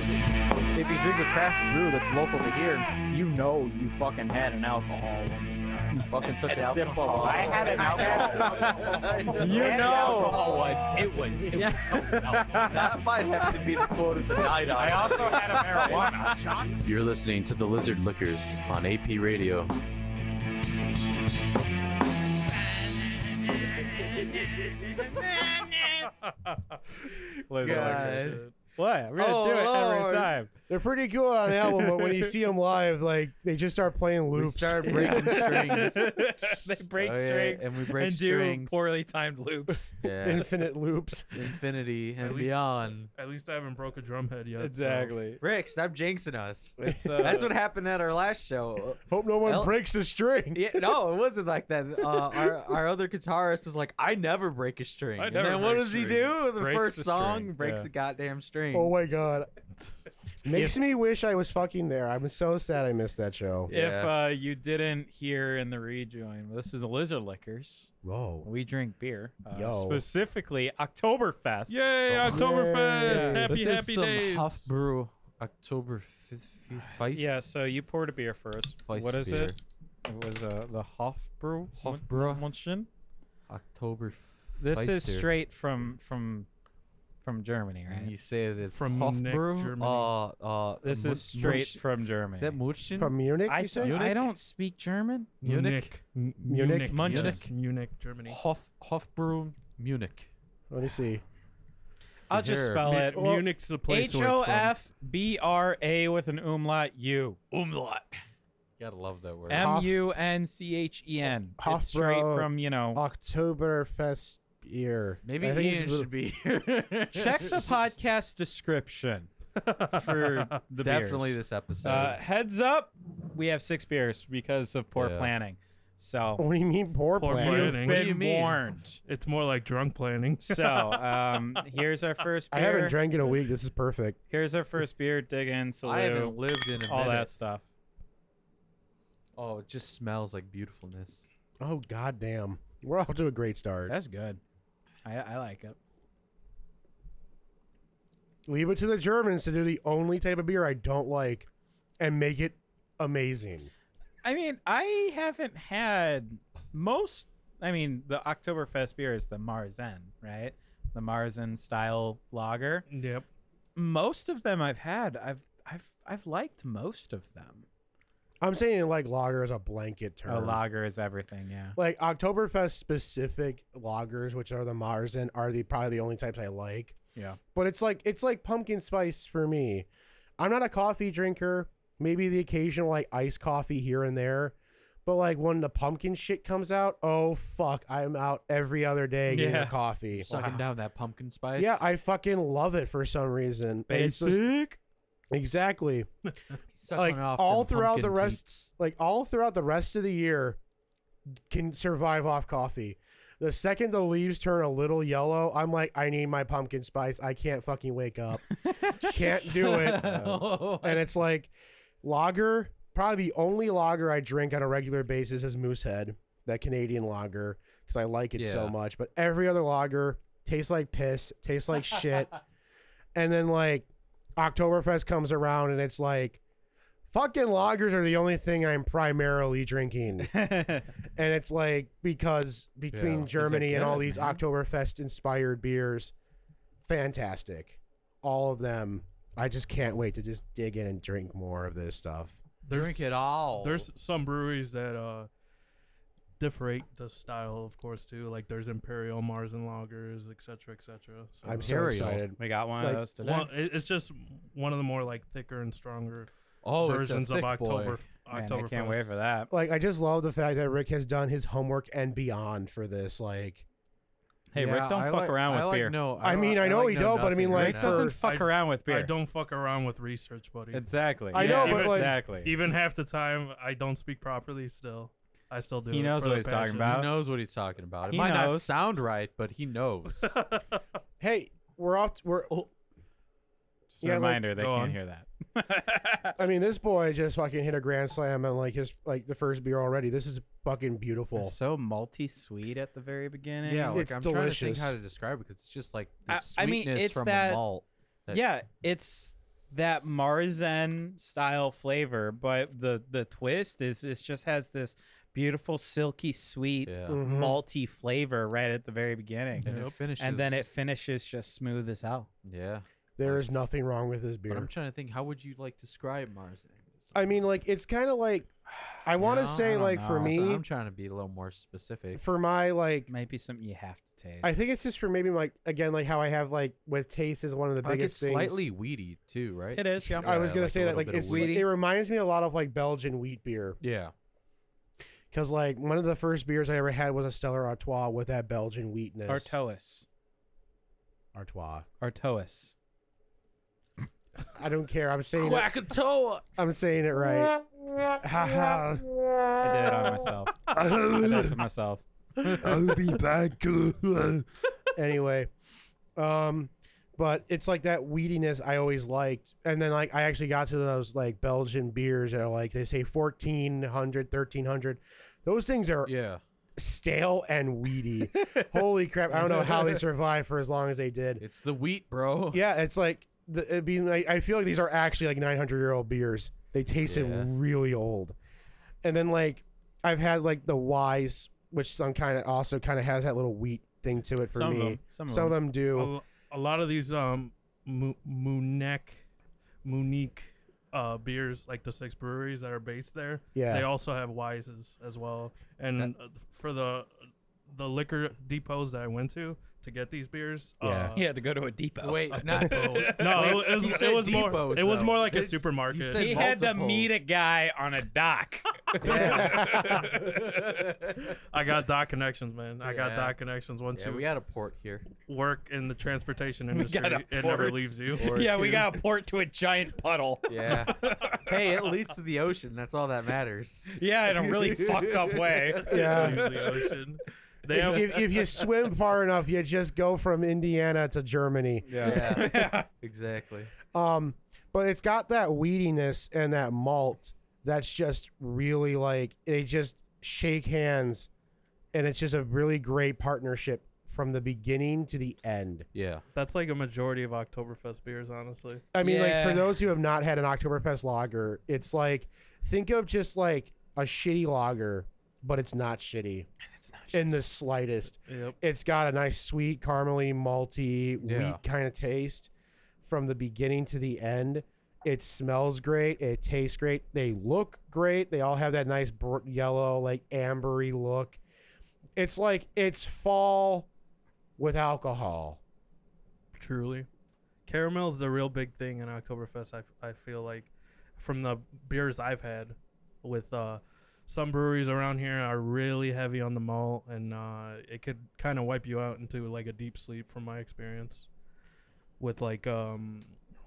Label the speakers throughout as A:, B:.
A: If you drink a craft brew that's local to here, you know you fucking had an alcohol once. You fucking took
B: An
A: a sip of
B: alcohol. I
A: one.
B: had an alcohol once.
A: You
B: I had an
A: know.
B: alcohol once. It was. It
A: Yeah.
B: was something else.
C: That might have to be the quote of the night.
B: I also had a marijuana.
C: You're listening to the Lizard Lickers on AP Radio.
D: Liz, I
E: God.
D: like this shit. What? We're gonna
E: Oh,
D: do it every
E: Lord.
D: time.
F: They're pretty cool on the album, but when you see them live, like they just start playing
E: We
F: loops.
E: start breaking strings.
D: they break
E: Oh, yeah,
D: strings
E: and we break
D: and do
E: strings.
D: poorly timed loops.
E: Yeah.
F: infinite loops.
E: Infinity and
G: least-
E: beyond.
G: At least I haven't broke a drum head yet. so-
D: exactly.
E: Rick, stop jinxing us.
D: It's, uh,
E: That's what happened at our last show.
F: Hope no one
E: Well-
F: breaks the string.
E: Yeah, no, it wasn't like that. Uh, our our other guitarist was like, "I never break a string."
G: I
E: and
G: never
E: then what
G: break
E: does he
G: strings.
E: do? The
G: Breaks
E: first
G: the
E: song
G: string,
E: breaks
D: yeah.
E: the goddamn string.
F: Oh my god. Makes me wish I was fucking there. I'm so sad I missed that show.
D: If
E: Yeah.
D: uh, you didn't hear in the rejoin, this is Lizard Liquors.
F: Whoa.
D: We drink beer. Uh,
F: Yo.
D: specifically Oktoberfest.
G: Yay, Oktoberfest!
F: Yay.
G: Happy,
E: this
G: happy
E: is some
G: days.
E: Huff Brew October Feist.
D: Yeah, so you poured a beer first.
E: Feist
D: what is
E: beer.
D: it? It was uh, the Hofbrew.
E: Hofbräu.
D: Munchen.
E: October.
D: This is
E: Feister.
D: straight from from from Germany,
E: And you
D: right?
E: say it is
G: From
E: Huff
G: Munich,
E: Brew.
G: Germany.
E: Uh, uh,
D: This
E: Mun-
D: is straight
E: Munch-
D: from Germany.
E: Is that Munchen?
F: From Munich,
D: I,
F: you said?
D: I don't speak German.
E: Munich.
G: Munich. M-
F: Munich?
D: Munich.
G: yes, Munich, Germany.
E: Hof Hofbräu Munich.
F: Let me see.
D: I'll just
E: Here.
D: spell it.
G: Mu- Munich's the place
D: H O F B R A with an umlaut U.
E: Umlaut. Gotta love that word.
D: M U N C H E N.
F: Hofbräu.
D: It's straight from, you know.
F: Oktoberfest year.
E: Maybe
F: I think
E: Ian
F: it's
E: should be here.
D: Check the podcast description for the
E: Definitely
D: beers.
E: this episode.
D: Uh, heads up, we have six beers because of poor
E: Yeah.
D: planning. So
F: What do you mean poor,
G: Poor
F: plan?
G: plan.
D: you've
G: planning.
D: been
G: What
E: do you mean?
D: warned.
G: It's more like drunk planning.
D: So um, here's our first
F: I
D: beer.
F: haven't drank in a week. This is perfect.
D: Here's our first beer. Dig in,
E: I haven't
D: salute,
E: lived in a
D: all that
E: minute.
D: stuff.
E: Oh, it just smells like beautifulness.
F: Oh goddamn. We're off to a great start.
D: That's good. I, I like it.
F: Leave it to the Germans to do the only type of beer I don't like and make it amazing.
D: I mean, I haven't had most. I mean, the Oktoberfest beer is the Marzen, right? The Marzen style lager.
G: yep.
D: Most of them I've had, I've I've I've liked most of them.
F: I'm saying like lager is a blanket term.
D: A lager is everything, yeah.
F: Like Oktoberfest specific lagers, which are the Marzen, are the probably the only types I like.
D: Yeah.
F: But it's like it's like pumpkin spice for me. I'm not a coffee drinker. Maybe the occasional like iced coffee here and there. But like when the pumpkin shit comes out, oh fuck, I'm out every other day getting
D: Yeah.
F: a coffee.
E: Sucking down that pumpkin spice.
F: Yeah, I fucking love it for some reason. And it's just- exactly.
E: Sucking
F: like,
E: off
F: all
E: them
F: throughout the
E: pumpkin
F: rest-
E: teats.
F: like all throughout the rest of the year can survive off coffee. The second the leaves turn a little yellow, I'm like, I need my pumpkin spice. I can't fucking wake up. can't do it. And it's like lager, probably the only lager I drink on a regular basis is Moosehead, that Canadian lager, because I like it so
E: Yeah.
F: much. But every other lager tastes like piss, tastes like shit. And then like Oktoberfest comes around and it's like fucking lagers are the only thing I'm primarily drinking. and it's like because between
E: Yeah.
F: Germany and
E: good,
F: all these
E: man?
F: Oktoberfest inspired beers, fantastic. All of them. I just can't wait to just dig in and drink more of this stuff.
G: There's,
E: Drink it all.
G: There's some breweries that uh, differate the style, of course, too. Like there's Imperial, Mars and Lagers, etc., etc. So,
F: I'm
E: Imperial.
F: so excited.
D: We got one
F: Like,
D: of those today.
G: one, it- it's just one of the more like thicker and stronger
E: oh, it's a
G: versions of
E: thick
G: October.
E: boy.
D: Man, I
G: October
D: can't wait for that.
F: Like I just love the fact that Rick has done his homework and beyond for this. Like
D: Hey, Rick,
E: Yeah,
D: don't
E: I
D: fuck
E: like-
D: around
E: I
D: with
E: like
D: beer.
E: No,
F: I
E: don't-
F: mean, I know
E: like
F: he don't, but I mean,
E: nothing
F: like,
D: Rick
E: right now.
D: doesn't
F: for-
D: fuck
G: I-
D: around with beer.
G: I don't fuck around with research, buddy.
D: Exactly.
F: I know,
D: Yeah,
F: but, like-
D: exactly.
G: Even half the time, I don't speak properly. Still, I still do.
D: He
G: it
D: knows
G: for
D: what
G: the
D: he's talking
G: passion.
D: about.
E: He knows what he's talking about. It
D: He
E: might not
D: knows.
E: sound right, but he knows.
F: hey, we're off we're
E: Oh.
D: Just
F: Yeah,
D: a
F: like-
D: reminder, they
G: Go
D: can't
G: on.
D: hear that.
F: I mean, this boy just fucking hit a grand slam and like his like the first beer already. This is fucking beautiful.
D: It's so multi sweet at the very beginning.
E: yeah, like
F: It's
E: I'm trying to think
F: delicious.
E: how to describe it because it's just like the
D: I- I mean,
E: sweetness
D: it's
E: from
D: that-
E: a malt. that-
D: yeah, it's that Marzen style flavor, but the the twist is it just has this beautiful silky sweet
E: Yeah.
F: Mhm.
D: malty flavor right at the very beginning.
E: And it
G: Yep.
E: finishes.
D: Mm. And then it finishes just smooth as hell.
E: Yeah.
F: There is nothing wrong with this
E: But
F: beer.
E: I'm trying to think, how would you like describe Mars?
F: I mean, like it's kind of like I want to
E: No,
F: say
D: I don't
F: like for
D: know.
F: me,
E: I'm trying to be a little more specific.
F: for my like,
D: Might be something you have to taste.
F: I think it's just for maybe like again like how I have like with taste is one of the
E: like it's
F: biggest things.
E: slightly weedy too, right?
D: it is. Yeah.
F: I was
E: Yeah,
F: gonna
E: like a
F: say that
E: little
F: like
E: bit of
F: it's
E: wheat.
F: it reminds me a lot of like Belgian wheat beer
E: Yeah.
F: because like one of the first beers I ever had was a Stella Artois with that Belgian wheatness.
D: Artois.
F: Artois.
D: Artois.
F: I don't care. I'm saying it, I'm saying it right. Ha
D: I did it on myself. I did it to myself.
F: I'll be back. anyway, um, but it's like that weediness I always liked, and then like I actually got to those like Belgian beers that are like they say 1400, 1300. Those things are
E: Yeah.
F: stale and weedy. Holy crap! I don't know how they survived for as long as they did.
E: It's the wheat, bro.
F: Yeah, it's like the, it'd be like I feel like these are actually like 900 year old beers. They tasted
E: Yeah.
F: really old, and then like I've had like the Wise, which some kind of also kind of has that little wheat thing to it for
D: Some
F: me.
D: of them. Some of
F: Some of
D: them.
F: them do.
G: a, l- a lot of these um Mu- Munich Munich uh beers like the six breweries that are based there.
F: Yeah.
G: They also have Wises as well. And uh, for the the liquor depots that I went to to get these beers,
F: Yeah.
G: uh, oh,
D: He had to go to a depot.
E: Wait, not
G: No, it
E: you
G: was,
E: said
G: it was more
E: depots,
G: it was
E: though.
G: more like
E: You
G: a
E: said-
G: supermarket.
E: you said
D: He had to
E: multiple.
D: meet a guy on a dock.
G: I got dot connections, man. I got
E: Yeah.
G: dot connections once
E: Yeah,
G: you
E: we got a port here.
G: work in the transportation industry.
D: got a
G: It never
D: port.
G: leaves you.
E: Or
D: yeah, we
E: two.
D: got a port to a giant puddle.
E: Yeah. hey, it leads to the ocean. That's all that matters.
D: Yeah, in a really fucked up way.
F: Yeah.
G: Leaves the ocean. They have
F: if, if, if you swim far enough, you just go from Indiana to Germany.
E: Yeah. exactly.
F: Um, but it's got that weediness and that malt that's just really like they just shake hands, and it's just a really great partnership from the beginning to the end.
E: Yeah.
G: That's like a majority of Oktoberfest beers, honestly.
F: I mean, like
D: Yeah.
F: for those who have not had an Oktoberfest lager, it's like think of just like a shitty lager, but it's not shitty. In the slightest.
G: Yep.
F: It's got a nice sweet, caramely, malty,
E: Yeah.
F: wheat kind of taste from the beginning to the end. It smells great. It tastes great. They look great. They all have that nice br- yellow, like ambery look. It's like it's fall with alcohol.
G: Truly. Caramel is the real big thing in Oktoberfest, I, f- I feel like, from the beers I've had with uh, some breweries around here are really heavy on the malt, and uh, it could kind of wipe you out into like a deep sleep from my experience. With like, um,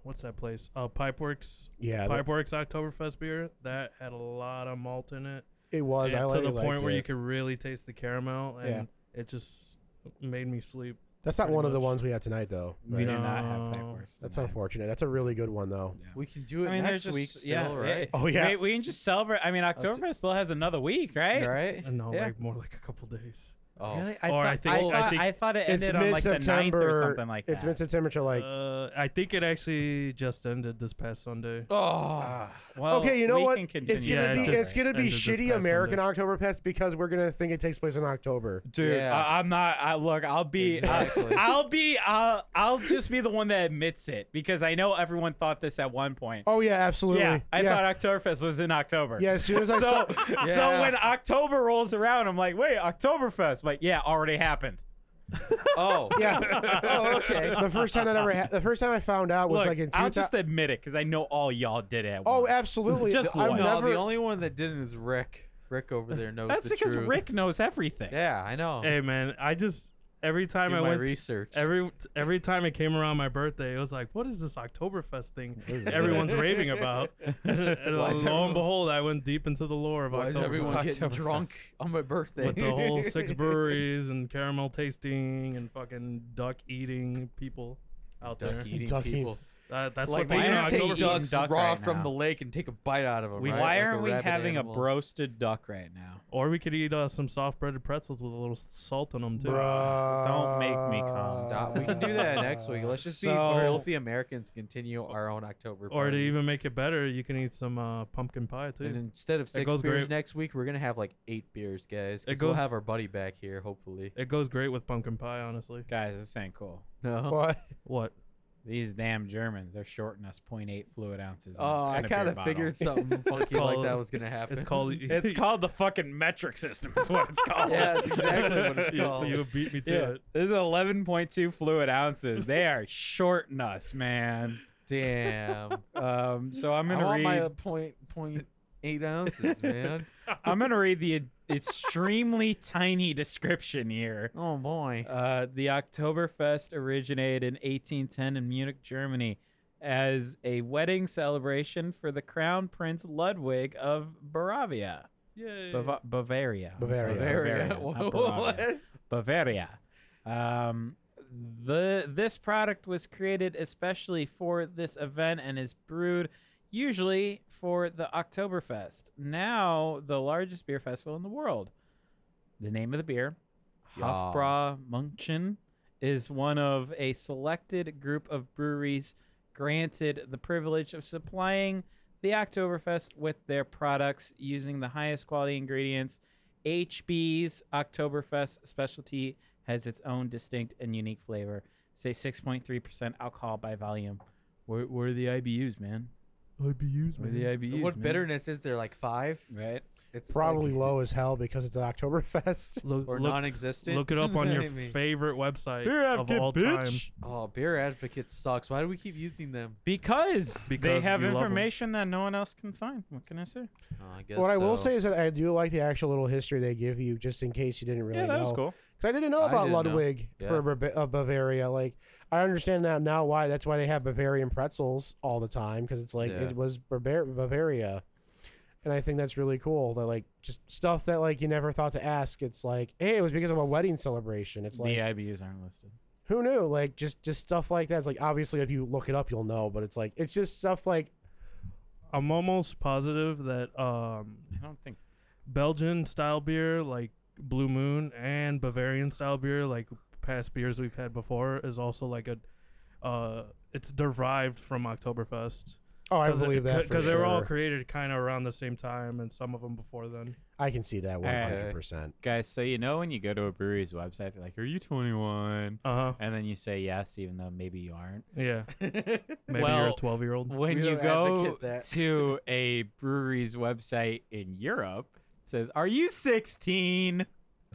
G: what's that place? Uh, Pipeworks,
F: Yeah, th-
G: Pipeworks Oktoberfest beer. That had a lot of malt in it.
F: it was. I
G: and
F: like
G: to the
F: liked
G: point where
F: it.
G: you could really taste the caramel, and it just made me sleep.
F: That's not
G: pretty
F: one of the
G: much.
F: ones we have tonight, though.
D: We do not have
G: No.
D: fireworks.
F: That's
D: tonight.
F: unfortunate. That's a really good one, though.
E: We can do it
D: I mean, there's
E: next
D: just
E: week still,
D: yeah,
E: right?
D: it-
F: Oh, yeah.
D: We, we can just celebrate. I mean, Oktoberfest still has another week, right?
E: right?
G: Uh, No,
E: Yeah.
G: like more like a couple days.
E: Oh.
G: Or I
D: I,
G: think-
D: thought,
G: I think-
D: I thought it ended on like the 9th or something like that.
F: It's mid September till like.
G: uh, I think it actually just ended this past Sunday.
E: Oh.
D: Ah. well,
F: okay, you know
D: we
F: what?
D: Can continue
F: It's
G: Yeah,
F: gonna
G: it
F: be
G: does.
F: it's gonna be
G: Ended this
F: shitty
G: past
F: American Oktoberfest because we're gonna think it takes place in October.
D: Dude,
E: Yeah.
D: I, I'm not. I, look, I'll be.
E: Exactly.
D: I, will be. I'll. I'll just be the one that admits it because I know everyone thought this at one point.
F: Oh yeah, absolutely.
D: yeah, I
F: yeah.
D: thought Oktoberfest was in October.
F: Yeah, as soon as I saw,
D: So, so when October rolls around, I'm like, wait, Oktoberfest. Like, yeah, already happened.
E: Oh.
F: yeah,
E: oh, okay.
F: the first time that ever, ha- the first time I found out was
D: Look,
F: like in.
D: I'll
F: 2000
D: just admit it because I know all y'all did it. At
F: oh,
D: once.
F: absolutely.
D: Just
F: I've
D: once.
E: No,
F: never.
E: Oh, the only one that didn't is Rick. Rick over there knows
D: That's
E: the
D: because
E: truth.
D: Rick knows everything.
E: Yeah, I know.
G: Hey man, I just every
E: Do
G: time I
E: Oh. my
G: went
E: research.
G: every every time it came around my birthday, it was like, what is this Oktoberfest thing everyone's raving about? and lo
E: is everyone-
G: and behold, I went deep into the lore of
E: Why is everyone
G: Oktoberfest
E: getting drunk on my birthday?
G: with the whole six breweries and caramel tasting and fucking duck eating people out
E: duck
G: there.
E: eating
F: Duck eating.
E: people.
G: Uh, that's
E: like
G: what
E: they
D: why
E: just
D: aren't we
E: take
D: eating
E: ducks
D: duck
E: raw
D: right
E: from
D: now?
E: the lake and take a bite out of them.
D: Why
E: right?
D: aren't we having a broasted duck right now?
G: Or we could eat uh, some soft breaded pretzels with a little s- salt on them too.
F: Bruh.
D: Don't make me come.
E: Stop. We can do that next week. Let's just
D: So-
E: be filthy Americans. Continue our own October.
G: Or to
E: party.
G: even make it better, you can eat some uh, pumpkin pie too.
E: And instead of six
G: goes
E: beers
G: great.
E: next week, we're gonna have like eight beers, guys.
G: It
E: Because we'll
G: goes-
E: have our buddy back here, hopefully.
G: it goes great with pumpkin pie, honestly.
D: Guys, this ain't cool.
E: No.
F: What?
G: What?
D: These damn Germans, they're shorting us 0.8 fluid ounces. in-
E: Oh, I
D: in a beer
E: kind of
D: bottle.
E: figured something funky like
G: called-
E: that was gonna happen.
G: It's called.
D: It's called the fucking metric system, is what it's called.
E: Yeah, that's exactly what it's
G: you,
E: called.
G: you beat me to
D: Yeah.
G: it.
D: This is 11.2 fluid ounces. They are shorting us, man.
E: Damn.
D: Um, so I'm
E: I
D: gonna
E: want
D: read.
E: my uh, point point eight ounces, man.
D: I'm gonna read the extremely tiny description here.
E: Oh boy.
D: Uh, the Oktoberfest originated in 1810 in Munich, Germany, as a wedding celebration for the Crown Prince Ludwig of Bavaria.
G: Yay.
D: Bava- Bavaria. I'm sorry,
E: Bavaria.
F: Bavaria.
D: Bavaria, not
E: What?
D: Bavaria. Bavaria. Um, the this product was created especially for this event and is brewed usually for the Oktoberfest, now the largest beer festival in the world. The name of the beer,
E: Yeah.
D: Hofbräumunchen, is one of a selected group of breweries granted the privilege of supplying the Oktoberfest with their products using the highest quality ingredients. HB's Oktoberfest specialty has its own distinct and unique flavor. Say 6.3% alcohol by volume. Where, where are the IBUs, man? IBUs, where are the IBUs?
E: What
D: man?
E: bitterness is there? Like five?
D: Right?
E: It's
F: Probably
E: like-
F: low as hell because it's Oktoberfest.
G: Look,
E: or
G: look,
E: non-existent.
G: look it up on your
E: I mean,
G: favorite website
D: Beer
G: of
D: advocate,
G: all
D: bitch.
G: time.
E: Oh, beer advocate sucks. Why do we keep using them?
D: Because, they
G: Because
D: have
G: you love 'em.
D: information that no one else can find. What can I say?
E: Oh, I guess
F: What I will
E: so.
F: say is that I do like the actual little history they give you, just in case you didn't really
D: yeah, that
F: know.
D: was cool.
F: Because I didn't know
E: I
F: about
E: didn't know.
F: Ludwig
E: Yeah.
F: for Bava- uh, Bavaria. Like, I understand that now why. That's why they have Bavarian pretzels all the time because it's like
E: Yeah.
F: it was Bava- Bavaria, and I think that's really cool. That like just stuff that like you never thought to ask. It's like, hey, it was because of a wedding celebration. It's like,
D: the IBUs aren't listed.
F: who knew? Like just just stuff like that. It's like obviously if you look it up, you'll know. But it's like it's just stuff like
G: I'm almost positive that um,
D: I don't think.
G: Belgian style beer like Blue Moon and Bavarian style beer like past beers we've had before is also like a uh it's derived from Oktoberfest.
F: oh, I
G: 'Cause it-
F: believe that for
G: they were all
F: sure.
G: created kind of around the same time and some of them before then.
F: I can see that one
D: Alright.
F: hundred percent.
D: Guys, so you know when you go to a brewery's website, they're like, are you 21?
G: Uh-huh.
D: And then you say yes, even though maybe you aren't.
G: Yeah. Maybe you're a
D: Well, oh,
G: 12-year-old.
D: When
E: We
D: you
E: don't
D: go
E: advocate that.
D: to a brewery's website in Europe, it says, are you 16?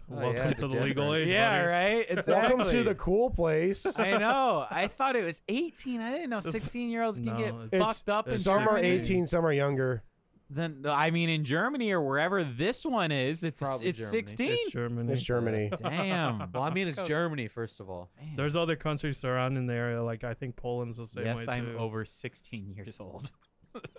E: Oh,
G: Welcome
E: yeah,
G: to the legal age.
D: Yeah,
G: buddy.
D: right? Exactly.
F: Welcome to the cool place.
D: I know. I thought it was 18. I didn't know 16 year olds can
G: No,
D: get
G: it's-
D: fucked up and
G: it's
F: Some are
G: 16.
F: eighteen, some are younger.
D: Then I mean, in Germany or wherever this one is, it's
E: Probably
D: it's
E: Germany.
D: 16.
G: It's Germany.
F: It's Germany.
D: Damn.
E: Well, I mean,
D: Let's
E: it's
D: go.
E: Germany, first of all.
D: Man.
G: There's other countries surrounding the area like I think Poland's the same
D: yes,
G: way
D: I'm
G: too.
D: over 16 years old.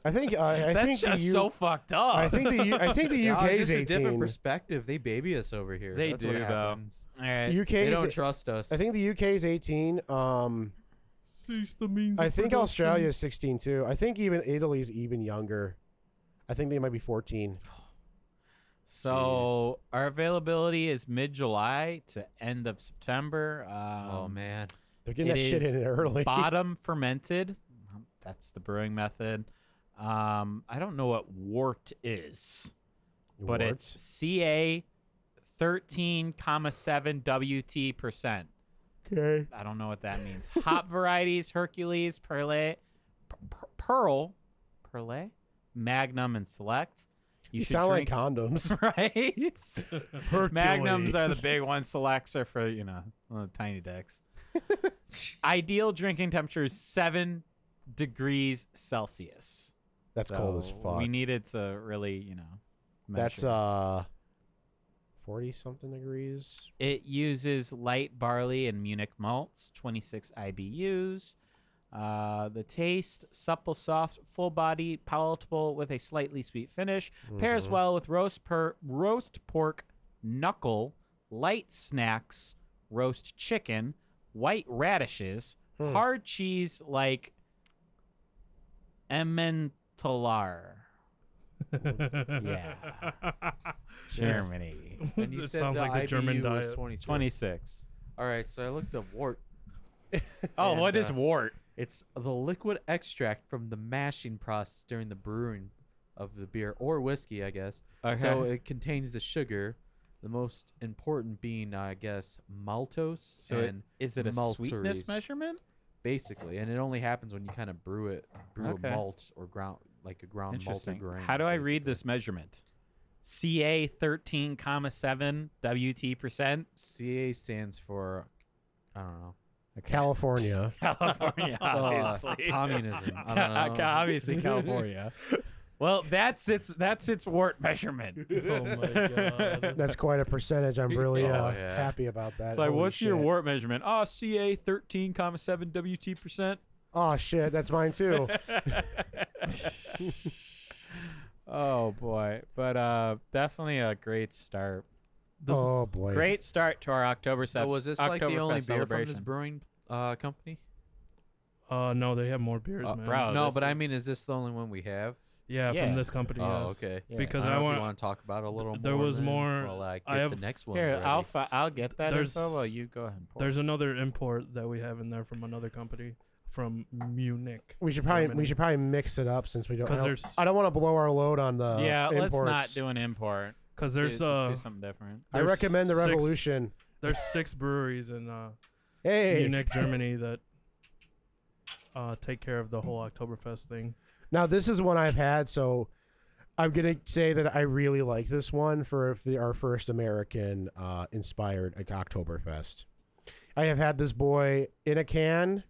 F: I think uh, I think
D: That's
F: the
D: just
F: U-
D: so fucked up.
F: I think the U- I think the
E: Yeah,
F: UK
E: it's
F: is
E: just a different
F: eighteen.
E: perspective. They baby us over here.
D: They
E: That's
D: do
E: what
D: though.
E: happens.
D: All right.
F: UK
E: They don't
F: is
E: trust us.
F: I think the UK is eighteen. Um,
G: Cease the means.
F: I
G: of
F: think
G: production.
F: Australia is sixteen too. I think even Italy's even younger. I think they might be fourteen.
D: so our availability is mid-July to end of September. Um,
E: Oh man.
F: They're getting that
D: It
F: shit
D: is
F: in early.
D: bottom fermented. Um, That's the brewing method. Um, I don't know what wort is, but
F: Warts.
D: it's CA 13 comma 7 WT percent.
F: okay.
D: I don't know what that means. Hop varieties: Hercules, Perle, Per- Pearl, Perle, Magnum, and Select.
F: You,
D: should
F: sound
D: drink
F: like condoms.
D: right? Magnums are the big ones. Selects are for you know uh, tiny decks. Ideal drinking temperature is seven degrees Celsius.
F: That's cold as
D: So
F: fuck.
D: We needed to really, you know.
F: That's
D: measure.
F: uh, forty something degrees.
D: It uses light barley and Munich malts, 26 IBUs. Uh, the taste supple, soft, full body, palatable with a slightly sweet finish. Pairs well with roast per roast pork knuckle, light snacks, roast chicken, white radishes, hard cheese like Emmentaler, Yeah. Germany.
G: it sounds like the German diet.
E: 22.
D: 26.
E: All right, so I looked up wort.
H: Oh,
E: And,
H: what is
E: uh,
H: wart?
E: It's the liquid extract from the mashing process during the brewing of the beer or whiskey, I guess.
D: uh, Okay.
E: So it contains the sugar, the most important being, I guess, maltose
D: So it-
E: and
D: is it a sweetness
E: maltose.
D: measurement?
E: basically, and it only happens when you kind of brew it, brew
D: Okay.
E: a malt or ground like a ground malt or
D: Interesting.
E: grain.
D: How do I read
E: basically.
D: this measurement? CA 13 comma 7 WT percent
E: CA stands for, I don't know,
F: California.
D: California obviously.
E: communism. I don't know.
D: Ca- obviously California. well, that's its that's its wart measurement.
G: Oh my god.
F: That's quite a percentage. I'm really uh,
E: Oh, yeah.
F: happy about that.
D: It's like,
F: Holy
D: what's your
F: shit.
D: wart measurement? Oh, CA 13 comma 7 WT percent.
F: Oh shit, that's mine too.
D: Oh boy, but uh, definitely a great start.
G: This is-
F: oh boy.
D: Great start to our October
E: So
D: seventh.
E: Oh, was this like the only beer from this brewing uh, company?
G: Uh, no, they have more beers,
E: Uh,
G: man.
D: bro. Oh,
E: no,
D: this
E: but I mean,
D: is-
E: is this the only one we have?
G: Yeah,
D: Yeah.
G: from this company.
E: Oh,
G: yes.
E: okay.
D: Yeah.
G: Because
E: I,
G: I,
E: don't know if
G: want.
E: you want to talk about it a little
G: there
E: more.
G: was
E: then,
G: more-
E: While I get
G: I have-
E: the next one.
D: Here,
E: ready.
D: I'll fi- I'll get that
G: There's-
D: info while you go ahead. And pour.
G: There's another import that we have in there from another company from Munich.
F: We should probably we
G: Germany.
F: should probably mix it up since we don't. I
G: 'Cause
F: don't,
G: there's-
F: want to blow our load on the
D: yeah,
F: Uh, Imports.
D: let's not do an import.
G: Cause there's
D: Dude, let's
G: uh
D: do something different.
F: I
G: there's
F: recommend the
G: six-
F: revolution.
G: there's six breweries in uh,
F: Hey,
G: Munich, Germany that uh take care of the whole Oktoberfest thing.
F: now this is one I've had, so I'm gonna say that I really like this one for if the, our first American uh, inspired like, Oktoberfest. I have had this boy in a can,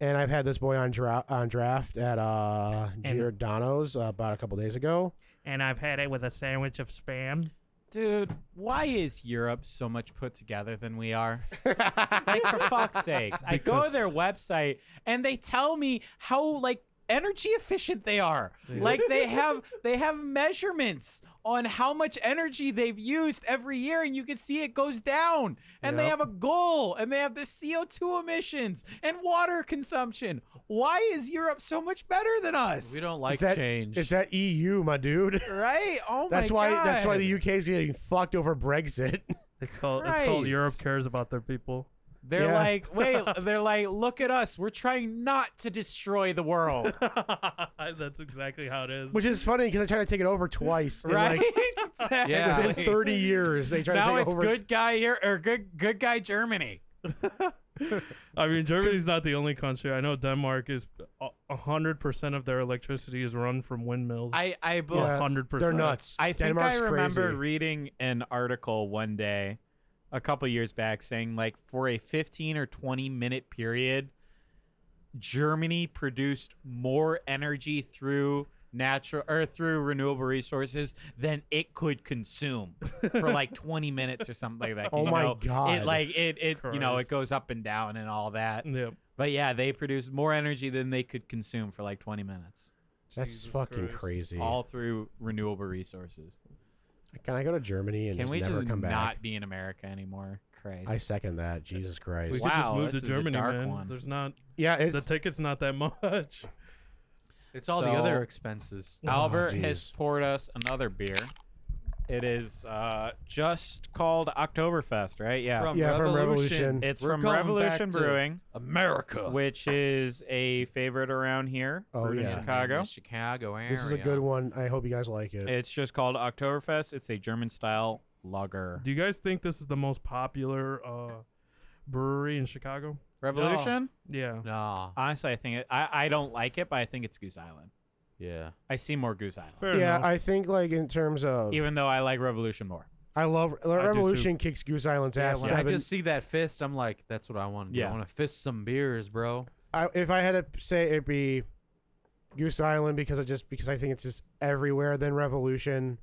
F: and I've had this boy on dra- on draft at uh, Giordano's uh, about a couple days ago.
G: And I've had it with a sandwich of spam.
D: Dude, why is Europe so much put together than we are? like for fuck's sakes. I go to their website and they tell me how like energy efficient they are. Like they have they have measurements on how much energy they've used every year and you can see it goes down. And they
G: Yep.
D: have a goal and they have the CO2 emissions and water consumption. Why is Europe so much better than us?
E: We don't like
F: Is that-
E: change.
F: It's that EU, my dude.
D: right? Oh my
F: That's why. That's why
D: God.
F: the UK is getting fucked over Brexit.
G: It's called it's called Europe
D: Christ.
G: cares about their people.
D: They're
F: Yeah.
D: like, wait, they're like, look at us. We're trying not to destroy the world.
G: That's exactly how it is.
F: Which is funny because they tried to take it over twice. in,
D: Right?
F: Like,
D: Exactly.
E: Yeah.
F: within 30 years, they tried
D: Now
F: to take
D: it's
F: over.
D: good guy here or good good guy Germany.
G: I mean, Germany's not the only country. I know Denmark is uh, a hundred percent of their electricity is run from windmills.
D: I I
G: A
D: bel-
F: Yeah.
G: hundred
F: They're
G: percent.
F: nuts.
D: I think
F: Denmark's
D: I remember
F: crazy.
D: reading an article one day a couple years back saying like for a 15 or 20 minute period Germany produced more energy through natural or through renewable resources than it could consume for like 20 minutes or something like that. 'Cause,
F: Oh
D: you
F: my
D: know,
F: God. Mm.
D: It like it it you know it
G: Christ.
D: goes up and down and all that.
G: Yep.
D: But yeah, they produced more energy than they could consume for like 20 minutes,
F: That's
G: Jesus
F: fucking
G: Christ.
F: crazy.
D: all through renewable resources.
F: Can I go to Germany and
D: Can
F: just
D: we
F: never
D: just
F: come
D: not
F: back?
D: be in America anymore? Christ.
F: I second that. Jesus
G: We
F: Christ.
G: could just
D: Wow,
G: move
D: this
G: to
D: is a
G: Germany,
D: dark
G: man.
D: one.
G: There's not
F: yeah,
G: the
F: it's
G: ticket's not that much.
E: It's all the other
D: So-
E: expenses.
D: Albert
F: Oh,
D: has
F: jeez.
D: poured us another beer. It is uh, just called Oktoberfest, right? Yeah.
E: From
F: yeah from
E: Revolution.
F: Revolution.
D: it's
E: We're
D: from
E: going
D: Revolution
E: back to
D: Brewing,
E: America.
D: which is a favorite around here
F: Oh,
D: brewed in
F: yeah.
D: Chicago.
E: Chicago area.
F: This is a good one. I hope you guys like it.
D: It's just called Oktoberfest. It's a German style lager.
G: Do you guys think this is the most popular uh, brewery in Chicago?
D: Revolution?
G: Yeah.
E: Nah.
D: Honestly, I think it, I, I don't like it, but I think it's Goose Island.
E: Yeah.
D: I see more Goose Island.
G: Fair
F: yeah,
G: enough.
F: I think like in terms of
D: Even though I like Revolution more.
F: I love
G: do
F: Revolution kicks Goose Island's ass.
E: When I
F: seven-
E: just see that fist, I'm like, that's what I want to do.
D: Yeah.
E: I want to fist some beers, bro.
F: I, if I had to say it'd be Goose Island because I just because I think it's just everywhere. Then Revolution.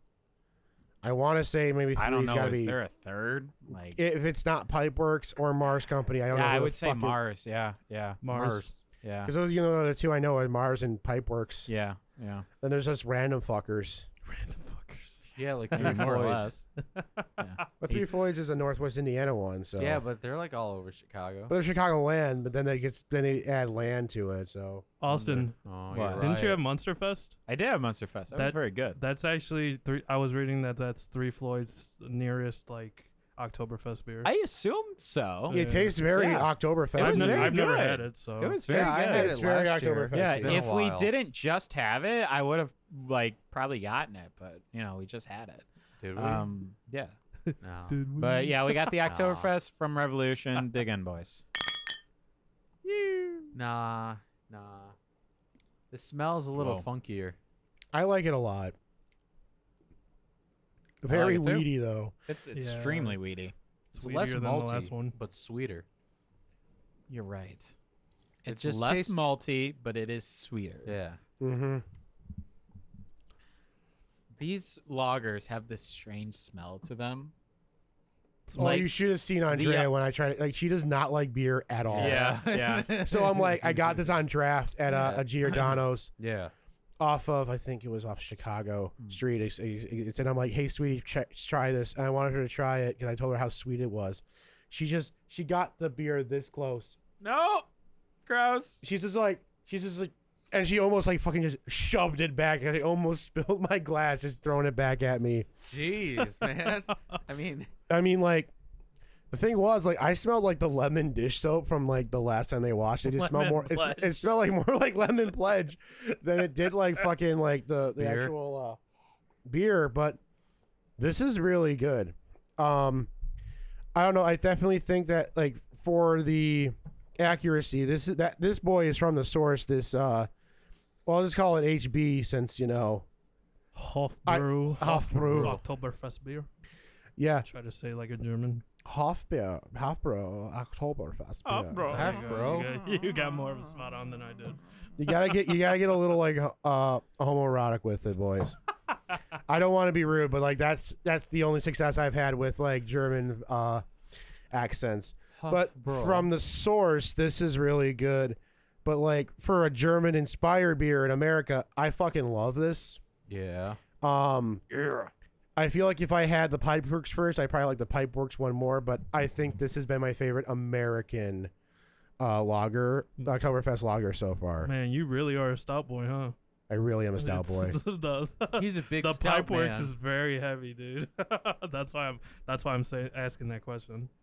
F: I want to say maybe
D: I
F: three's
D: don't know.
F: got to
D: Is
F: be
D: there a third? Like,
F: if it's not Pipeworks or Mars Company. I don't
D: yeah,
F: know.
D: I
F: who the
D: would say
F: fuck it-
D: Mars. Yeah, yeah,
G: Mars.
D: yeah,
F: Because those you know the other two I know are Mars and Pipeworks.
D: yeah, yeah.
F: Then there's just random fuckers.
G: Random fuckers.
E: Yeah, like
I: I
E: three
I: mean, more or
E: Floyds.
I: less.
F: But Three Floyds is a Northwest Indiana one, so
E: Yeah, but they're like all over Chicago.
F: But there's Chicago land, but then they gets then they add land to it. So
G: Austin,
E: Oh,
D: What?
E: you're
G: didn't you
E: right.
G: have Munster Fest?
D: I did have Monster Fest. That, was
G: That-
D: very good.
G: That's actually three. I was reading that that's three Floyd's nearest like Oktoberfest beer.
D: I assumed so.
G: Yeah.
F: it tastes very
D: Yeah.
F: Oktoberfest.
D: It
G: I've,
D: was
G: never,
D: very
G: I've never
D: good.
G: had it, so
D: It was very
F: Yeah, I
D: good.
F: had
E: It's
F: it very
E: last year.
F: Oktoberfest.
D: yeah,
F: It's been
E: a
D: if we
E: while.
D: didn't just have it, I would have like probably gotten it, but you know, we just had it.
E: Did we?
D: Um, yeah.
E: no.
D: But yeah, we got the
E: Aw.
D: Oktoberfest from Revolution. Dig in, boys.
E: Nah, nah. The smell's a little
D: Whoa.
E: funkier.
F: I like it a lot. Very
D: it too.
F: weedy though.
D: It's
G: it's Yeah.
D: extremely
G: extremely
D: weedy.
E: It's
G: weedier
E: less
G: than the
E: malty,
G: last one.
E: but sweeter.
D: You're right.
E: It
D: It's
E: just
D: less
E: tastes-
D: malty, but it is sweeter.
E: Yeah.
F: Mm-hmm.
D: These lagers have this strange smell to them.
F: Oh, you should have seen Andrea when I tried it. Like she does not like beer at all.
D: yeah.
F: So I'm like, I got this on draft at uh, a, a Giordano's
E: Yeah.
F: off of, I think it was off Chicago Street. It's, it's and I'm like, hey, sweetie, ch- try this. And I wanted her to try it because I told her how sweet it was. She just she got the beer this close.
I: No, gross.
F: She's just like, she's just like, and she almost like fucking just shoved it back. I almost spilled my glass, just throwing it back at me.
E: Jeez, man. I mean,
F: I mean, like, the thing was, like, I smelled like the lemon dish soap from like the last time they washed it. It smelled
G: Lemon
F: more. It,
G: pledge.
F: it smelled like more like lemon pledge than it did like fucking like the the
E: Beer.
F: actual uh, beer. But this is really good. Um, I don't know. I definitely think that like for the accuracy, this is that this boy is from the source. This uh, well, I'll just call it HB since you know
G: Hofbräu,
F: Hofbräu.
G: Oktoberfest beer.
F: yeah
G: Try to say like a German.
F: Hofbier, Hofbro, Oktoberfest. beer.
E: Half
G: You got-
E: bro.
G: You got, you got more of a spot on than I did.
F: You gotta get you gotta get a little like uh homoerotic with it, boys. I don't want to be rude, but like that's that's the only success I've had with like German uh accents. but
E: Hofbräu.
F: from the source, this is really good. But like for a German inspired beer in America, I fucking love this.
E: yeah.
F: Um I feel like if I had the Pipe Works first, I probably like the Pipe Works one more, but I think this has been my favorite American uh lager, Oktoberfest lager so far.
G: Man, you really are a stout boy, huh?
F: I really am a stout
G: It's-
F: boy.
G: the
E: He's a big
G: the
E: stout
G: pipeworks
E: man.
G: is very heavy, dude. that's why I'm that's why I'm saying asking that question.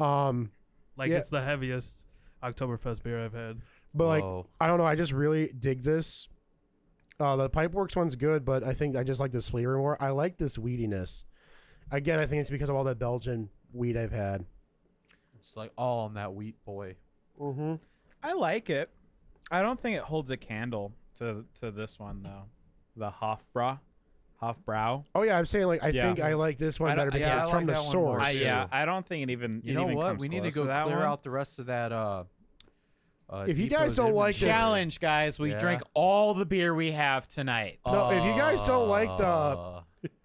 F: Um,
G: Like
F: Yeah.
G: it's the heaviest Oktoberfest beer I've had.
F: but like
E: Whoa.
F: I don't know, I just really dig this. Uh, the Pipeworks one's good, but I think I just like this flavor more. I like this weediness. Again, I think it's because of all that Belgian weed I've had.
E: it's like all on that wheat boy.
F: Mm-hmm.
I: I like it. I don't think it holds a candle to to this one though. The Hofbra, Hofbrow.
F: Oh yeah, I'm saying like I
I: Yeah.
F: think I like this
I: I
F: one
I: don't-
F: better because
E: yeah, I
F: it's
E: like
F: from the
E: that one more,
F: source.
I: I,
E: too.
I: yeah, I don't think it even.
E: You
I: it
E: know
I: even
E: what?
I: comes
E: We need to
I: close
E: go
I: that
E: clear
I: one.
E: out the rest of that. Uh, uh,
F: If you
E: Depot
F: guys don't
E: Zimmerman
F: like this-
E: beer.
D: Challenge, guys. We
E: Yeah. Oh,
D: drink all the beer we have tonight.
F: No, if you guys don't like the-
E: Uh,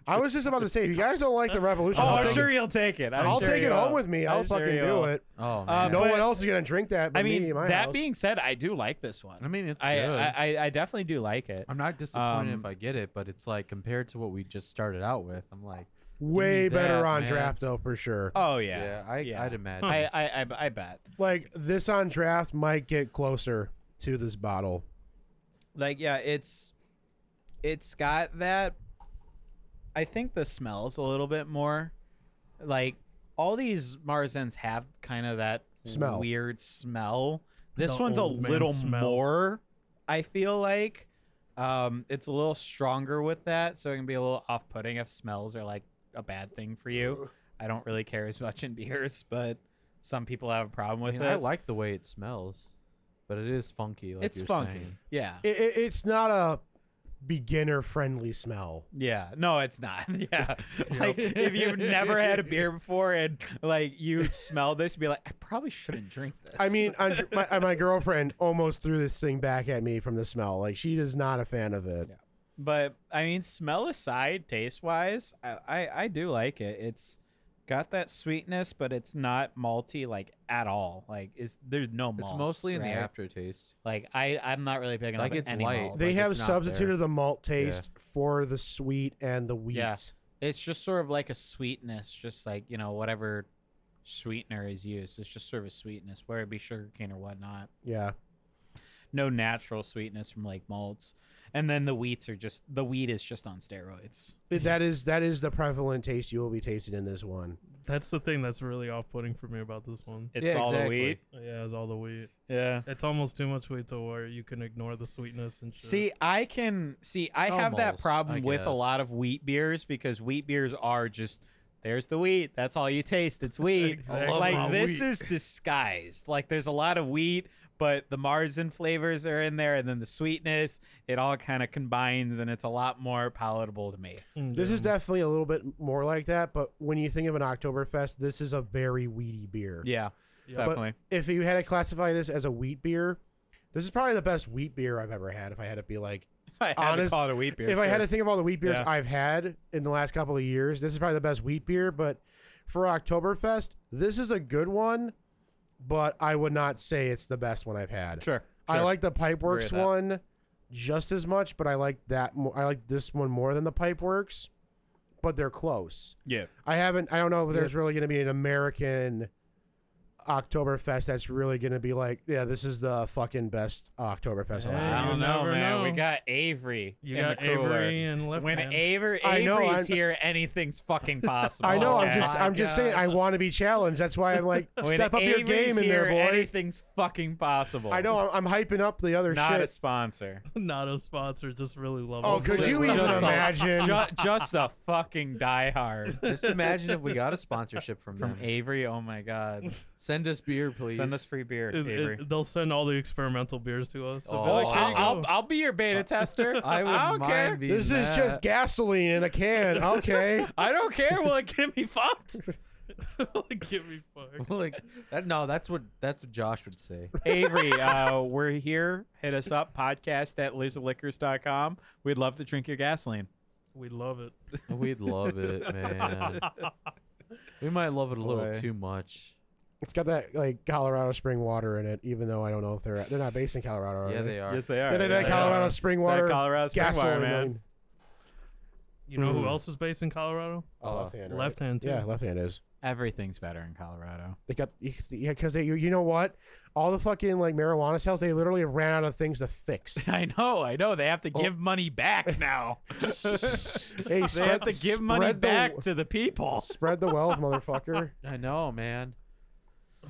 F: I was just about to say, if you guys don't like the revolution,
I: Oh,
F: I'll,
I: I'm
F: take,
I: sure
F: it,
I: you'll take it. I'm
F: I'll
I: sure
F: take
I: you
F: it home
I: will.
F: with me. I'll
I: I'm sure
F: fucking
I: you
F: do
I: will.
F: it.
E: oh
I: Uh,
E: man.
F: No
I: but-
F: one else is gonna drink that. But
I: I mean,
F: me and my
I: that
F: house.
I: being said, I do like this one.
E: I mean, it's
I: I,
E: good.
I: I, I, I definitely do like it.
E: I'm not disappointed
I: Um,
E: if I get it, but it's like compared to what we just started out with, I'm like,
F: way
E: me
F: better
E: that,
F: on
E: man.
F: draft though for sure.
I: Oh
E: yeah,
I: yeah,
E: I,
I: yeah.
E: I'd imagine.
I: I, I, I, I bet.
F: Like this on draft might get closer to this bottle.
I: Like yeah, it's it's got that. I think the smells a little bit more. Like all these Marzens have kind of that
F: Smell.
I: weird smell. This
G: The
I: one's a
G: old man
I: little
G: smell.
I: more. I feel like um, it's a little stronger with that, so it can be a little off-putting if smells are like a bad thing for you. I don't really care as much in beers, but some people have a problem
E: I
I: with
E: mean,
I: it.
E: I like the way it smells, but it is funky. Like
I: it's
E: you're
I: funky.
E: saying.
I: Yeah.
F: It, it, it's not a beginner friendly smell.
I: Yeah. No, it's not. Yeah. Like if you've never had a beer before and like you smell this, you'd be like, I probably shouldn't drink this.
F: I mean, I'm, my, uh, my girlfriend almost threw this thing back at me from the smell. Like she is not a fan of it.
I: but I mean, smell aside, taste wise, I, I I do like it. It's got that sweetness, but it's not malty like at all. Like is there's no malt.
E: It's mostly in the aftertaste.
I: Like I I'm not really picking
E: Like,
I: up
E: it's
I: any
E: light.
I: malt.
F: They
E: Like,
F: have
E: it's not there.
F: substituted the malt taste for the sweet and the wheat.
I: Yeah.
D: It's just sort of like a sweetness, just like you know whatever sweetener is used. It's just sort of a sweetness, whether it be sugarcane or whatnot.
F: Yeah.
D: No natural sweetness from like malts, and then the wheats are just the wheat is just on steroids.
F: That is that is the prevalent taste you will be tasting in this one.
G: That's the thing that's really off-putting for me about this one.
J: It's
E: Yeah,
J: all
E: exactly.
J: the wheat.
G: Yeah, it's all the wheat.
D: Yeah.
G: It's almost too much wheat to where you can ignore the sweetness and shit.
D: See, I can see. I have that
E: Almost,
D: problem
E: I
D: with a
E: guess.
D: lot of wheat beers because wheat beers are just there's the wheat. That's all you taste. It's wheat.
G: Exactly.
D: Like
G: My
D: this
G: wheat.
D: is disguised. Like there's a lot of wheat, but the Marzen flavors are in there, and then the sweetness. It all kind of combines, and it's a lot more palatable to me.
G: Mm,
F: This is
G: damn.
F: definitely a little bit more like that, but when you think of an Oktoberfest, this is a very weedy beer.
D: Yeah,
G: Yeah. But-
D: definitely.
F: If you had to classify this as a wheat beer, this is probably the best wheat beer I've ever had. If I had to be like,
D: If I had to
F: honest-
D: call it a wheat beer,
F: if I had to
D: sure.
F: think of all the wheat beers
D: Yeah.
F: I've had in the last couple of years, this is probably the best wheat beer. But for Oktoberfest, this is a good one, but I would not say it's the best one I've had.
D: sure,
F: I
D: sure.
F: like the
D: with
F: Pipeworks
D: that.
F: one just as much, but I like that more. I like this one more than the Pipeworks, but they're close.
J: Yeah.
F: I haven't. I don't know if there's really going to be an American Oktoberfest that's really going to be like, yeah, this is the fucking best Oktoberfest. I've had.
D: I don't
G: You
D: know,
G: never
D: man. We
G: know.
D: got Avery.
G: You
D: in
G: got
D: the cooler.
G: Avery and left
D: when
G: hand.
D: Aver-
F: I know,
D: Avery's
F: I'm-
D: here, anything's fucking possible.
F: I know. I'm
D: okay?
F: just. I'm just saying. I want to be challenged. That's why I'm like,
D: Oh When
F: step up your
D: Avery's
F: game in
D: here,
F: there, boy.
D: Anything's fucking possible.
F: I know. I'm, I'm hyping up the other
D: Not a
F: shit.
D: sponsor.
G: not a sponsor, just really love.
F: oh,
G: it.
F: could you even
D: Just a-
F: imagine?
D: Ju- just a fucking diehard
E: Just imagine if we got a sponsorship from
D: from
E: them.
D: Avery. Oh my god,
E: Send us beer, please.
D: send us free beer,
G: It- it-
D: Avery.
G: they'll send all the experimental beers to us. They'll be
E: Oh,
G: like, "Here
D: I'll,
G: you
D: I'll,
G: go."
D: I'll be your beta tester.
E: I would
D: don't
E: mind
D: care.
E: being
F: This is
E: that.
F: just gasoline in a can. Okay.
D: I don't care. Will it get me fucked?
G: Give me fuck.
E: like that. No, that's what that's what Josh would say.
D: Avery, uh, we're here. Hit us up. Podcast at loserliquors.com. We'd love to drink your gasoline.
G: We love it.
E: We'd love it, man. We might love it a little
D: Boy.
E: too much.
F: It's got that like Colorado spring water in it, even though I don't know if they're they're not based in Colorado. Are
E: Yeah,
F: they?
E: they are.
D: Yes, they are.
F: Yeah, they that
D: Yeah.
F: Colorado spring
D: It's that
F: water.
D: Colorado spring water,
F: gasoline
D: man.
F: line.
G: You know
E: Mm-hmm.
G: who
F: Mm.
G: else is based in Colorado?
F: Oh,
E: Uh,
F: left hand. right?
G: Left hand too.
F: Yeah, left hand is.
D: Everything's better in Colorado.
F: They got yeah, because they you, you know what? All the fucking like marijuana sales, they literally ran out of things to fix.
D: I know, I know. They have to give money back now.
F: Hey,
D: They have to give money
F: spread the-
D: back to the people.
F: Spread the wealth, motherfucker.
E: I know, man.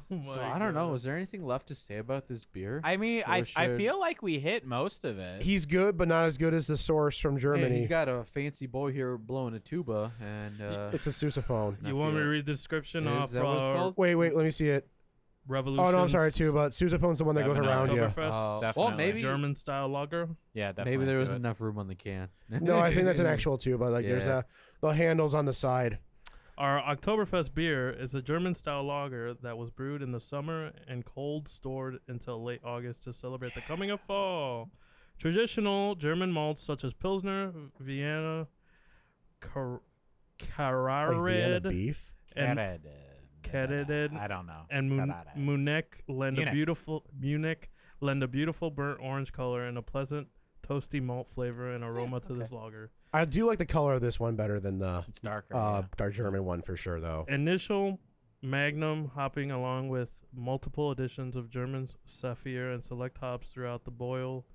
G: Oh
E: So
G: my
E: I don't know.
G: God.
E: Is there anything left to say about this beer?
D: I mean,
E: I-
D: I,
E: I should.
D: feel like we hit most of it.
F: He's good, but not as good as the source from
E: Yeah,
F: Germany.
E: he's got a fancy boy here blowing a tuba, and uh,
F: it's a sousaphone.
E: I
G: You want me to
E: feel-
G: read the description
E: Is
G: off
E: that what it's
G: uh,
E: called?
F: Wait, wait, let me see it.
G: Revolution?
F: Oh no, I'm sorry too, but sousaphone's the one that
D: Yeah,
F: goes
D: but no,
F: around you.
E: Uh,
G: Oktoberfest.
E: well,
D: Definitely.
E: maybe
G: German style lager.
D: yeah, definitely.
E: maybe there was
D: do it.
E: enough room on the can.
F: No, I think that's an actual tuba. Like there's
E: Yeah.
F: a the handles on the side.
G: Our Oktoberfest beer is a German style lager that was brewed in the summer and cold stored until late August to celebrate the coming of fall. Traditional German malts such as Pilsner, Vienna, Car-
F: Like Vienna
G: Carrared,
F: beef.
G: and,
D: Carotid.
G: Carotid
D: I don't know.
G: and Mun-
D: Carotid.
G: Munich lend a
D: Munich.
G: beautiful Munich lend a beautiful burnt orange color and a pleasant toasty malt flavor and aroma to this lager.
F: I do like the color of this one better than the
D: it's darker.
F: uh
D: yeah.
F: our German one for sure though.
G: initial Magnum hopping along with multiple additions of German Sapphire and select hops throughout the boil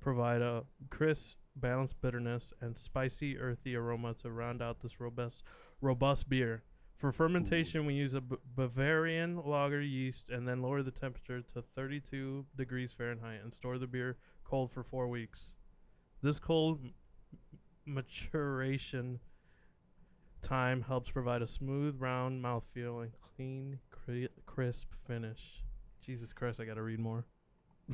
G: provide a crisp, balanced bitterness and spicy, earthy aroma to round out this robust, robust beer. For fermentation, we use a B- Bavarian lager yeast and then lower the temperature to 32 degrees Fahrenheit and store the beer cold for four weeks. This cold m- maturation time helps provide a smooth, round mouthfeel and clean, cri- crisp finish. Jesus Christ, I gotta read more.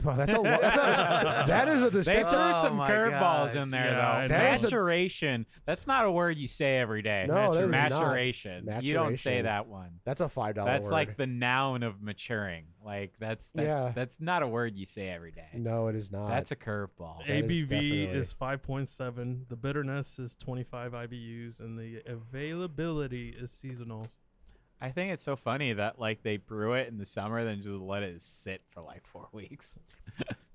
F: Wow, that's a, lo- that's a that is a
D: They
F: distinct.
D: threw
E: Oh
D: some
E: my
D: curveballs
E: gosh.
D: in there,
G: Yeah, I
D: though.
G: know.
F: That is a-
D: Maturation. That's not a word you say every day.
F: No, that is not.
D: maturation. You don't say
F: Maturation.
D: that one.
F: That's a five dollar.
D: That's like the noun of maturing. Like that's that's
F: Yeah.
D: that's not a word you say every day.
F: no, it is not.
D: That's a curveball.
F: is
G: ABV
F: definitely-
G: Oh, is, 5.7. The bitterness is 25 IBUs, and the availability is seasonal.
D: I think it's so funny that like they brew it in the summer, then just let it sit for like four weeks.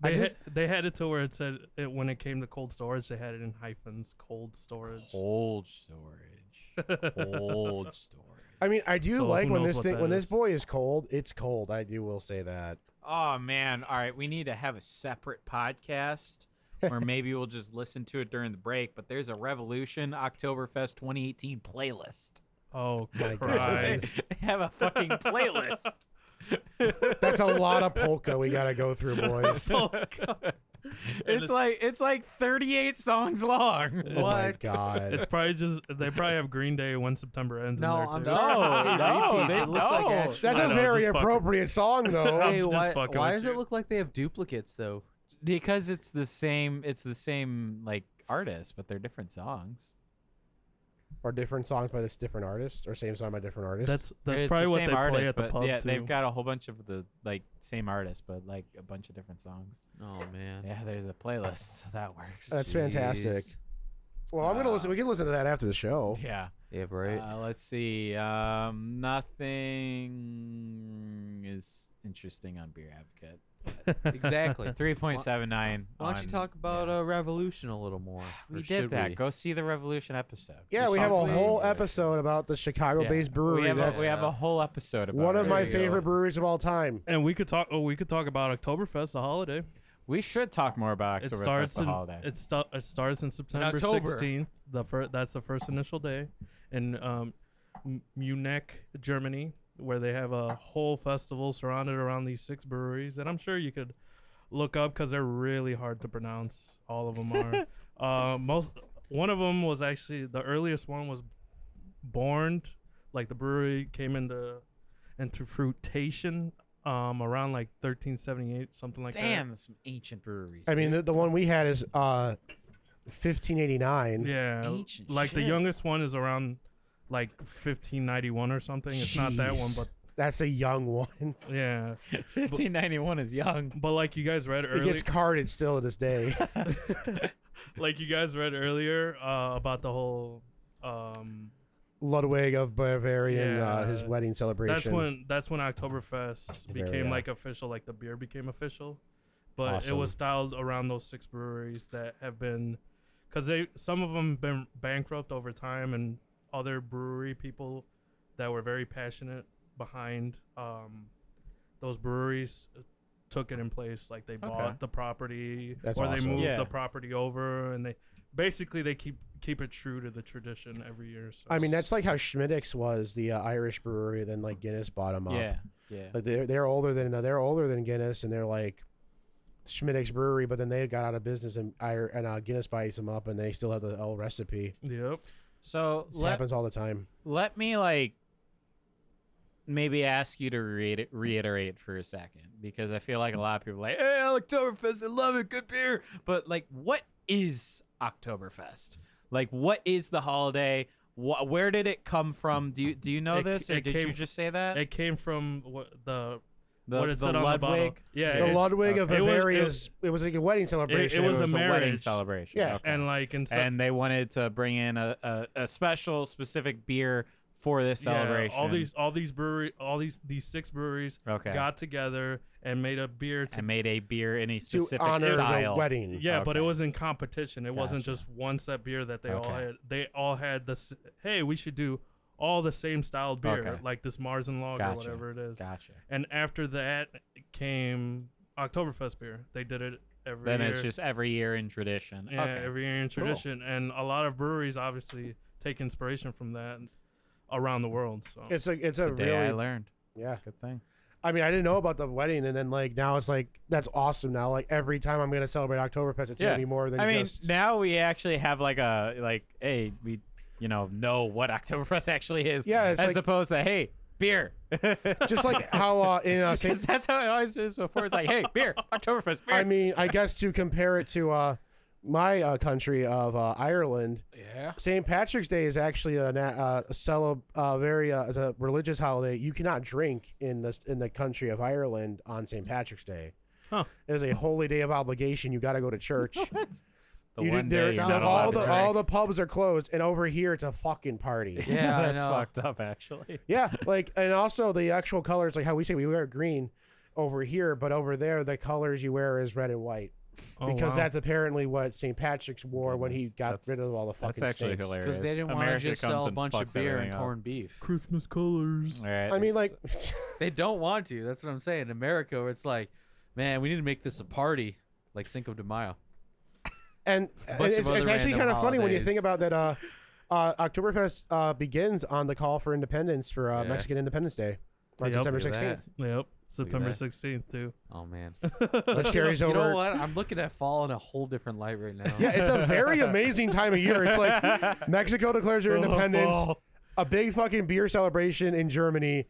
F: I
G: They,
F: just
G: had, they had it to where it said it when it came to cold storage, they had it in hyphens, cold storage.
D: Cold storage. Cold storage.
F: I mean, I do
G: So
F: like
G: who
F: when
G: knows
F: this
G: what
F: thing
G: that
F: when this
G: is.
F: boy is cold, it's cold. I do will say that.
D: Oh man! All right, we need to have a separate podcast, or maybe we'll just listen to it during the break. But there's a Revolution Oktoberfest 2018 playlist.
G: Oh
F: My
G: Christ!
D: have a fucking playlist.
F: That's a lot of polka we gotta go through, boys.
G: Oh,
D: it's like it's like 38 songs long.
F: Oh my god.
G: It's probably just they probably have Green Day when September ends.
E: No,
G: in there
E: I'm
G: too.
E: sorry.
D: No, no,
E: Repeats.
D: they-
E: it looks like
D: no.
E: actual-
F: That's
G: I
F: a
G: know,
F: very
G: just fucking-
F: appropriate song though.
E: Hey,
G: just
E: why,
G: fucking
E: why
G: with
E: does it
G: you.
E: look like they have duplicates though?
D: Because it's the same. It's the same like artist, but they're different songs.
F: or different songs by this different artist or same song by different artist.
G: That's that's
D: It's
G: probably
D: the
G: what
D: same
G: they
D: artist,
G: play at the
D: but
G: pub
D: yeah,
G: too.
D: they've got a whole bunch of the like same artist, but like a bunch of different songs.
E: Oh man.
D: Yeah, there's a playlist so that works.
F: That's fantastic.
E: Jeez.
F: well, I'm gonna listen. We can listen to that after the show.
D: yeah.
E: Yeah, right.
D: Uh, let's see. Um, nothing is interesting on Beer Advocate.
E: exactly.
D: Three point seven nine.
E: Why don't you talk about uh, revolution a little more?
D: we
E: Or
D: did
E: should
D: that.
E: we?
D: Go see the Revolution episode.
F: Yeah, we have a
E: Probably.
F: whole episode about the Chicago-based
D: Yeah.
F: brewery.
D: We have,
F: that's
D: a, we have a whole episode about
F: one of
D: it.
F: my
E: There you go.
F: favorite breweries of all time.
G: and we could talk. Oh, we could talk about Oktoberfest, the holiday.
D: We should talk more about
G: It
D: Oktoberfest
G: starts
D: the
G: in
D: holiday.
G: it, sta- it starts in September
E: October.
G: sixteenth. The first that's the first initial day in um, M- Munich, Germany, where they have a whole festival surrounded around these six breweries, and I'm sure you could look up because they're really hard to pronounce. All of them are. uh, most one of them was actually the earliest one was born, like the brewery came into into fruitation um around like 1378 something like that.
D: Damn, some ancient breweries.
F: I mean, the, the one we had is uh, 1589.
G: Yeah, l-
D: Ancient
G: like the
D: shit.
G: youngest one is around like 1591 or something. It's not that one,
F: Jeez.
G: but
F: That's a young one.
G: yeah.
D: 1591 is young.
G: But like you guys read
F: It
G: earlier,
F: gets carded still to this day.
G: like you guys read earlier uh, about the whole. Um,
F: Ludwig of Bavaria and uh, his
G: Yeah.
F: wedding celebration.
G: that's when that's when Oktoberfest
F: Very,
G: became
F: yeah.
G: like official. Like the beer became official, but
F: Awesome.
G: it was styled around those six breweries that have been, because they some of them been bankrupt over time, and other brewery people that were very passionate behind um, those breweries uh, took it in place. Like they bought the property,
F: That's
G: or they
F: awesome.
G: moved
D: Yeah.
G: the property over, and they basically they keep keep it true to the tradition every year. So
F: I mean, that's like how Schmidt's was the uh, Irish brewery, then like Guinness bought them up.
D: Yeah, yeah.
F: like they're they're older than uh, they're older than Guinness, and they're like Schmidt's brewery, but then they got out of business, and Ir- and uh, Guinness buys them up, and they still have the old recipe.
G: yep.
D: So
F: This
D: let,
F: happens all the time.
D: let me like maybe ask you to reiter- reiterate for a second because I feel like a lot of people are like, hey, Oktoberfest, I love it, good beer. But like, what is Oktoberfest? Like, what is the holiday? Wh- where did it come from? Do you do you know
G: It-
D: this, or
G: it
D: did
G: came
D: you just say that?
G: It came from what the
D: the
G: what it
D: the
G: said on the bottle.
D: Ludwig?
G: Yeah,
F: The
G: it's- uh,
F: Ludwig of
G: it was- it
F: Bavaria,
G: was-
F: is- it was like a wedding celebration.
G: it was a
D: a wedding
G: marriage.
D: celebration.
F: Yeah.
D: okay.
G: and like in some,
D: and they wanted to bring in a, a, a special specific beer for this
G: yeah,
D: celebration.
G: all these all these brewery all these these six breweries
D: okay.
G: got together and made a beer to
D: and made a beer in a
F: to
D: specific
F: honor
D: style.
F: the wedding.
G: yeah, but it
D: Okay.
G: was in competition. It wasn't
D: Gotcha.
G: just one set beer that they all
D: Okay.
G: had. They all had this. Hey, we should do all the same style beer,
D: Okay.
G: like this Mars and Log or
D: Gotcha.
G: whatever it is.
D: Gotcha.
G: And after that came Oktoberfest beer. They did it every.
D: Then
G: year.
D: it's just every year in tradition.
G: yeah,
D: okay.
G: every year in
D: Cool.
G: tradition, and a lot of breweries obviously take inspiration from that around the world. So
F: It's a it's
D: it's
F: a
D: the day I
F: really
D: learned.
F: yeah.
D: It's a good thing.
F: I mean, I didn't know about the wedding, and then like now it's like that's awesome. Now like every time I'm gonna celebrate Oktoberfest, it's
D: Yeah.
F: gonna be more than
D: I mean,
F: just
D: now we actually have like a like, hey, we you know know what Oktoberfest actually is.
F: Yeah, it's
D: as
F: like-
D: opposed to hey, beer.
F: just like how uh, in uh, St.
D: Because that's how it always is before. It's like, hey, beer, Oktoberfest, beer.
F: I mean, I guess to compare it to uh, my uh, country of uh, Ireland,
E: Yeah.
F: St. Patrick's Day is actually a, na- uh, a cele- uh, very uh, it's a religious holiday. You cannot drink in the in the country of Ireland on St. Patrick's Day.
G: Huh.
F: It is a holy day of obligation. You got to go to church.
D: the
F: You
D: one
F: didn't- there-
D: day you're not
F: there's
D: allowed
F: all
D: to
F: the
D: drink.
F: all the pubs are closed, and over here it's a fucking party.
E: Yeah, I
D: that's
E: know.
D: fucked up actually.
F: yeah, like and also the actual colors, like how we say we wear green. over here, but over there the colors you wear is red and white
G: Oh,
F: because
G: wow.
F: that's apparently what St. Patrick's wore when he
D: Goodness,
F: got
D: that's-
F: rid of all the fucking
D: That's actually
F: snakes.
D: hilarious.
E: because they didn't want to
D: America
E: just
D: comes
E: sell a
D: and
E: bunch of
D: fucks
E: beer
D: everything
E: and
D: up.
E: corned beef.
G: Christmas colors.
D: All right,
F: I mean,
D: it's-
F: like,
E: They don't want to. That's what I'm saying. In America, where it's like, man, we need to make this a party, like Cinco de Mayo.
F: and
E: bunch
F: and it's,
E: of other
F: it's actually
E: random
F: kind of funny when you think
E: holidays.
F: about that. Uh, uh, Oktoberfest uh, begins on the call for independence for uh,
E: Yeah.
F: Mexican Independence Day on
G: Yep.
F: September
E: Look at
F: 16th.
E: that.
G: Yep. September
E: that.
G: 16th too.
E: Oh man,
F: That carries
E: You
F: over.
E: know what? I'm looking at fall in a whole different light right now.
F: Yeah, it's a very amazing time of year. It's like Mexico declares
D: Oh,
F: their independence,
G: Oh,
F: a big fucking beer celebration in Germany,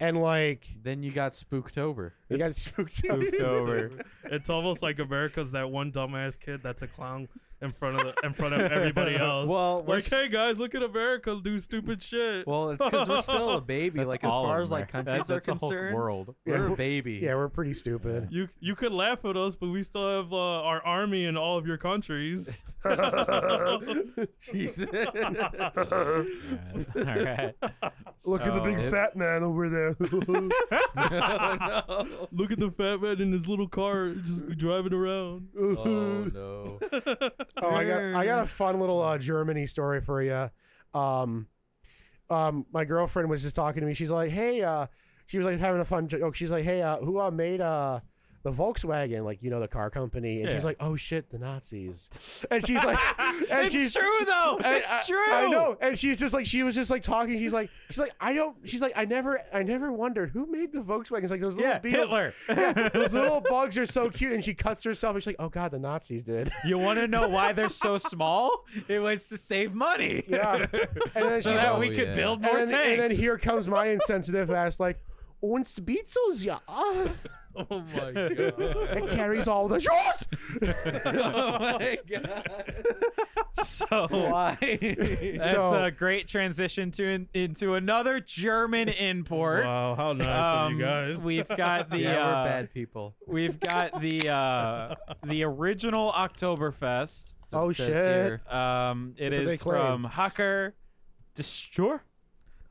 F: and like
E: Then you got Spooktober.
F: you got spooked out.
D: Spooked over.
G: It's almost like America's that one dumbass kid that's a clown in front of the, in front of everybody else.
E: Well, we're
G: like,
E: s-
G: hey guys, look at America do stupid shit.
E: Well, it's because we're still a baby.
D: That's
E: like as
D: all of
E: far as like
D: America.
E: countries
D: That's-
E: are
D: that's the whole
E: concerned,
D: world.
F: Yeah,
E: we're
F: we're-
E: a baby.
F: Yeah, we're pretty stupid.
G: you you could laugh at us, but we still have uh, our army in all of your countries.
E: Jesus.
D: All right.
F: Look at the big
D: Uh,
E: So-
F: fat man over there.
E: oh no.
G: Look at the fat man in his little car just driving around.
E: Oh no.
F: Oh, I got I got a fun little uh, Germany story for you. Um, um, my girlfriend was just talking to me. She's like, "Hey," uh, she was like having a fun joke. She's like, "Hey, uh, who uh, made uh the Volkswagen? Like, you know, the car company?" And she's like, "Oh shit, the Nazis." And she's like, "And she's."
D: true though.
F: and I- I know, and she's just like she was just like talking. She's like, she's like, I don't. She's like, I never, I never wondered who made the Volkswagens. Like those little
D: Yeah,
F: Beetles-
D: Hitler.
F: Yeah, those little bugs are so cute. And she cuts herself. And she's like, oh god, the Nazis did.
D: You want to know why they're so small? It was to save money.
F: Yeah. And then
D: So
F: she's
D: that
E: Oh,
D: we could
E: yeah.
D: build more
F: and, then, and
D: tanks.
F: then here comes my insensitive ass, like, und Spitzels, ja.
G: Oh my god.
F: It carries all the shots.
E: Oh my god.
D: so
E: Why?
D: that's
F: So-
D: a great transition to in, into another German import.
G: Wow, how nice of
D: Um,
G: you guys.
D: We've got the
E: yeah,
D: uh,
E: we're bad people.
D: we've got the uh, the original Oktoberfest.
E: That's what
F: Oh,
E: it says
F: shit.
E: here.
D: Um, it
F: That's what they
D: is
F: claim.
D: from Hacker Destroy,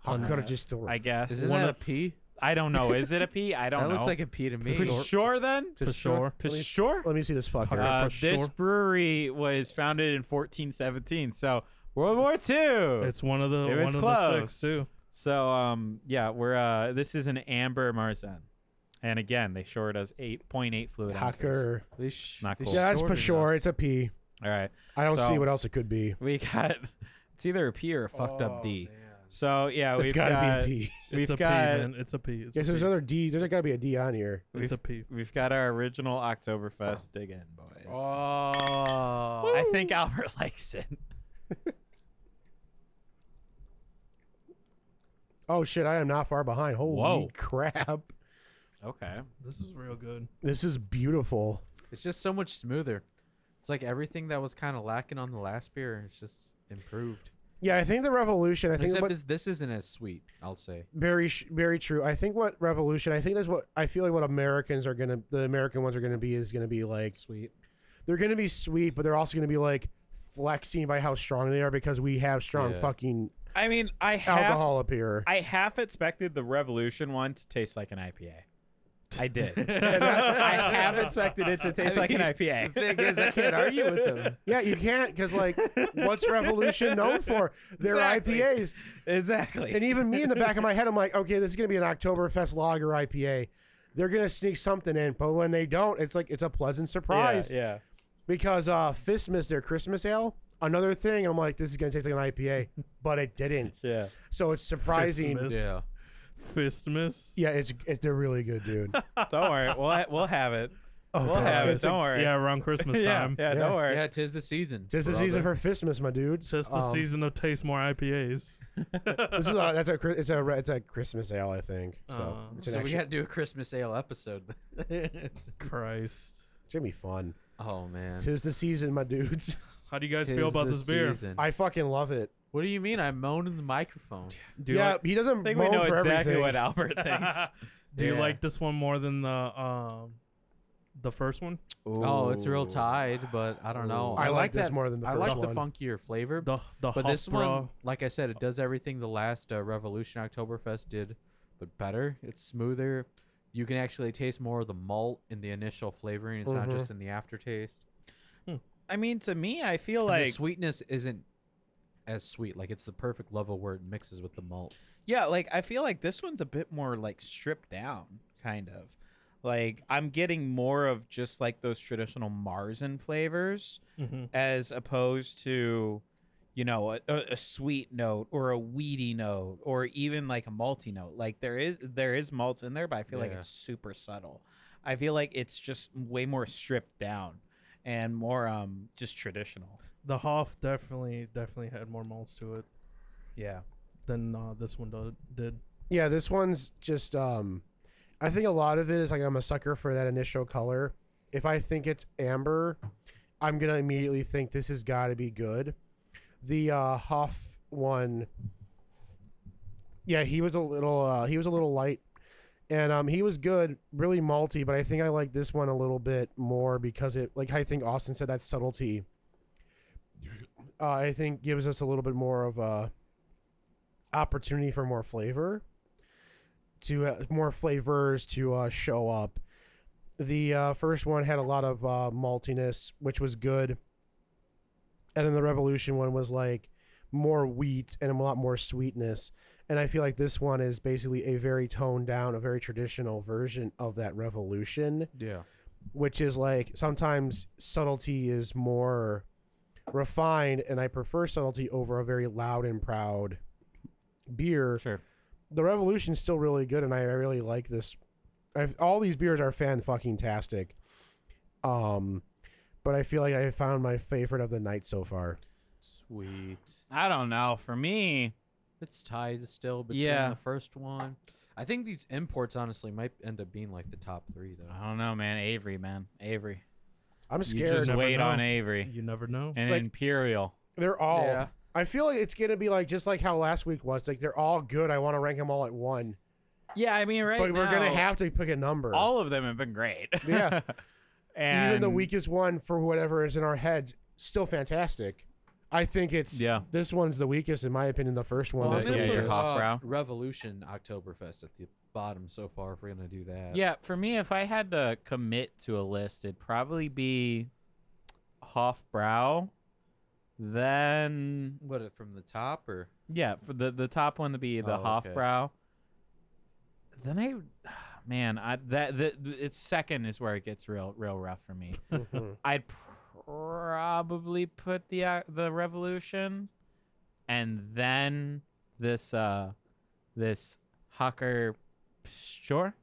F: I could have just thrown
D: I guess.
E: Isn't
D: One
E: that a
D: of-
E: P?
D: I don't know. Is it a P? I don't
E: That
D: know.
E: looks like a P to me.
D: For sure, then.
E: For sure.
D: For sure.
F: Let me see this fucker.
G: Uh,
D: Uh,
G: for
D: this
G: sure.
D: brewery was founded in 1417, so World War II.
G: It's one of the
D: It
G: one
D: was
G: of the
D: close.
G: six too.
D: So, um, yeah, we're uh, this is an amber marzen, and again, they showed us 8.8 fluid ounces.
F: Hacker.
E: They sh-
D: Not
E: they
D: cool.
F: Yeah, that's for
E: shorted
F: sure.
E: us.
F: It's a P.
D: All right,
F: I don't
D: So-
F: see what else it could be.
D: we got it's either a P or a fucked up D. So yeah, we've
F: It's gotta
D: got
F: be a P.
D: we've
G: it's a P,
D: got
G: man. It's a P. It's
F: Yes,
G: a
F: there's
G: P.
F: other D's. There's gotta be a D on here.
G: it's a
D: we've,
G: P.
D: we've got our original Oktoberfest dig in, boys.
E: Oh.
D: I think Albert likes it.
F: Oh shit, I am not far behind. Holy
D: Whoa.
F: crap.
D: Okay,
G: This is real good.
F: This is beautiful.
E: It's just so much smoother. It's like everything that was kind of lacking on the last beer. It's just improved.
F: Yeah, I think the revolution. I think
E: Except
F: what,
E: this, this isn't as sweet. I'll say.
F: very sh- very true i think what revolution i think that's what i feel like what americans are gonna the american ones are gonna be is gonna be like
E: Sweet.
F: they're gonna be sweet but they're also gonna be like flexing by how strong they are because we have strong
E: Yeah.
F: fucking
D: I mean, I have
F: alcohol up here
D: I half expected the Revolution one to taste like an IPA. I did. I half expected it to taste like an IPA.
E: Thing is, I can't argue with them.
F: yeah you can't because like what's revolution known for their
D: Exactly.
F: ipas
D: Exactly.
F: and even me in the back of my head i'm like okay this is gonna be an oktoberfest lager ipa they're gonna sneak something in but when they don't it's like it's a pleasant surprise
D: Yeah.
F: because uh Fistmas their Christmas ale. Another thing, I'm like, this is gonna taste like an IPA, but it didn't.
D: Yeah.
F: So it's surprising.
G: Fistmas.
E: Yeah.
G: Fistmas.
F: Yeah, it's it, they're really good, dude.
D: Don't worry. We'll ha- we'll have it.
F: Oh,
D: We'll have it.
F: It's-
D: Don't worry.
G: Yeah, around Christmas
D: yeah,
G: time.
D: yeah,
F: Yeah.
D: Don't worry.
E: Yeah, tis the season.
F: Tis the
E: brother.
F: season for Fistmas, my dude.
G: Just the
F: Um,
G: season of taste more IPAs.
F: This is a, that's a Chri- it's a re- it's a Christmas ale, I think. So,
G: Oh.
F: it's, an
E: So we
F: extra-
E: got to do a Christmas ale episode.
G: Christ.
F: it's gonna be fun.
E: oh man.
F: Tis the season, my dudes.
G: How do you guys feel about this beer?
F: I fucking love it.
E: what do you mean? I moan in the microphone.
G: Do you
F: yeah,
G: like,
F: he doesn't
D: I think we
F: moan
D: know
F: for
D: exactly
F: everything.
D: what Albert thinks.
G: do you
E: Yeah.
G: like this one more than the um the first one?
E: Oh, it's real tied, but I don't know.
F: I like
E: like
F: this
E: that-
F: more than the
E: I
F: first
E: like the
F: one.
E: funkier flavor,
G: The the
E: but this one,
G: Hofbräu?
E: like I said, it does everything the last uh, Revolution Oktoberfest did, but better. It's smoother. you can actually taste more of the malt in the initial flavoring. It's
F: Mm-hmm.
E: not just in the aftertaste.
I: I mean, to me, I feel
E: And
I: like
E: the sweetness isn't as sweet. Like it's the perfect level where it mixes with the malt.
I: Yeah, like I feel like this one's a bit more like stripped down, kind of. Like I'm getting more of just like those traditional Marzen flavors
G: Mhm.
I: as opposed to, you know, a, a, a sweet note or a weedy note or even like a malty note. Like there is there is malts in there, but I feel like
E: Yeah.
I: it's super subtle. I feel like it's just way more stripped down and more um just traditional.
G: The Hoff definitely definitely had more malts to it
I: Yeah.
G: than uh, this one do- did.
F: Yeah, this one's just um I think a lot of it is like I'm a sucker for that initial color. If I think it's amber, I'm gonna immediately think this has gotta be good. The uh Hoff one Yeah, he was a little uh he was a little light. And um he was good, really malty, but I think I like this one a little bit more because it like I think Austin said that subtlety uh, I think gives us a little bit more of a opportunity for more flavor to uh, more flavors to uh, show up. The uh, first one had a lot of uh, maltiness, which was good, and then the Revolution one was like more wheat and a lot more sweetness. And I feel like this one is basically a very toned down, a very traditional version of that Revolution
E: Yeah.
F: which is like sometimes subtlety is more refined and I prefer subtlety over a very loud and proud beer.
E: Sure.
F: The Revolution's still really good and I really like this. i all these beers are fan fucking tastic. Um but I feel like I found my favorite of the night so far.
E: Sweet.
D: I don't know. For me,
E: It's tied still between
D: Yeah.
E: the first one. I think these imports honestly might end up being like the top three though.
D: I don't know, man. Avery, man. Avery.
F: I'm
D: You
F: scared.
D: just
G: Never
D: wait
G: know.
D: on Avery
G: You never know.
D: and
F: Like-
D: Imperial.
F: They're all
E: Yeah.
F: I feel like it's gonna be like just like how last week was. Like they're all good. I want to rank them all at one,
D: Yeah, I mean, right
F: but we're gonna
D: now,
F: have to pick a number.
D: all of them have been great.
F: Yeah.
D: and
F: even the weakest one for whatever is in our heads still fantastic. I think it's
D: Yeah.
F: This one's the weakest in my opinion. The first one.
E: Well, I'm
F: was
E: gonna
D: yeah,
F: the
E: put
D: your
F: weakest.
D: hot
E: uh,
D: brow.
E: Revolution Oktoberfest at the bottom so far. If we're gonna do that,
D: Yeah, for me, if I had to commit to a list, it'd probably be Hofbrau. Then,
E: What it from the top or
D: yeah, for the the top one to be
E: Oh,
D: the
E: okay.
D: Hofbrau. Then I, man, I that the, the- it's second is where it gets real real rough for me.
F: Mhm.
D: I'd probably put the uh, the Revolution, and then this uh this Hawker Shore.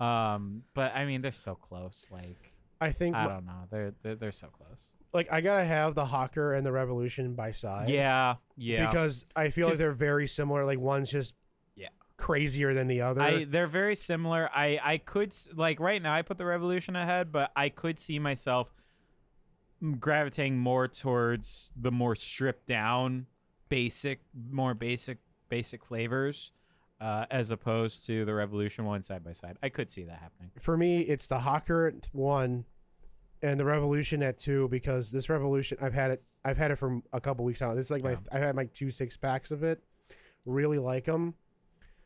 D: Um, but I mean, they're so close. Like
F: I think
D: I don't know, they're they're, they're so close.
F: like I gotta have the Hawker and the Revolution by side.
D: yeah, yeah.
F: Because I feel like
D: 'Cause-
F: they're very similar. Like one's just
D: Yeah.
F: crazier than the other.
D: I they're very similar. I I could s- like right now I put the Revolution ahead, but I could see myself gravitating more towards the more stripped down, basic, more basic basic flavors, uh, as opposed to the Revolution one side by side. I could see that happening.
F: for me, it's the Hawker at one and the Revolution at two because this Revolution I've had it I've had it for a couple weeks now. It's like my I've had like two six packs of it. Really like them,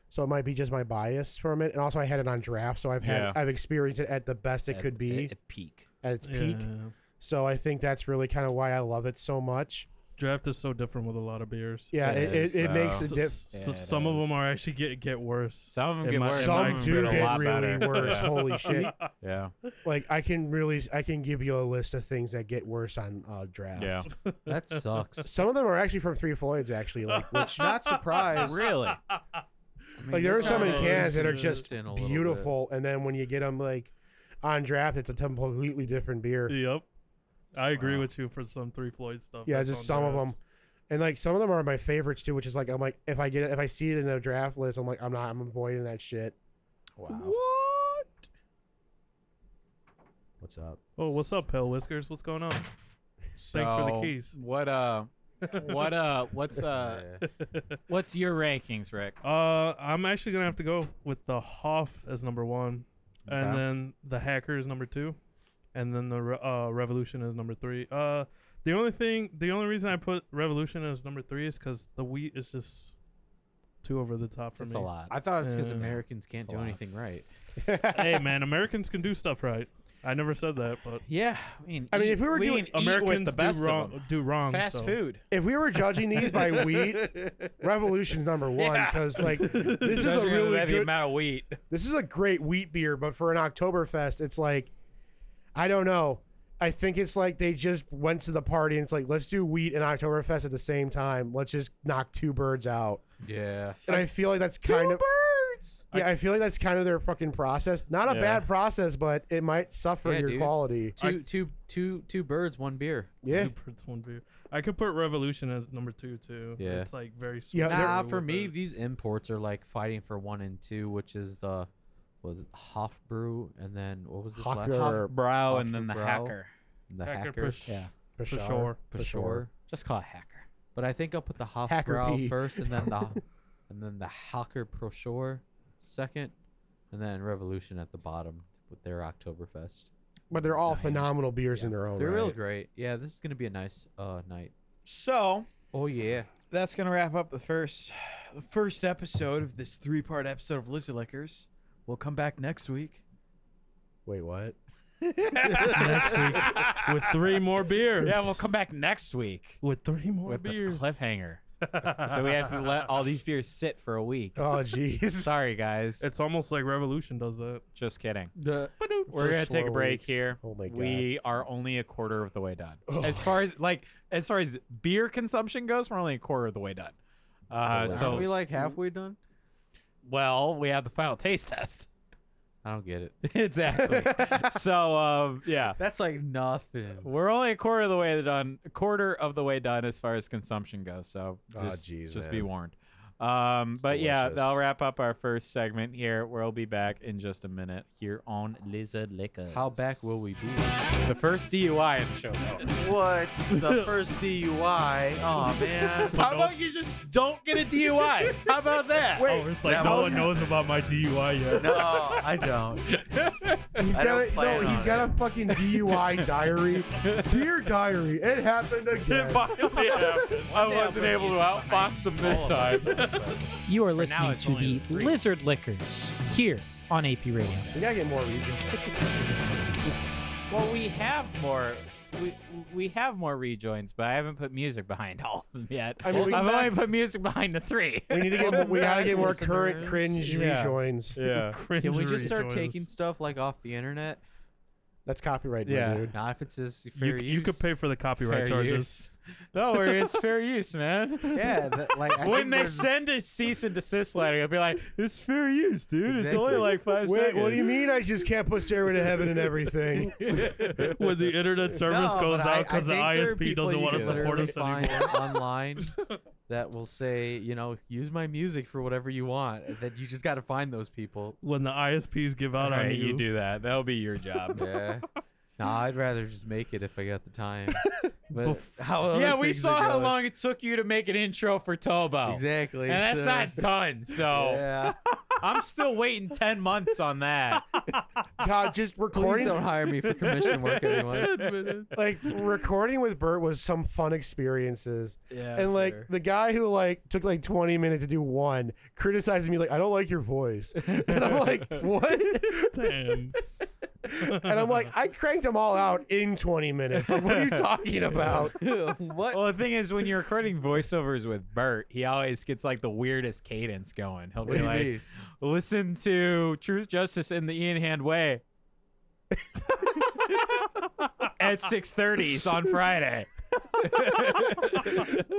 F: so it might be just my bias from it. And also, I had it on draft, so I've had
D: Yeah.
F: I've experienced it at the best it could be
D: at peak.
F: at its peak.
G: Yeah.
F: So I think that's really kind of why I love it so much.
G: Draft is so different with a lot of beers.
F: Yeah,
D: It
F: it, it,
D: is,
F: it makes a
G: S-
F: diff.
G: s- s-
D: Yeah, it
G: some of them
D: is.
G: are actually get get worse.
D: Some of them
G: It
D: get
G: might-
D: worse.
G: it
F: Some
G: might
F: do
D: get a
F: get
D: lot
F: really
D: better.
F: worse.
D: Yeah.
F: Holy shit!
D: Yeah.
F: Like I can really, I can give you a list of things that get worse on uh, draft.
D: Yeah.
E: that sucks.
F: Some of them are actually from Three Floyds, actually. Like, which,
E: Not surprised.
D: really?
E: I mean,
F: like there
E: they're
F: are some in
E: kinda
F: cans that are just
E: consistent a little bit.
F: beautiful, and then when you get them like on draft, it's a completely different beer.
G: Yep, I agree with you for some Three Floyd stuff.
F: Yeah,
G: that's
F: just
G: on
F: some of them,
G: drafts.
F: and like some of them are my favorites too. Which is like, I'm like, if I get it, if I see it in a draft list, I'm like, I'm not, I'm avoiding that shit.
E: Wow.
D: What?
E: What's up?
G: Oh, what's up, Pale Whiskers? What's going on? Thanks for the
D: So,
G: keys.
D: What uh what uh what's uh
E: Yeah.
D: what's your rankings, Rick?
G: Uh, I'm actually gonna have to go with the Hoff as number one, and
D: Okay.
G: then the Hacker is number two, and then the Re- uh, Revolution is number three. Uh, the only thing, the only reason I put Revolution as number three is because the wheat is just too over the top for
D: It's
G: me.
D: a lot.
E: I thought it's because
G: Uh,
E: Americans can't
D: it's a
E: do
D: lot.
E: anything right.
G: hey, man, Americans can do stuff right. I never said that, but
I: Yeah, I mean,
F: I mean,
I: eat-
F: if we were doing-
I: can eat
G: Americans
I: with the best
G: do
I: of
G: wrong.
I: them.
G: Do wrong.
I: fast
G: so-
I: food.
F: If we were judging these by wheat, Revolution's number one because like this is a
I: Especially with
F: really
I: heavy
F: good.
I: amount of wheat.
F: This is a great wheat beer, but for an Oktoberfest, it's like, I don't know. I think it's like they just went to the party and it's like, let's do wheat and Oktoberfest at the same time. Let's just knock two birds out.
E: Yeah.
F: And I feel like that's kind of
I: birds.
F: yeah. I feel like that's kind of their fucking process. Not a
G: Yeah.
F: bad process, but it might suffer
E: Yeah,
F: your
E: dude.
F: quality.
E: Two, two, two, two birds, one beer.
F: Yeah.
G: It's one beer. I could put Revolution as number two too.
E: Yeah.
G: it's like very
F: Yeah,
G: sweet.
F: they're-
E: Nah, for me, these imports are like fighting for one and two, which is the was it Hofbrew and then what was this last?
F: Hocker.
E: Hof-
I: Brow and then the
E: Brow.
I: hacker.
E: the
G: Hacker
E: Hacker,
G: push. Yeah,
F: For
G: for
F: sure.
G: sure.
E: for sure.
I: Just call it hacker.
E: But I think I'll put the
F: Hacker
E: Hofbrow
F: P.
E: first, and then the and then the Hacker Proshore second, and then Revolution at the bottom with their Oktoberfest.
F: But they're all
E: Damn.
F: phenomenal beers in their own
E: They're
F: right.
E: real great. Yeah, this is gonna be a nice uh night.
I: So
E: Oh yeah,
I: that's gonna wrap up the first, the first episode of this three-part episode of Lizard Lickers. We'll come back next week.
F: Wait, what?
G: next week with three more beers.
D: Yeah, we'll come back next week
G: with three more
D: with this
G: beers.
D: cliffhanger. so we have to let all these beers sit for a week.
F: Oh, jeez.
D: Sorry, guys.
G: It's almost like Revolution does that.
D: Just kidding.
E: the
D: We're gonna take a
F: four
D: break
F: weeks.
D: here.
F: Oh my
D: We are only a quarter of the way done. As far as like as far as beer consumption goes, we're only a quarter of the way done. Uh,
E: so
D: so
E: we like halfway done.
D: well, we have the final taste test.
E: I don't get it.
D: exactly. so um, yeah,
E: That's like nothing.
D: we're only a quarter of the way done. A quarter of the way done as far as consumption goes. So
E: Ah,
F: Aw,
D: just,
F: jeez,
D: just be
F: man.
D: warned. Um, but yeah,
F: delicious.
D: that'll wrap up our first segment here. We'll be back in just a minute here on Lizard Liquor.
E: How back will we be?
D: The first DUI in the show. notes.
E: What the first DUI? Oh man.
D: How about you just don't get a DUI? How about that?
G: Oh, it's like no one knows about my DUI yet.
E: No, I don't.
F: He's
E: I
F: got
E: don't
F: a,
E: plan
F: no,
E: on
F: he's got a fucking DUI diary. Dear diary, it happened
E: Oh,
D: It
F: again.
D: finally happened. I wasn't able to outfox him this time.
K: You are listening
D: it's
K: to
D: only
K: the
D: the three.
K: Lizard Lickers here on AP Radio.
F: We gotta get more region.
D: Well, we have more. We, we have more rejoins, but I haven't put music behind all of them yet. I
F: I mean, we
D: have
F: can
D: only
F: back-
D: put music behind the three.
F: We need to get. more- We gotta get more
E: Listeners.
F: current cringe
D: Yeah.
F: rejoins.
D: Yeah.
G: Cringe
E: Can we just start
G: rejoins.
E: taking stuff like off the internet?
F: That's copyright, my
D: Yeah.
F: dude.
E: Not if it's this
G: You,
E: fair use.
G: you could pay for the copyright
D: Fair
G: charges.
D: Don't worry, it's fair use, man.
E: Yeah, that, like I
D: When
E: think
D: they
E: there's-
D: send a cease and desist letter, it'll be like, it's fair use, dude. It's
E: Exactly.
D: only like five
F: Wait,
D: seconds.
F: what do you mean? I just can't put Stairway to Heaven and everything.
G: when the internet service
E: No,
G: goes
E: but
G: out
E: I-
G: because
E: I
G: the
E: think there are
G: ISP
E: people
G: doesn't
E: you
G: want to
E: can
G: support
E: literally
G: us anymore.
E: find online that will say, you know, use my music for whatever you want. and Then you just got to find those people.
G: When the ISPs give out
D: All
G: on
D: right,
G: you,
D: you do that. That'll be your job.
E: Yeah. nah, I'd rather just make it if I got the time. But how other
D: Yeah, we
E: things are
D: saw how
E: going.
D: long it took you to make an intro for Tobo.
E: Exactly.
D: And that's
E: so-
D: not done. So
E: Yeah.
D: I'm still waiting 10 months on that.
F: God, just
E: Please
F: recording
E: don't hire me for commission work, anyone.
F: like recording with Bert was some fun experiences.
E: Yeah.
F: and like
E: sure.
F: the guy who like took like 20 minutes to do one criticizing me like I don't like your voice. And I'm like, "What?"
G: Damn.
F: And I'm like, "I cranked them all out in 20 minutes. Like, what are you talking about?"
E: what?
D: Well, the thing is, when you're recording voiceovers with Bert, he always gets like the weirdest cadence going. He'll
E: What
D: be
E: do you
D: like,
E: mean?
D: listen to Truth, Justice in the Ian Hand Way at 6.30s on Friday.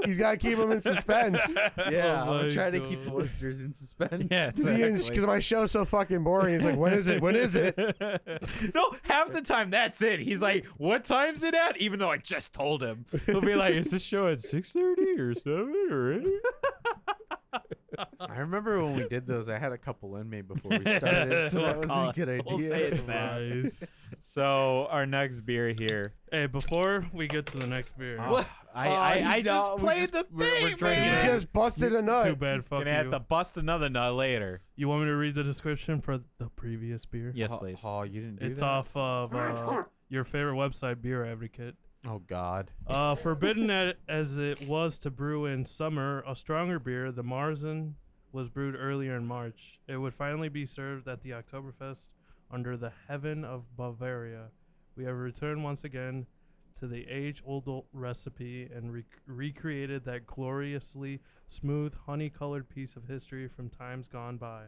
F: He's got to keep them in suspense.
E: Yeah,
G: Oh
E: I'm
G: my
E: trying to keep the
G: God.
E: listeners in suspense.
D: Yeah,
F: because
D: exactly.
F: my show's so fucking boring. He's like, when is it? When is it?
D: no, half the time that's it. He's like, "What time's it at?" Even though I just told him, he'll be like, "Is this show at six thirty or seven or eight?
E: I remember when we did those, I had a couple in me before we started, so that was a good idea.
D: We'll say it's that.
G: Nice.
D: So our next beer here.
G: Hey, before we get to the next beer,
E: What?
D: I
E: Oh,
D: I,
E: you
D: I just
E: know, we
D: played
E: just-
D: the
E: we're- we're
D: thing,
E: drinking
F: He
D: man.
E: it.
F: just busted a nut.
G: too bad. Fuck
D: Gonna
G: you.
D: have to bust another nut later.
G: you want me to read the description for the previous beer?
D: Yes,
E: Oh,
D: please.
E: Oh, you didn't do
G: It's
E: that?
G: off of uh, your favorite website, Beer Advocate.
E: Oh, God.
G: Uh, forbidden a- as it was to brew in summer, a stronger beer, the Marzen was brewed earlier in March. It would finally be served at the Oktoberfest under the heaven of Bavaria. We have returned once again to the age old recipe and rec recreated that gloriously smooth, honey colored piece of history from times gone by.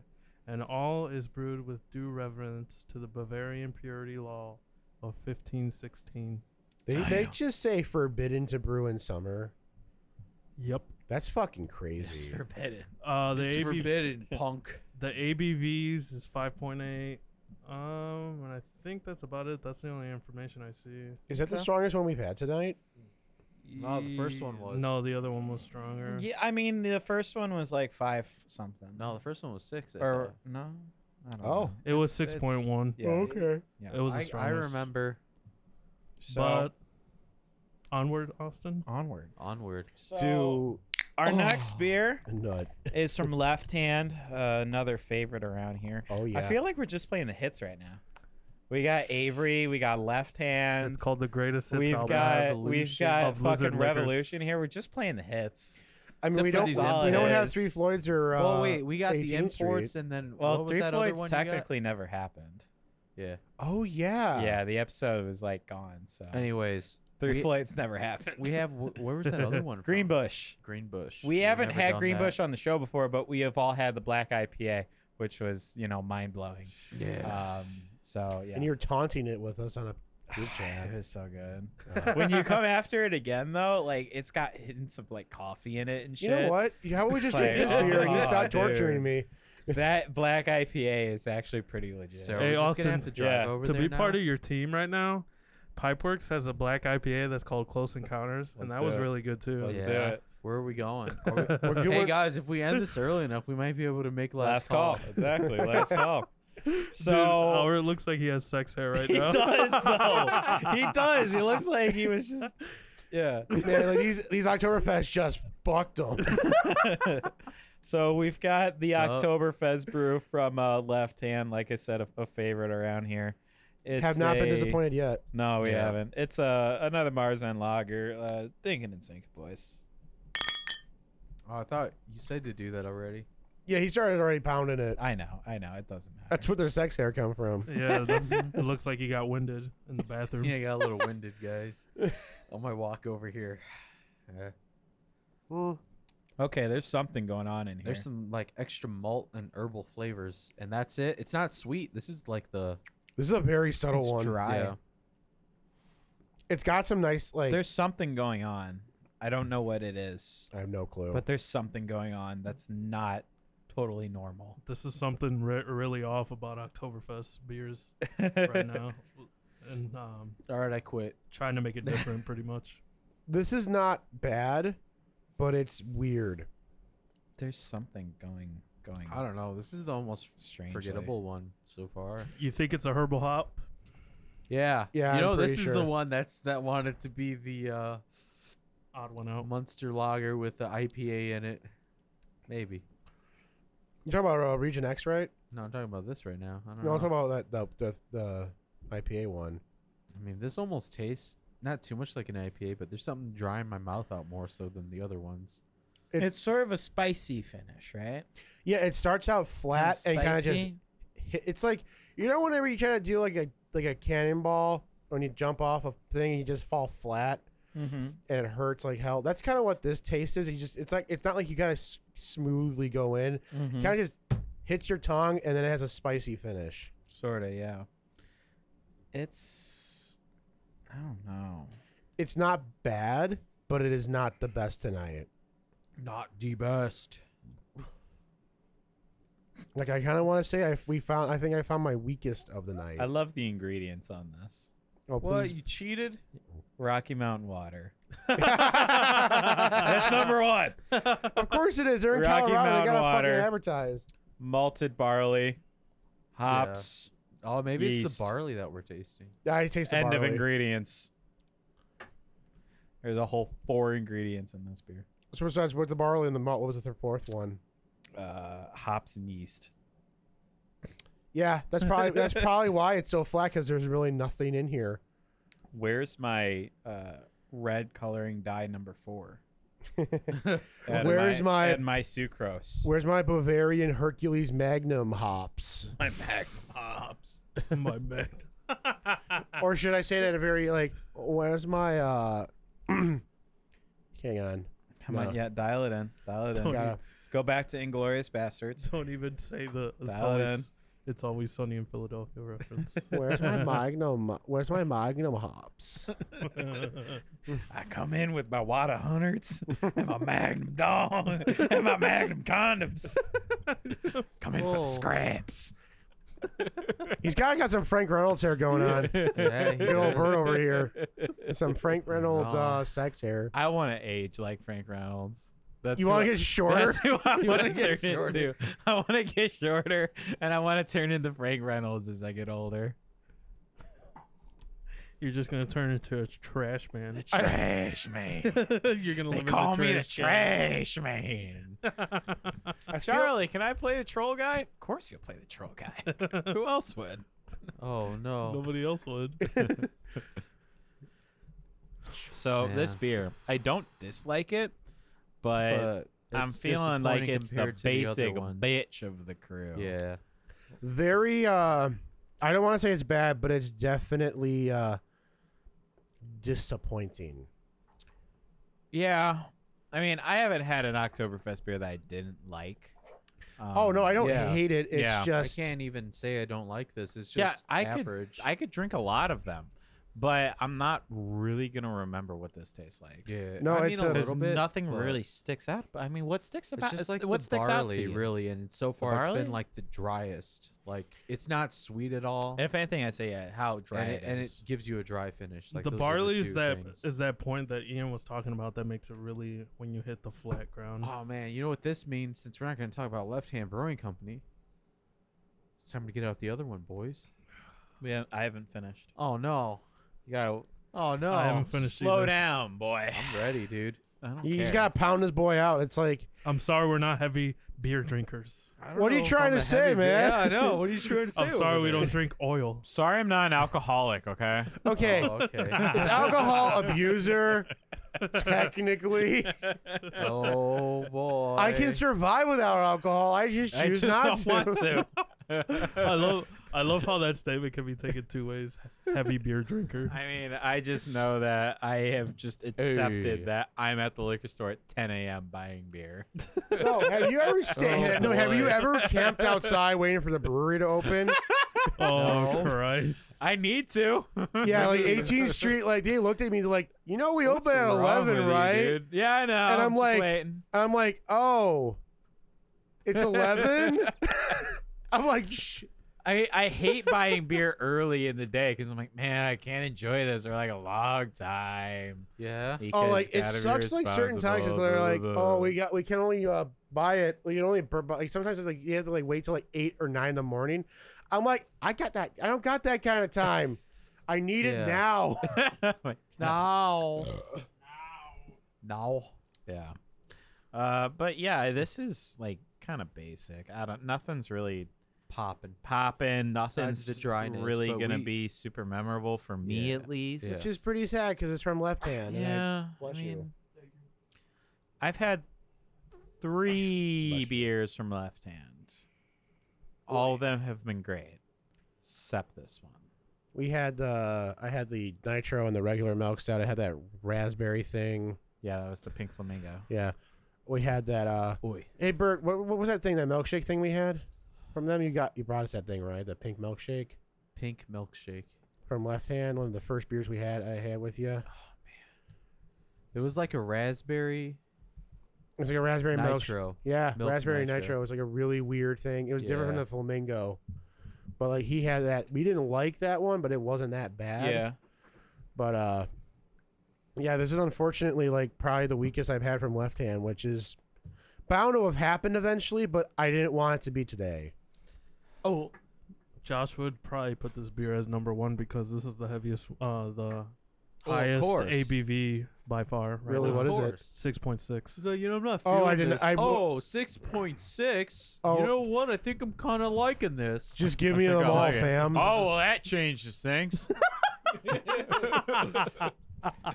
G: And all is brewed with due reverence to the Bavarian purity law of 1516.
F: They, they just say forbidden to brew in summer.
G: Yep.
F: That's fucking crazy.
L: Forbidden.
G: Uh, the
E: It's
G: AB
E: forbidden, punk.
G: The ABVs is 5.8. Um, and I think that's about it. That's the only information I see.
F: Is that the strongest one we've had tonight?
E: No, the first one
G: Ye-
E: was.
G: No, the other one was stronger.
D: Yeah, I mean the first one was like five something.
E: No, the first one was six. I
D: or
E: thought.
D: no, I
F: Oh.
D: don't know.
G: It was
D: It's- it's-
G: 6.1.
D: Mm-hmm. Yeah.
F: okay.
D: yeah.
G: It was the
E: I, I
G: strongest.
E: remember
G: But onward, Austin.
D: Onward.
E: Onward.
F: to
D: Our next beer
F: a nut.
D: is from Left Hand, uh, another favorite around here.
F: Oh yeah.
D: I feel like we're just playing the hits right now. We got Avery, we got Left Hand.
G: It's called the greatest hits
D: We've
G: album.
D: got we've
E: Revolution
D: got
G: of Lizard
D: fucking
G: Lickers.
D: revolution here. We're just playing the hits.
F: I mean,
E: Except
F: we
E: for
F: don't we
E: these
F: don't have
D: imports.
F: three Floyds or. Uh,
E: well, wait, we got the
F: 18th Street.
E: imports and then
D: Well,
E: what was
D: Three
E: that other
D: Floyds
E: one
D: technically never happened.
E: You got? Yeah.
F: Oh yeah.
D: yeah, the episode was like gone. So
E: Anyways,
D: Three
E: we-
D: Floyds never happened.
E: we have wh- where was that other one? from?
D: Greenbush.
E: Greenbush.
D: We haven't
E: never
D: had
E: done
D: Greenbush
E: that.
D: on the show before, but we have all had the Black IPA, which was you know mind blowing.
E: Yeah.
D: Um, so yeah,
F: And you're taunting it with us on a group chat.
D: it was so good. when you come after it again, though, like it's got hints of like coffee in it and
F: You
D: shit.
F: know what? How about we just drink
D: Like,
F: this beer and you
D: oh,
F: stop torturing
D: dude.
F: me?
D: That Black IPA is actually pretty legit.
E: So
G: Hey,
E: we're just
G: Austin,
E: gonna have to drive
D: yeah,
E: over
G: to
E: there
G: be
E: now?
G: part of your team right now. Pipeworks has a black IPA that's called Close Encounters, and
D: Let's
G: that
D: do
G: was
D: it.
G: really good too.
D: Let's do
E: Yeah.
D: it.
E: Where are we going? Are we-
F: We're doing-
E: hey guys, if we end this early enough, we might be able to make last,
D: Last call. Exactly. Last call. So
G: Dude, Howard looks like he has sex hair right
D: he
G: now.
D: does though. he does. He looks like he was just yeah.
F: Man, like these these Oktoberfest just fucked them.
D: So we've got the
E: Sup?
D: October Oktoberfest brew from uh, Left Hand, like I said, a, a favorite around here. It's
F: Have not been
D: a-
F: disappointed yet.
D: No, we
E: Yeah.
D: haven't. It's uh, another Marzen lager. Uh, thinking and sink, boys.
E: Oh, I thought you said to do that already.
F: Yeah, he started already pounding it.
D: I know, I know. It doesn't matter.
F: That's where their sex hair come from.
G: yeah, that's, it looks like he got winded in the bathroom.
E: Yeah, I got a little winded, guys. On my walk over here. Uh,
D: okay, there's something going on in here.
E: There's some like extra malt and herbal flavors, and that's it. It's not sweet. This is like the
F: This is a very subtle
D: it's
F: one.
D: dry.
E: yeah.
F: It's got some nice like.
D: There's something going on. I don't know what it is,
F: I have no clue.
D: but there's something going on that's not totally normal.
G: This is something re- really off about Oktoberfest beers right now, and um,
E: All right, I quit.
G: trying to make it different, pretty much.
F: this is not bad, but it's weird.
D: There's something going going.
E: I don't know. This is the almost
D: Strangely.
E: forgettable one so far.
G: You think it's a herbal hop?
E: Yeah,
F: Yeah,
E: You
F: I'm
E: know, this
F: pretty
E: is the
F: sure.
E: one that's that wanted to be the uh,
G: Odd one out.
E: Munster Lager with the IPA in it. Maybe.
F: You talking about uh, Region X, right?
E: No, I'm talking about this right now. I don't
F: No,
D: Mm-hmm.
E: know.
F: I'm talking about that the the, the IPA one.
E: I mean, this almost tastes not too much like an IPA, but there's something drying my mouth out more so than the other ones.
F: It's,
D: it's sort of a spicy finish, right?
F: yeah, it starts out flat and kind of just
D: Spicy?
F: hit, it's like you know whenever you try to do like a like a cannonball when you jump off a thing and you just fall flat
D: Mm-hmm.
F: and it hurts like hell. That's kind of what this taste is. You just it's like it's not like you gotta s- smoothly go in.
D: Mm-hmm. Hmm.
F: Kind of just hits your tongue and then it has a spicy finish.
D: Sort of, yeah. It's I don't know.
F: It's not bad, but it is not the best tonight.
E: Not the best.
F: Like I kind of want to say I we found I think I found my weakest of the night.
D: I love the ingredients on this.
F: oh
E: What?
F: please,
E: You cheated?
D: Rocky Mountain water. That's number one.
F: of course it is. They're in
D: Rocky
F: Colorado.
D: Mountain
F: they gotta
D: water.
F: fucking advertise.
D: Malted barley, hops,
E: Oh, maybe it's
D: Yeast.
E: the barley that we're tasting.
F: I taste the
D: end
F: barley.
D: of ingredients. There's a whole four ingredients in this beer.
F: So besides what's the barley and the malt? What was the third, fourth one?
D: Uh, hops and yeast.
F: Yeah, that's probably that's probably why it's so flat because there's really nothing in here.
D: Where's my uh, red coloring dye number four? Add
F: Where's my-
D: add my sucrose?
F: Where's my Bavarian Hercules Magnum hops?
D: my mac hops?
G: My bad.
F: or should I say that a very like? Where's my uh? hang on.
D: Come on,
F: No.
D: yeah, dial it in. Dial it in.
G: Tony.
F: Gotta-
D: Go back to Inglorious Bastards.
G: Don't even say the. It's always,
D: Paladin.
G: it's always sunny in Philadelphia reference.
F: where's my Magnum? Where's my Magnum hops?
D: I come in with my wad of hundreds and my Magnum dong and my Magnum condoms. Come in for the scraps.
F: He's kind of got some Frank Reynolds hair going on.
E: Yeah, he
F: Good old
E: does.
F: Bert over here. Some Frank Reynolds uh, sex hair.
D: I want to age like Frank Reynolds. That's
F: You want to get shorter?
D: That's who I
E: wanna
D: want to turn
E: get shorter.
D: into. I want to get shorter, and I want to turn into Frank Reynolds as I get older.
G: You're just gonna turn into a trash man.
D: Trash man.
G: You're gonna live
D: They
G: in
D: call
G: the
D: me the
G: trash can.
D: trash man.
F: I feel-
D: Charlie, can I play the troll guy? Of course you'll play the troll guy. Who else would?
E: Oh no.
G: Nobody else would.
D: So
E: Yeah.
D: this beer, I don't dislike it, but,
E: But
D: I'm
E: it's
D: feeling like
E: disappointing
D: it's the
E: compared to other
D: basic
E: ones.
D: bitch of the crew.
E: Yeah.
F: very uh I don't want to say it's bad, but it's definitely uh disappointing.
D: Yeah. I mean, I haven't had an Oktoberfest beer that I didn't like.
F: oh
D: Um,
F: no, I don't
E: yeah.
F: hate it. It's
D: Yeah. I
E: I
F: just
E: can't even say I don't like this. It's
D: Yeah,
E: just
D: I could-
E: average.
D: I could drink a lot of them, but I'm not really gonna remember what this tastes like.
E: yeah.
F: No,
E: I mean
F: it's
E: a
F: a-
E: little
D: Because
E: bit.
D: nothing
E: but
D: really sticks out. I mean, what sticks
E: It's
D: about?
E: just like
D: what
E: the
D: sticks out to
E: barley,
D: you?
E: really, and so far it's
D: barley?
E: been like the driest. Like it's not sweet at all,
D: And if anything, I'd say yeah, how dry
E: and, it,
D: it
E: and it
D: is.
E: gives you a dry finish. Like
G: the
E: those are
G: barley
E: two
G: is that is
E: things.
G: that point that Ian was talking about that makes it really when you hit the flat ground.
E: Oh man, you know what this means? Since we're not going to talk about Left Hand Brewing Company, it's time to get out the other one, boys.
D: we haven't, I haven't finished.
E: Oh no!
D: You gotta
E: Oh no!
G: I haven't finished
D: slow
G: either.
D: down, boy.
E: I'm ready, dude.
D: I don't
F: he's
D: care.
F: got to pound his boy out. It's like
G: I'm sorry we're not heavy beer drinkers.
E: I don't
F: What are you
E: know if
F: trying
E: I'm
F: to
E: a
F: say,
E: heavy beer-
F: man?
E: Yeah, I know. What are you trying to say?
G: I'm sorry
E: over
G: we
E: there?
G: don't drink oil.
D: Sorry, I'm not an alcoholic. Okay.
F: okay,
E: Oh, okay.
F: is alcohol abuser technically?
E: oh boy!
F: I can survive without alcohol. I just choose
D: I just
F: not
D: don't
F: to.
D: want to.
G: I love I love how that statement can be taken two ways. Heavy beer drinker.
D: I mean, I just know that I have just accepted
E: Hey.
D: that I'm at the liquor store at 10 a.m. buying beer.
F: No, have you ever stayed?
E: Oh,
F: no, have you
E: boy.
F: ever camped outside waiting for the brewery to open?
G: Oh Christ.
D: I need to.
F: Yeah, like 18th Street. Like they looked at me like, you know, we
D: What's
F: open at
D: wrong
F: 11,
D: with you,
F: right?
D: dude? Yeah, I know.
F: And I'm
D: just
F: like-
D: waiting.
F: I'm like, oh, it's 11? I'm like, shh.
D: I, I hate buying beer early in the day because I'm like, man, I can't enjoy this for like a long time.
E: Yeah.
F: Oh,
D: because
F: like it
D: gotta be
F: sucks. Like certain times,
D: responsible,
F: because they're
D: blah,
F: like,
D: blah,
F: oh,
D: blah.
F: we got, we can only uh, buy it. We can only bur- buy, like sometimes it's like you have to like wait till like eight or nine in the morning. I'm like, I got that. I don't got that kind of time. I need
E: Yeah.
F: it now.
E: Now. now.
D: Yeah. Uh, but yeah, this is like kind of basic. I don't. Nothing's really
E: Popping.
D: popping. Nothing's
E: the dryness,
D: really
E: but
D: gonna
E: we-
D: be super memorable for me
E: Yeah.
D: at least.
E: Yeah.
F: Which is pretty sad because it's from Left Hand. and I-
D: Yeah, I,
F: bless
D: mean,
F: you.
D: I've had three beers from Left Hand. All of them have been great, except this one.
F: we had uh, I had the nitro and the regular milk stout. I had that raspberry thing.
D: Yeah, that was the Pink Flamingo.
F: Yeah, we had that. uh
E: Oi.
F: Hey Bert, what, what was that thing? That milkshake thing we had from them? You got you brought us that thing right? The pink milkshake
E: Pink milkshake.
F: from Left Hand. One of the first beers we had. I had with you.
E: It was like a raspberry
F: It was like a raspberry milkshake.
E: nitro.
F: Yeah,
E: Milk
F: raspberry
E: nitro.
F: nitro. was like a really weird thing. It was different from
E: Yeah.
F: the flamingo, but like he had that. We didn't like that one, but it wasn't that bad. But uh, yeah, this is unfortunately like probably the weakest I've had from Left Hand, which is bound to have happened eventually. But I didn't want it to be today.
D: Oh,
G: Josh would probably put this beer as number one because this is the heaviest uh the
E: Oh, of
G: highest
E: course.
G: ABV by far. Right
F: Really,
G: now.
F: what is it?
G: Six point six.
E: So, you know, I'm not
F: Oh,
E: feeling
F: I didn't-
E: this.
F: I-
E: oh, 6.6.
F: Oh.
E: You know what? I think I'm kind of liking this.
F: Just give me them all, fam.
D: Oh well, that changes things.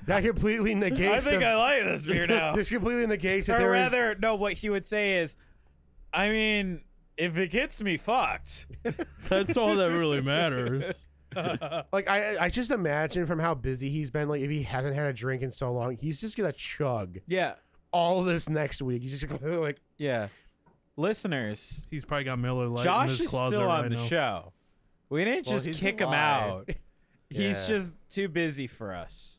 F: That completely
D: I
F: negates.
D: think
F: the,
D: I like this beer now.
F: This completely negates that
D: or
F: there is-
D: rather, no. What he would say is, I mean, if it gets me fucked,
G: That's all that really matters.
F: like I I just imagine from how busy he's been. Like if he hasn't had a drink in so long, he's just gonna chug
D: yeah,
F: all this next week. He's just gonna, like
D: yeah. Listeners,
G: He's probably got Miller Lite in
D: Josh
G: his
D: is
G: closet
D: still
G: right
D: on the
G: now.
D: show. We didn't
E: Well,
D: just
E: he's
D: kick him
E: alive.
D: out. He's
E: Yeah.
D: just too busy for us.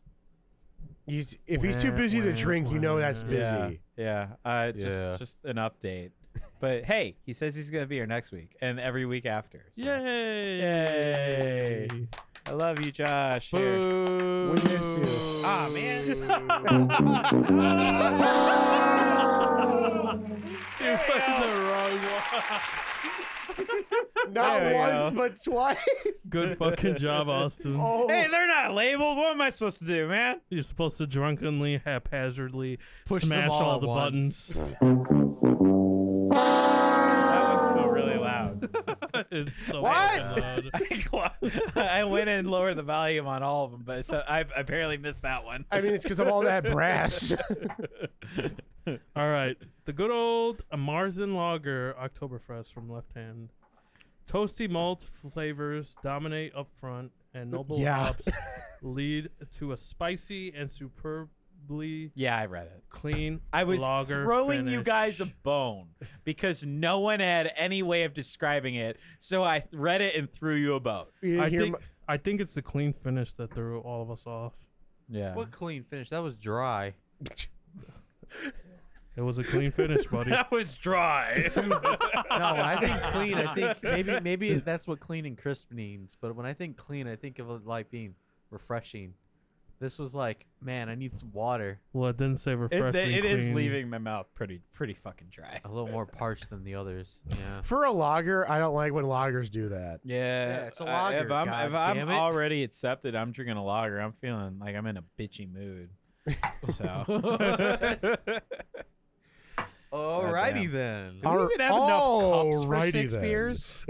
F: he's if he's too busy to drink, you know that's busy.
D: Yeah. Yeah. Uh, just
E: Yeah.
D: just an update. But hey, he says he's gonna be here next week and every week after. so.
G: Yay!
D: Yay. I love you, Josh. Here.
F: We miss you.
D: Ah man.
G: You played the wrong one.
F: Not
D: There we
F: once, but twice.
G: Good fucking job, Austin.
F: Oh,
D: Hey, they're not labeled. What am I supposed to do, man?
G: You're supposed to drunkenly, haphazardly
E: Push them
G: smash
E: all
G: all
E: at
G: the
E: once.
G: buttons.
D: That one's still really loud.
G: it's so
D: What?
G: loud.
D: I went and lowered the volume on all of them, but so I apparently missed that one.
F: I mean, it's because of all that brass.
G: All right. The good old Marzen Lager Oktoberfest from Left Hand. Toasty malt flavors dominate up front, and noble
F: Yeah.
G: hops lead to a spicy and superbly
D: Yeah, I read it.
G: clean
D: I was
G: lager
D: throwing you
G: finish.
D: guys a bone because no one had any way of describing it, so I read it and threw you a bone.
F: You didn't
G: I
F: hear
G: think,
F: my-
G: I think it's the clean finish that threw all of us off.
D: Yeah.
E: What clean finish? That was dry.
G: It was a clean finish, buddy.
D: That was dry.
E: No, when I think clean, I think maybe maybe that's what clean and crisp means. But when I think clean, I think of it like being refreshing. This was like, man, I need some water.
G: Well, it didn't say
D: It-
G: refreshing.
D: it is
G: clean.
D: leaving my mouth pretty pretty fucking dry.
E: A little more parched than the others. Yeah.
F: for a lager, I don't like when lagers do that.
D: Yeah,
E: it's a
D: I- If
E: lager,
D: I'm,
E: God
D: if I'm
E: damn it.
D: already accepted, I'm drinking a lager. I'm feeling like I'm in a bitchy mood. So
E: Alrighty then.
D: do we even have enough cups for
F: Alrighty
D: six
F: then.
D: beers?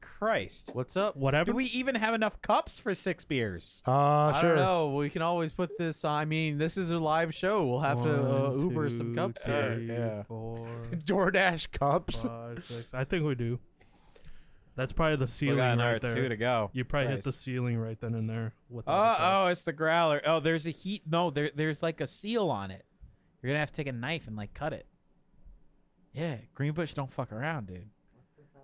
D: Christ,
E: What's up?
G: Whatever.
D: do we even have enough cups for six beers?
F: Uh,
E: I
F: sure.
E: don't know. We can always put this. I mean, this is a live show. We'll have to uh,
G: One,
E: Uber
G: two,
E: some cups here.
G: three,
D: yeah.
G: four,
F: DoorDash cups.
G: five, six. I think we do. That's probably the
D: Still
G: ceiling
D: got another
G: right there.
D: two to go.
G: You probably hit the
D: Christ.
G: ceiling right then and there. With all
D: Oh,
G: the
D: oh,
G: cups.
D: it's the growler. Oh, there's a heat. No, there, there's like a seal on it. You're gonna have to take a knife and like cut it. Yeah, Greenbush don't fuck around, dude.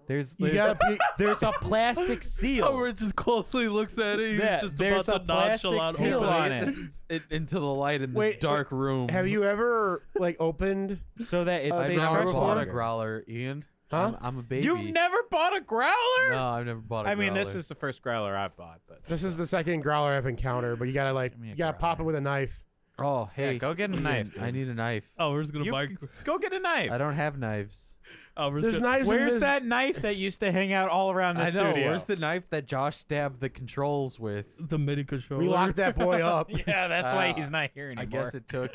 D: There's
F: You
D: there's,
F: gotta
D: a, there's a plastic seal.
G: Oh, we're just closely looks at it. He was
D: Yeah,
G: just
D: there's
G: about
D: a
G: to
D: plastic
G: nonchalant
D: seal
G: open
D: on it.
E: This is it into the light in this
F: Wait,
E: dark room.
F: Have you ever like opened?
D: so that it
F: I've
E: I've
D: stays
E: never
D: fresh
E: bought
D: longer.
E: a growler, Ian. I'm, I'm a baby.
D: You've never bought a growler?
E: No, I've never bought a
D: I mean, this
E: growler.
D: is the first growler I've bought, but
F: This is the second growler I've encountered, but you gotta like
D: me a
F: you gotta pop it
D: growler.
F: with a knife.
E: Oh, hey.
D: yeah, go get a
E: Ian,
D: knife. Dude.
E: I need a knife.
G: Oh, we're just gonna
D: You-
G: buy.
D: go get a knife.
E: I don't have knives.
G: Oh, we're
F: There's
G: just
F: knives. in
D: Where's
F: this-
D: that knife that used to hang out all around the
E: I know.
D: studio?
E: Where's the knife that Josh stabbed the controls with?
G: the MIDI controller.
F: We locked that boy up.
D: yeah, that's why
E: Uh,
D: he's not here
E: I
D: anymore.
E: guess it took.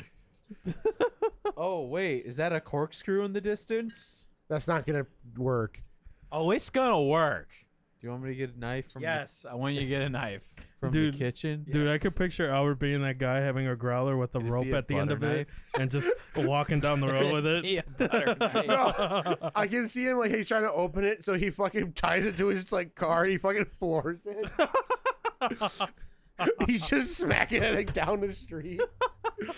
E: oh wait, is that a corkscrew in the distance?
F: That's not gonna work.
D: oh, it's gonna work.
E: Do you want me to get a knife from
D: Yes, I want you to get a knife.
E: the, from
G: Dude.
E: the kitchen?
G: Dude, I could picture Albert being that guy having a growler with a
E: Could it
G: rope
E: be a
G: at the end
E: butter
G: of it and just walking down the road with it.
D: Yeah, butter knife.
F: No, I can see him like he's trying to open it, so he fucking ties it to his like car. And he fucking floors it. he's just smacking it like, down the street.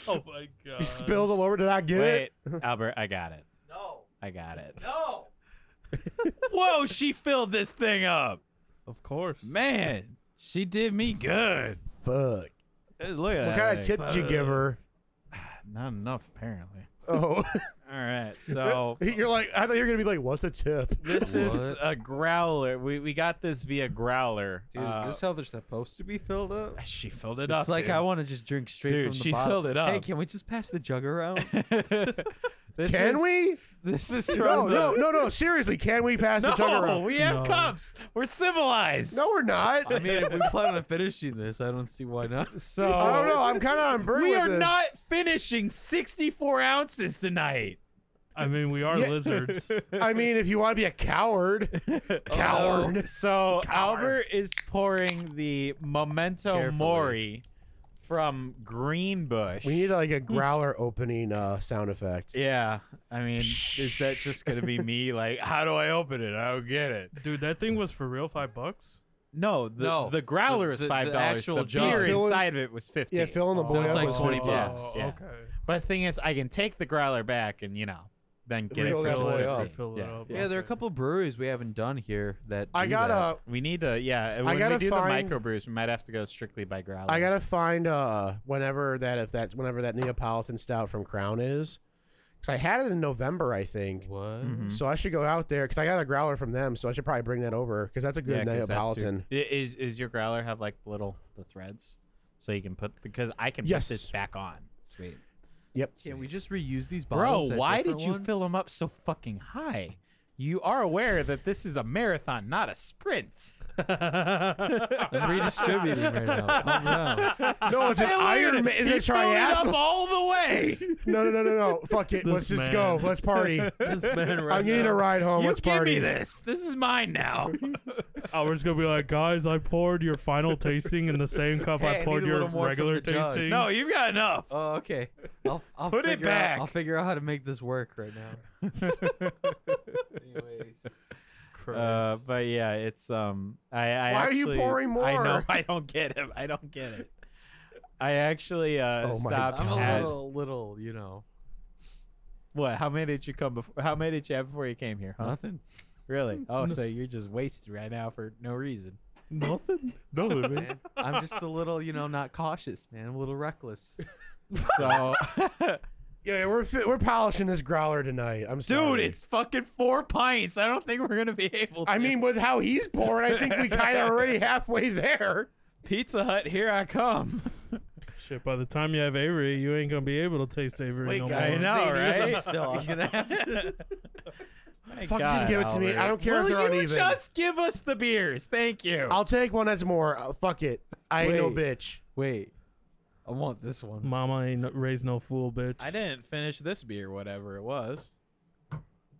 G: Oh my god.
F: He spills all over. Did I get
D: Wait,
F: it?
D: Albert, I got it. No. I got it. No. Whoa, she filled this thing up.
G: Of course.
D: Man, she did me good.
F: Fuck.
D: Hey, Uh, Look at
F: What
D: that.
F: kind of tip did you give her?
D: Not enough, apparently.
F: Oh,
D: All right, so
F: you're like I thought you were gonna be like, what's a tip?
D: this is
E: What?
D: a growler. We, we got this via growler.
E: Dude,
D: Uh,
E: is this how they're supposed to be filled up?
D: she filled it up.
E: It's like
D: dude.
E: I want to just drink straight
D: Dude,
E: from the
D: she
E: bottle.
D: filled it up.
E: Hey, can we just pass the jug around?
D: This
F: Can
D: is-
F: we?
D: This is
F: No,
D: from the-
F: no, no, no. Seriously, can we pass the tug
D: No,
F: around?
D: we have cups. We're civilized.
F: No, we're not.
E: I mean, if we plan on finishing this, I don't see why not.
D: so
F: I don't know. I'm kind of on burn
D: we
F: with
D: are
F: this.
D: not finishing 64 ounces tonight.
G: I mean, we are lizards.
F: I mean, if you want to be a coward,
D: Oh,
F: coward.
D: So Albert is pouring the Memento
E: Carefully.
D: Mori from Greenbush.
F: We need like a growler opening uh, sound effect.
D: yeah, I mean, is that just gonna be me? Like, how do I open it? I don't get it.
G: Dude, that thing was for real five bucks.
D: No, the
E: No,
D: the growler is
E: the- the- the
D: five dollars. The,
E: actual jug.
D: beer
F: Fill in-
D: inside of it was fifteen.
F: Yeah, filling the
G: Oh,
F: boy
E: Sounds
F: up
E: like
F: with
E: 20
F: food.
E: bucks.
G: Oh,
D: Yeah.
G: Okay.
D: but the thing is, I can take the growler back and you know, then get
F: Refill
D: it
F: that
D: for
F: boy
D: just
F: up.
D: fifteen.
G: Fill it
D: yeah.
G: up.
E: Yeah, there are a couple breweries we haven't done here that.
F: I
E: do
F: got
E: that.
F: a.
D: We need to, yeah. When
F: gotta
D: we do
F: find-
D: the microbrews, we might have to go strictly by growler.
F: I gotta find uh whenever that if that whenever that Neapolitan stout from Crown is, because I had it in November I think.
E: What?
D: Mhm.
F: So I should go out there because I got a growler from them. So I should probably bring that over because that's a good
D: 'cause that's
F: Neapolitan.
D: too- I- Is is your growler have like little the threads so you can put because I can put this
F: Yes.
D: back on. Sweet,
E: Can we just reuse these bottles?
D: bro. Why did you fill them up so fucking high? You are aware that this is a marathon, not a sprint.
E: I'm redistributing right now. Calm down.
F: No, it's an Iron Man. It's a
D: up
F: triathlon.
D: all the way.
F: No, no, no, no, no. Fuck it.
G: This
F: Let's just
G: man.
F: go. Let's party.
G: This man right
F: I'm getting
G: now.
F: a ride home.
D: you
F: Let's
D: give
F: party.
D: me this. This is mine now.
G: Oh, we're just gonna be like, guys, I poured your final tasting in the same cup
E: Hey, I
G: I
E: need
G: poured
E: a
G: your
E: little more from
G: regular
E: the jug."
G: tasting.
D: no, you've got enough.
E: Oh, okay. I'll, I'll
D: Put it
E: figure
D: back.
E: Out, I'll figure out how to make this work right now. Anyways,
D: Uh, but yeah, it's um. I, I
F: Why are you
D: actually-
F: pouring
D: I know.
F: more?
D: I don't get it. I don't get it. I actually uh,
F: Oh my
D: stopped.
E: I'm a
D: at-
E: little, little, you know,
D: What? How many did you come before? How many did you have before you came here? Huh?
E: nothing.
D: Really? Oh, so you're just wasted right now for no reason.
G: nothing.
E: Nothing, man. I'm just a little, you know, not cautious, man. I'm a little reckless.
D: So,
F: Yeah, we're fi- we're polishing this growler tonight. I'm sorry.
D: dude, it's fucking four pints. I don't think we're gonna be able. to.
F: I mean, with how he's pouring, I think we kind of already halfway there.
D: Pizza Hut, here I come.
G: Shit, by the time you have Avery, you ain't gonna be able to taste Avery no more.
D: I
E: Zane
D: know,
E: Egan
D: right?
E: Still, I'm gonna have to.
D: Thank
F: Fuck, just
D: God,
F: give it to me. I
D: Albert.
F: don't care
D: Will
F: if they're
D: you
F: uneven.
D: Just give us the beers. Thank you.
F: I'll take one that's more. Uh, fuck it. I ain't no
E: Wait.
F: bitch.
E: Wait, I want this one.
G: Mama ain't raised no fool, bitch.
D: I didn't finish this beer, whatever it was.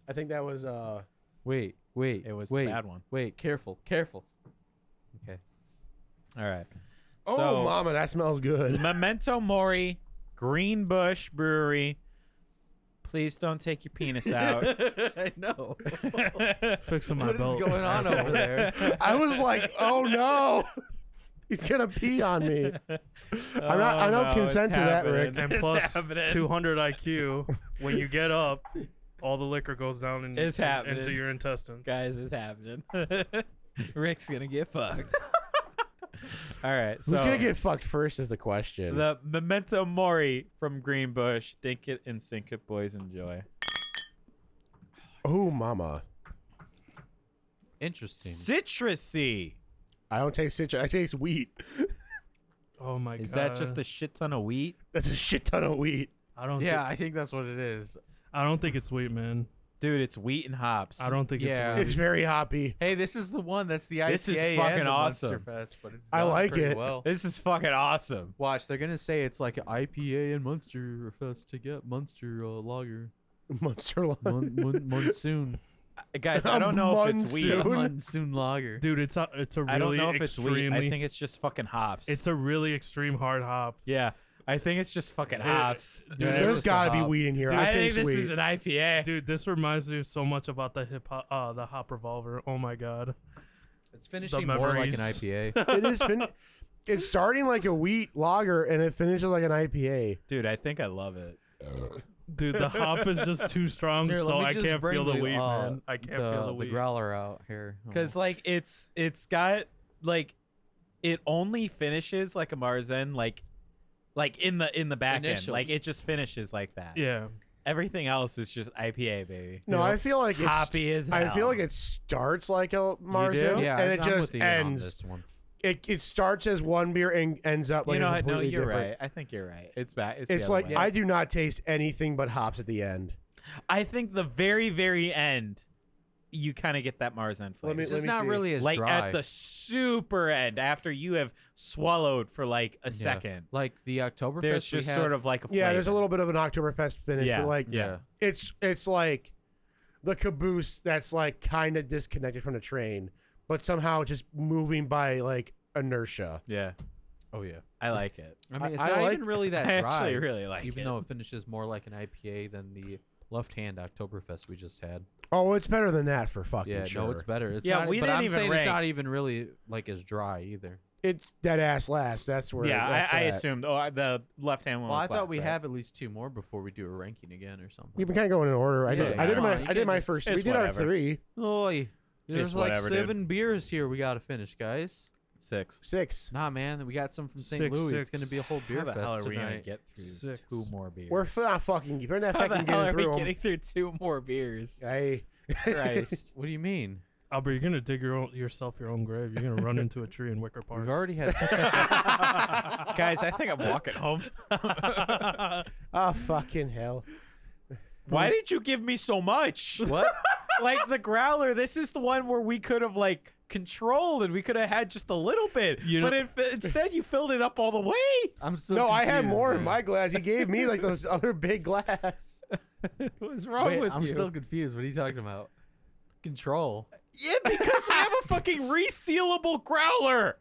F: I think that was uh.
E: Wait, wait.
D: It was the
E: wait,
D: bad one.
E: Wait, careful, careful. Okay.
D: All right.
F: Oh,
D: So-
F: mama, that smells good.
D: Memento Mori, Green Bush Brewery. Please don't take your penis out.
E: I know.
G: Fixing my
E: what is
G: belt.
E: going on over there?
F: I was like, oh no, he's gonna pee on me. I'm not.
D: Oh,
F: I don't consent to that, Rick.
G: And plus 200 IQ. When you get up, all the liquor goes down in,
D: It's happening.
G: into your intestines.
D: guys, it's happening. Rick's gonna get fucked. All right, so
F: Who's gonna get fucked first is the question.
D: the Memento Mori from Green Bush. Dink it and sink it, boys. Enjoy.
F: oh, mama.
E: Interesting.
D: Citrusy.
F: I don't taste citrus. I taste wheat.
G: Oh my god.
D: Is that just a shit ton of wheat?
F: That's a shit ton of wheat.
G: I don't.
E: Yeah,
G: Yeah.
E: I think that's what it is.
G: I don't think it's wheat, man.
D: Dude, it's wheat and hops.
G: I don't think
E: Yeah.
G: it's
F: It's very hoppy.
E: Hey, this is the one that's the IPA
D: This is fucking
E: and the
D: awesome.
E: Munster Fest, but it's
F: I
E: done
F: like
E: pretty
F: it.
E: Well.
D: This is fucking awesome.
E: Watch, they're gonna say it's like an IPA and Munster Fest to get Munster uh, Lager.
F: Monster Lime.
E: Mun- mun- monsoon,
D: Guys, I don't know if it's wheat.
F: Monsoon.
E: monsoon lager.
G: wheat, dude. It's a it's a really
D: I don't know if it's
G: extremely.
D: wheat. I think it's just fucking hops.
G: it's a really extreme hard hop.
D: yeah. I think it's just fucking hops.
G: Dude,
E: Yeah,
F: There's
E: it's just a
F: gotta be
E: hop.
F: wheat in here.
D: I
F: I
D: think
F: taste
D: this
F: wheat.
D: is an IPA.
G: Dude, this reminds me so much about the hip hop, uh, the hop revolver. Oh my god,
E: It's finishing more like an
G: memories.
E: IPA.
F: it is. Fin- it's starting like a wheat lager and it finishes like an IPA.
D: Dude, I think I love it.
G: dude, the hop is just too strong,
E: Here, let
G: so
E: me
G: I
E: just
G: can't
E: bring
G: feel the wheat,
E: uh,
G: man. I can't
E: the-
G: feel the
E: the
G: wheat.
E: growler out here.
D: Cause like it's it's got like it only finishes like a Marzen like like in the in the back
E: Initials.
D: end. Like it just finishes like that.
G: yeah,
D: Everything else is just IPA, baby.
F: No, I feel like it's
D: Hoppy as hell.
F: I feel like it starts like a Marzo,
E: yeah,
F: and it
E: I'm
F: just
E: with you On
F: ends.
E: this one.
F: It, it starts as one beer and ends up like
D: you know
F: a
D: what? No,
F: completely
D: you're
F: different.
D: right. I think you're right. It's back. It's, the
F: It's
D: other
F: like
D: way.
F: I do not taste anything but hops at the end.
D: I think the very very end, you kind of get that Marzen flavor.
F: me-
E: It's
F: let
E: just not
F: see.
E: really as
D: like
E: dry.
D: at the super end after you have swallowed for like a
E: Yeah.
D: second.
E: like the Oktoberfest.
D: There's
E: we
D: just
E: had-
D: sort of like a
F: Yeah, there's a
D: flavor.
F: little bit of an Oktoberfest finish,
D: Yeah,
F: but like
E: yeah.
F: it's it's like the caboose that's like kind of disconnected from the train, but somehow just moving by like inertia.
D: yeah.
E: Oh yeah.
D: I like it.
E: I mean, it's
F: I
E: not
F: like-
E: even really that
D: I
E: dry.
D: actually really like
E: even
D: it.
E: though it finishes more like an IPA than the Left Hand Oktoberfest we just had.
F: Oh, it's better than that for fucking
E: yeah,
F: sure.
E: no, it's better. It's
D: Yeah,
E: not,
D: we
E: but
D: didn't
E: I'm
D: even
E: saying
D: rank.
E: it's not even really like as dry either.
F: it's dead ass last. That's where.
D: yeah,
F: that's
D: I, I
F: at.
D: assumed. Oh, I- the left hand one.
E: Well, I
D: was
E: thought
D: last,
E: we
D: right?
E: have at least two more before we do a ranking again or
F: We've
E: something.
F: been kind of going in order. I did.
E: Yeah,
F: I did
E: come
F: my.
E: on, you
F: I did
E: can't
F: my
E: just-
F: first.
D: it's
F: We did our
D: whatever.
F: three,
E: Oy, there's like
D: whatever, dude.
E: seven beers here we gotta finish, guys.
D: six.
F: six.
E: Nah, man, we got some from St.
G: Six,
E: Louis. It's
G: six.
E: gonna be a whole beer
D: How the
E: fest
D: hell are we gonna
E: tonight.
D: get through
G: Six.
D: two more beers?
F: We're f- not fucking. We're not
D: How the
F: fucking
D: hell
F: getting
D: are we
F: through
D: getting
F: them.
D: through two more beers?
F: Hey,
D: Christ.
E: What do you mean?
G: Albert, you're gonna dig your own, yourself your own grave. You're gonna run into a tree in Wicker Park.
E: We've already had.
D: Guys, I think I'm walking home.
F: oh fucking hell!
D: Why did you give me so much?
E: what?
D: like the growler, this is the one where we could have like controlled and we could have had just a little bit.
G: You
D: but
G: know-
D: it, instead, you filled it up all the way.
E: I'm still.
F: No, I had
E: confused,
F: more in
E: man.
F: my glass. He gave me like those other big glass.
D: What's wrong
E: Wait,
D: with
E: I'm
D: you?
E: still confused. What are you talking about? Control.
D: Yeah, because we have a fucking resealable growler.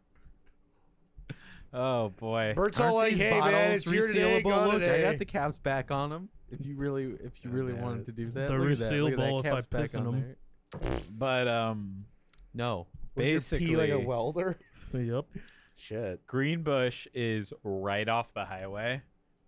D: Oh boy.
F: Bert's all like,
E: Aren't these
F: "Hey man,
E: bottles
F: it's your day,
E: resealable?
F: gone
E: Look, I
F: today." Oh,
E: got the caps back on them. If you really, if you really wanted to do that,
G: They're
E: look at that. Look at
G: resealable
E: that
G: if I
E: caps back
G: piss in
E: on
G: 'em.
E: there.
D: But um
E: No,
F: Was your pee like a
D: basically
F: welder.
G: yep.
F: Shit.
D: Greenbush is right off the highway.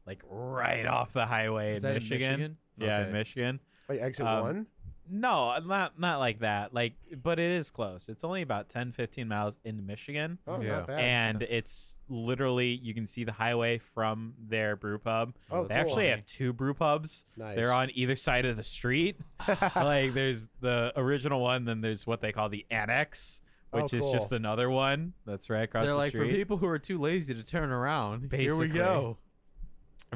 D: Like right off the highway
E: Is
D: in,
E: that in
D: Michigan.
E: Michigan?
D: Yeah, in
E: Okay.
D: Michigan.
F: Like exit
D: Um,
F: one.
D: No, uh, not not like that. Like but it is close. It's only about 10 15 miles into Michigan.
F: Oh,
E: yeah.
F: not bad.
D: and it's literally you can see the highway from their brew pub.
F: oh,
D: They actually
F: cool.
D: have two brew pubs.
F: Nice.
D: They're on either side of the street. like there's the original one, then there's what they call the annex,
F: Oh,
D: which is just
F: cool.
D: another one that's right across
E: they're
D: the
E: like for
D: street.
E: people who are too lazy to turn around.
D: Basically.
E: Here we go.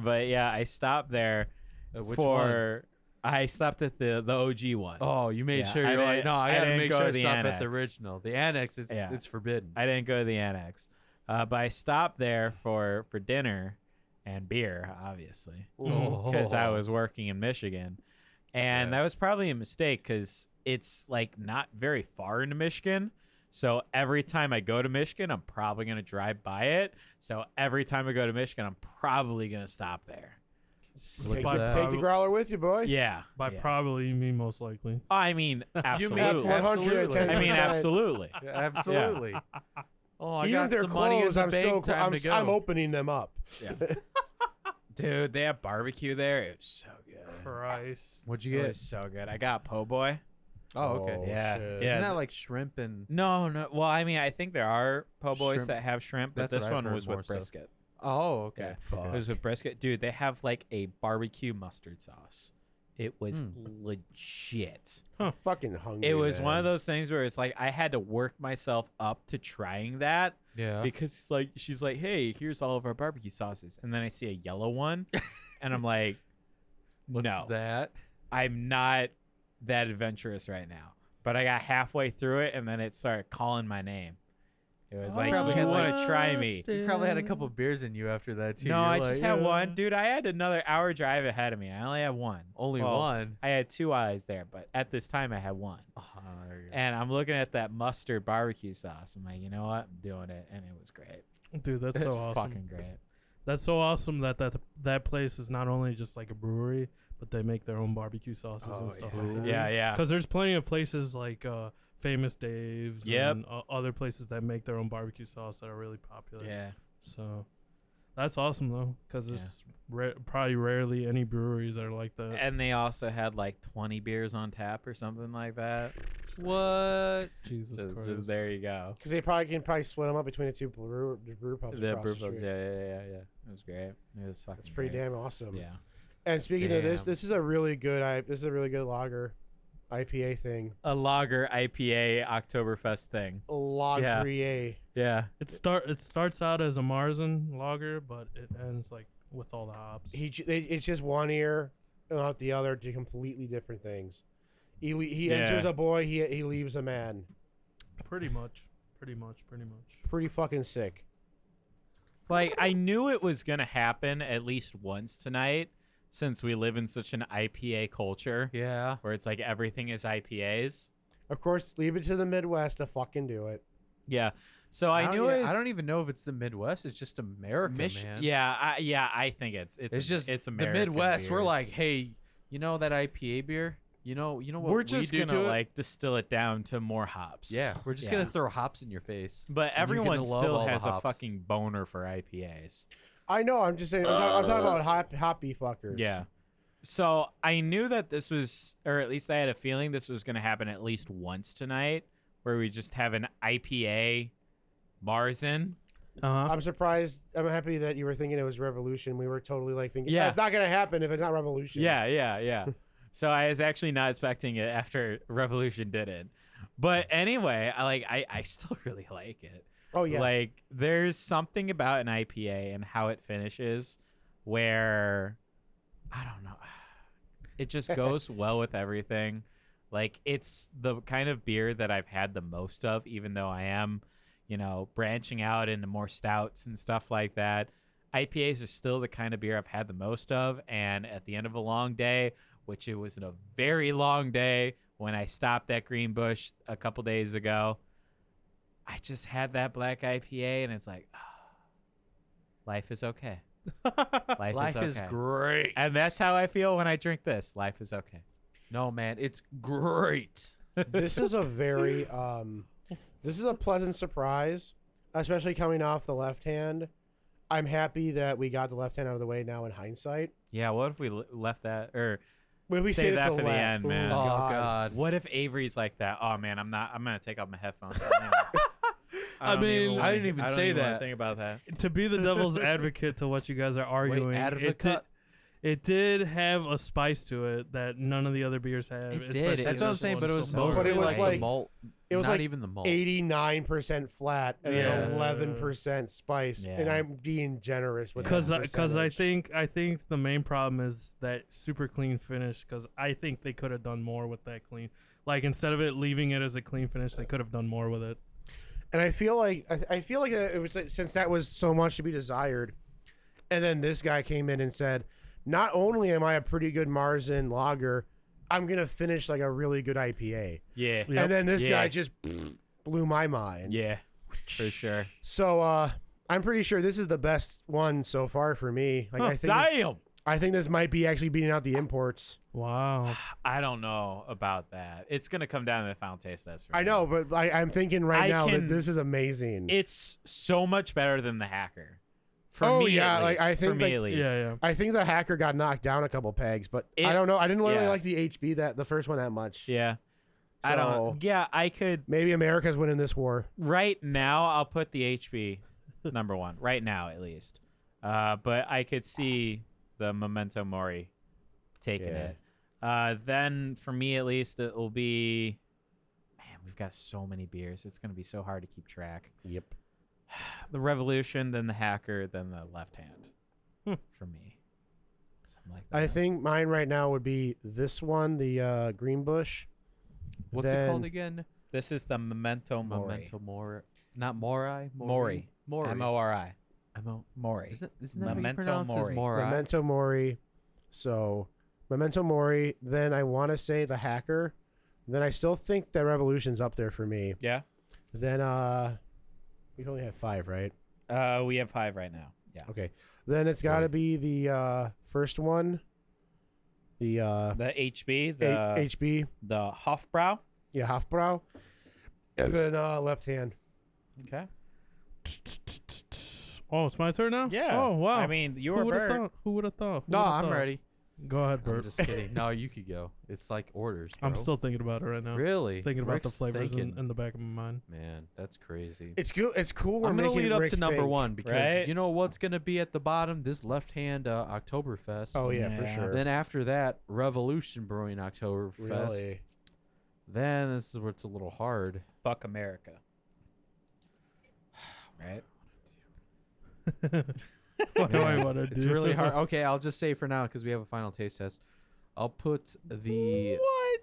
D: But yeah, I stopped there
E: At Uh, which one?
D: for I stopped at the the OG one.
E: Oh, you made
D: Yeah,
E: sure
D: I
E: you're like,
D: didn't-
E: no, I
D: I
E: gotta
D: didn't
E: make
D: go
E: sure
D: to
E: I
D: the
E: stop at the
D: annex.
E: original. The annex is
D: Yeah.
E: it's forbidden.
D: I didn't go to the annex, uh, but I stopped there for for dinner and beer, obviously, because I
E: Oh.
D: was working in Michigan, and
E: Yeah.
D: that was probably a mistake because it's like not very far into Michigan. So every time I go to Michigan, I'm probably gonna drive by it. So every time I go to Michigan, I'm probably gonna stop there.
E: Look
F: Take,
E: at
G: By-
E: that.
F: take the growler with you, boy.
D: Yeah,
G: By
D: yeah.
G: probably you mean most likely.
D: I mean,
E: mean
D: absolutely.
E: absolutely.
D: I mean,
F: 110%.
D: absolutely.
E: Yeah, Absolutely. Oh, I
F: Even if
E: got
F: they're
E: some money in
F: closed,
E: the
F: I'm
E: bank.
F: still.
E: time
F: I'm,
E: to go.
F: I'm opening them up.
D: Dude, they have barbecue there. It was so good.
G: Christ.
E: What'd you
D: It
E: get?
D: was so good. I got po' boy.
E: Oh, okay.
F: Oh,
D: Yeah,
F: shit.
D: yeah.
E: Isn't that like shrimp and?
D: No, no. Well, I mean, I think there are po' boys
E: Shrimp.
D: that have shrimp, but
E: That's what
D: this
E: I've
D: one
E: heard
D: was
E: more
D: with
E: so.
D: brisket.
E: Oh, okay.
D: It
F: Fuck.
D: was with brisket. Dude, they have like a barbecue mustard sauce. It was
E: Hmm.
D: legit.
F: Fucking hungry.
D: It was
F: man.
D: one of those things where it's like I had to work myself up to trying that
E: Yeah.
D: because it's like she's like, "Hey, here's all of our barbecue sauces," and then I see a yellow one, and I'm like,
E: What's
D: "No,
E: that?
D: I'm not that adventurous right now. But I got halfway through it and then it started calling my name. It was like,
E: Probably
D: you
E: had,
D: want to
E: like-
D: try me?
E: You probably had a couple beers in you after that too.
D: No,
E: You're
D: I just
E: like,
D: had
E: "Yeah."
D: one. Dude, I had another hour drive ahead of me. I only had one.
E: Only
D: Well,
E: one.
D: I had two eyes there, but at this time I had one.
E: Oh, there you go.
D: And I'm looking at that mustard barbecue sauce. I'm like, you know what? I'm doing it. And it was great.
G: Dude, that's,
D: It's
G: so awesome.
D: fucking great.
G: That's so awesome that that that place is not only just like a brewery, but they make their own barbecue sauces
F: Oh,
G: and stuff
F: yeah.
G: like that.
D: Yeah, yeah.
G: Because there's plenty of places like uh, Famous Dave's
D: Yep.
G: and uh, other places that make their own barbecue sauce that are really popular.
D: Yeah.
G: So that's awesome though, because
D: Yeah.
G: there's ra- probably rarely any breweries that are like that.
D: And they also had like 20 beers on tap or something like that.
E: What?
G: Jesus
D: Just,
G: Christ.
D: just there you go.
F: Because they probably can probably split them up between the two brew, the brew pubs.
D: the
F: across
D: brew
F: street.
D: pubs, yeah, yeah, yeah, yeah. It was great. It was fucking.
F: That's pretty
D: great.
F: damn awesome.
D: Yeah.
F: And speaking of this,
E: Damn.
F: this is a really good. I this is a really good lager, IPA thing.
D: A lager IPA Oktoberfest thing.
F: Lager.
D: Yeah.
G: It start it starts out as a Marzen lager, but it ends like with all the hops.
F: He j- they, it's just one ear, and out the other, two completely different things. He le- he enters
D: Yeah.
F: a boy, he he leaves a man.
G: Pretty much, pretty much, pretty much.
F: Pretty fucking sick.
D: Like I knew it was gonna happen at least once tonight, since we live in such an IPA culture
E: Yeah.
D: where it's like everything is IPAs.
F: Of course, leave it to the Midwest to fucking do it.
D: Yeah. So I,
E: don't
D: knew
E: e-
D: it was
E: I don't even know if it's the Midwest. It's just America,
D: Mich-
E: man.
D: Yeah, I, yeah, I think it's it's
E: it's,
D: Am-
E: just
D: it's
E: the
D: American
E: Midwest. We're
D: beers.
E: like, hey, you know that IPA beer? You know, you know what
D: we're
E: we
D: just
E: do
D: gonna
E: to it?
D: like distill it down to more hops.
E: Yeah, we're just gonna throw hops in your face.
D: But
E: and you're gonna
D: everyone
E: love
D: still
E: all the
D: has a
E: hops.
D: fucking boner for IPAs.
F: I know. I'm just saying. I'm, talk- I'm talking about hop, hoppy fuckers.
D: Yeah. So I knew that this was, or at least I had a feeling this was going to happen at least once tonight, where we just have an IPA Mars in.
G: Uh huh.
F: I'm surprised. I'm happy that you were thinking it was Revolution. We were totally like thinking, yeah,
D: Yeah.
F: it's not gonna happen if it's not Revolution.
D: Yeah, yeah, yeah. so I was actually not expecting it after Revolution did it. But anyway, I like I, I still really like it.
F: Oh yeah.
D: Like there's something about an IPA and how it finishes where I don't know. It just goes well with everything. Like it's the kind of beer that I've had the most of even though I am, you know, branching out into more stouts and stuff like that. IPAs are still the kind of beer I've had the most of and at the end of a long day, which it was a very long day when I stopped at Green Bush a couple days ago, I just had that black IPA and it's like, "Ah, life is okay. Life,
E: Life
D: is,
E: is
D: okay.
E: great,
D: and that's how I feel when I drink this. Life is okay.
E: no man, it's great.
F: this is a very um this is a pleasant surprise especially coming off the left hand i'm happy that we got the left hand out of the way now in hindsight
D: Yeah, what if we l- left that or
F: When we
D: Save
F: say
D: that for the end, man.
E: Oh
D: Oh,
E: god,
D: what if Avery's like that? Oh man, I'm not I'm going to take off my headphones. right now.
G: I
D: don't
G: mean-
D: even
G: I
E: didn't even
D: I don't
E: say
D: even wanna
E: that.
D: Think about that.
G: To be the devil's advocate to what you guys are arguing, it, did,
E: advocate.
G: it did have a spice to it that none of the other beers have.
D: It did.
G: especially
E: That's
D: That's
E: what
G: this
E: I'm saying,
G: one
E: but it
G: so
E: was
G: far.
E: mostly
F: But it was
E: like, the
F: like-
E: malt.
F: it was
E: not
F: like
E: even the malt.
F: 89% flat and
G: Yeah.
F: 11% spice and
D: Yeah.
F: i'm being generous with
G: because
F: that
G: because I
F: percentage.
G: think I think the main problem is that super clean finish because I think they could have done more with that clean. Like instead of it leaving it as a clean finish, they could have done more with it.
F: and i feel like i, I feel like it was like, since that was so much to be desired and then this guy came in and said not only am i a pretty good marzen lager i'm gonna finish like a really good ipa
D: Yeah.
F: and then this
D: Yeah.
F: guy just blew my mind.
D: Yeah. For sure.
F: So uh, I'm pretty sure this is the best one so far for me. Like I think this,
D: Damn.
F: I think this might be actually beating out the imports.
G: Wow.
D: I don't know about that. It's going to come down to the final taste test. for
F: I
D: me.
F: know, but I, I'm thinking right
D: I
F: now
D: can-
F: that this is amazing.
D: it's so much better than the hacker. For
F: Oh,
D: me,
F: yeah,
D: at
F: like,
D: least.
F: I think,
D: for me
F: like-
D: at
G: Yeah,
D: least.
G: yeah.
F: I think the hacker got knocked down a couple pegs, but
D: It-
F: I don't know. I didn't really
D: yeah.
F: like the HB that the first one that much.
D: Yeah. I
F: So-
D: don't. Yeah, I could.
F: Maybe America's winning this war.
D: Right now, I'll put the HB number one. Right now, at least. Uh, but I could see the Memento Mori taking
E: Yeah.
D: it. Uh, then for me, at least, it will be. Man, we've got so many beers. It's gonna be so hard to keep track.
F: Yep.
D: The Revolution, then the Hacker, then the Left Hand. For me, something like that.
F: I think mine right now would be this one, the uh, Green Bush.
E: What's it called
F: Then-
E: again?
D: this is the Memento Mori.
E: Memento Mori. Not Mori.
D: Mori.
E: Mori.
D: M O R I.
E: M-O-
D: Mori.
E: Isn't, isn't that
D: Memento
E: how you pronounce
D: Mori.
E: as Mori?
F: Memento Mori. So Memento Mori. Then I want to say the hacker. Then I still think that Revolution's up there for me.
D: Yeah.
F: Then uh, we only have five, right?
D: Uh, we have five right now. Yeah.
F: Okay. Then it's got to be the uh, first one. The uh,
D: The HB,
F: A-
D: the
F: HB,
D: the Hofbrau.
F: yeah, Hofbrau, and then uh, left hand.
D: Okay.
G: Oh, it's my turn now.
D: Yeah.
G: Oh wow.
D: I mean, you
G: who
D: were
G: would have
D: Bert.
G: thought? Who would have thought? Who
E: No,
G: would've
E: I'm
G: thought?
E: ready.
G: Go ahead,
E: I'm
G: Bert.
E: just kidding. No, you could go. It's like orders.
G: I'm
E: bro.
G: still thinking about it right now.
E: really
G: Thinking about the
E: Rick's
G: flavors in,
E: thinking.
G: in the back of my mind.
E: Man, that's crazy.
F: It's cool. It's cool. We're
E: I'm gonna
F: making
E: lead up
F: Rick
E: to number
F: think.
E: one because
D: right?
E: you know what's gonna be at the bottom? This left hand uh, Oktoberfest.
F: Oh yeah, for
D: Yeah.
F: sure.
E: Then after that, Revolution Brewing Oktoberfest.
F: really.
E: Then this is where it's a little hard.
D: Fuck America. Right.
G: What do I want to do?
E: It's really hard. Okay, I'll just say for now because we have a final taste test. I'll put the
D: What?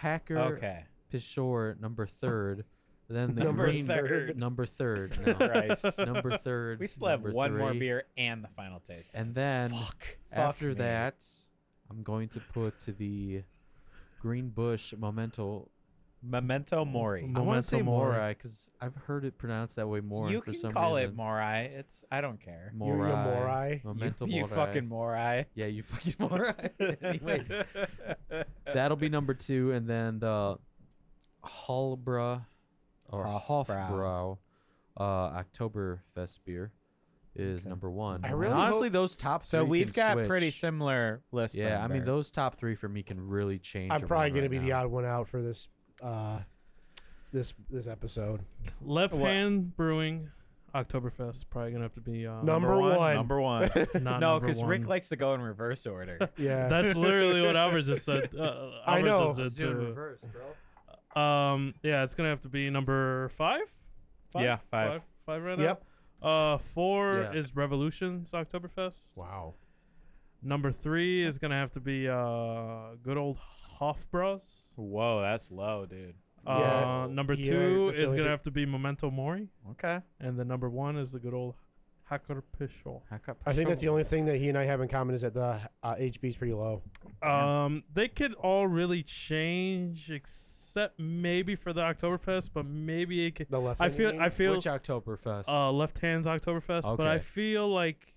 E: Hacker
D: Okay.
E: Pishore number third, then the
D: Number
E: green
D: third.
E: number third, no,
D: Christ.
E: number third.
D: we still have
E: number
D: one more
E: three,
D: beer and the final taste.
E: and
D: test.
E: then after
D: me.
E: that, I'm going to put the Green Bush Memento
M: Memento Mori.
G: Mm.
E: I want
G: Memento
E: to say
G: Mori.
E: Morai because I've heard it pronounced that way more.
M: you
E: for
M: can
E: some
M: call
E: reason.
M: it Morai. It's I don't care.
F: You- you
E: Morai.
F: Morai.
E: Memento
M: you, you
E: Morai.
M: fucking Morai.
E: Yeah, you fucking Morai. Anyways, that'll be number two, and then the Hallbra or Hofbrau,
M: Hofbrau.
E: uh, Oktoberfest beer is number one.
F: I
E: And
F: really
E: honestly those top three.
D: So
E: can
D: we've got
E: switch.
D: pretty similar lists.
E: Yeah, I mean
D: Lindbergh.
E: those top three for me can really change.
F: I'm probably
E: going
F: gonna
E: to
F: be the odd one out for this, uh, this this episode.
E: uh,
G: Left
D: What?
G: Hand Brewing, Oktoberfest. Probably gonna have to be uh,
F: Number one.
D: Number one.
G: Not
D: no,
G: because
D: because Rick likes to go in reverse order.
F: Yeah,
G: That's literally what Albert just said. Uh,
F: I
G: Albert
F: know.
G: Just said too.
E: reverse, bro.
G: Um, yeah, it's gonna have to be number five.
D: Yeah, five.
G: five, five right
F: Yep.
G: now. Uh, four
E: Yeah.
G: is Revolutions Oktoberfest.
E: Wow.
G: Number three is gonna have to be uh, good old Hofbräu.
D: Whoa, that's low, dude.
G: Uh,
F: Yeah.
G: number
F: Yeah,
G: two
F: that's
G: is
F: the only
G: gonna
F: thing-
G: have to be Memento Mori,
E: Okay.
G: and the number one is the good old Hacker Pichol.
F: I think that's the only thing that he and I have in common is that the uh, HB is pretty low.
G: Um, they could all really change, except maybe for the Oktoberfest, but maybe it could.
F: The left.
G: I
F: hand
G: feel.
F: game.
G: I feel.
E: Which Oktoberfest?
G: Uh, left hands Oktoberfest, but I
E: Okay.
G: feel like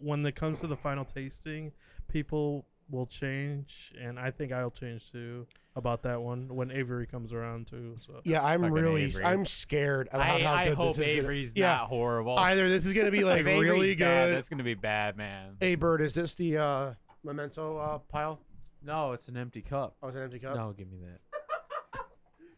G: when it comes to the final tasting, people will change, and I think I'll change too about that one when Avery comes around too. So
F: yeah, I'm
D: Fucking
F: really.
D: Avery.
F: I'm scared about
D: I,
F: how
D: I
F: good
D: hope
F: this is.
D: Avery's
F: gonna,
D: not horrible.
F: Yeah, either this is gonna be like
D: If Avery's
F: really
D: bad,
F: good.
D: that's gonna be bad, man.
F: Hey, bird, is this the uh, memento uh, pile?
E: no, it's an empty cup.
F: Oh, it's an empty cup.
E: No, give me that.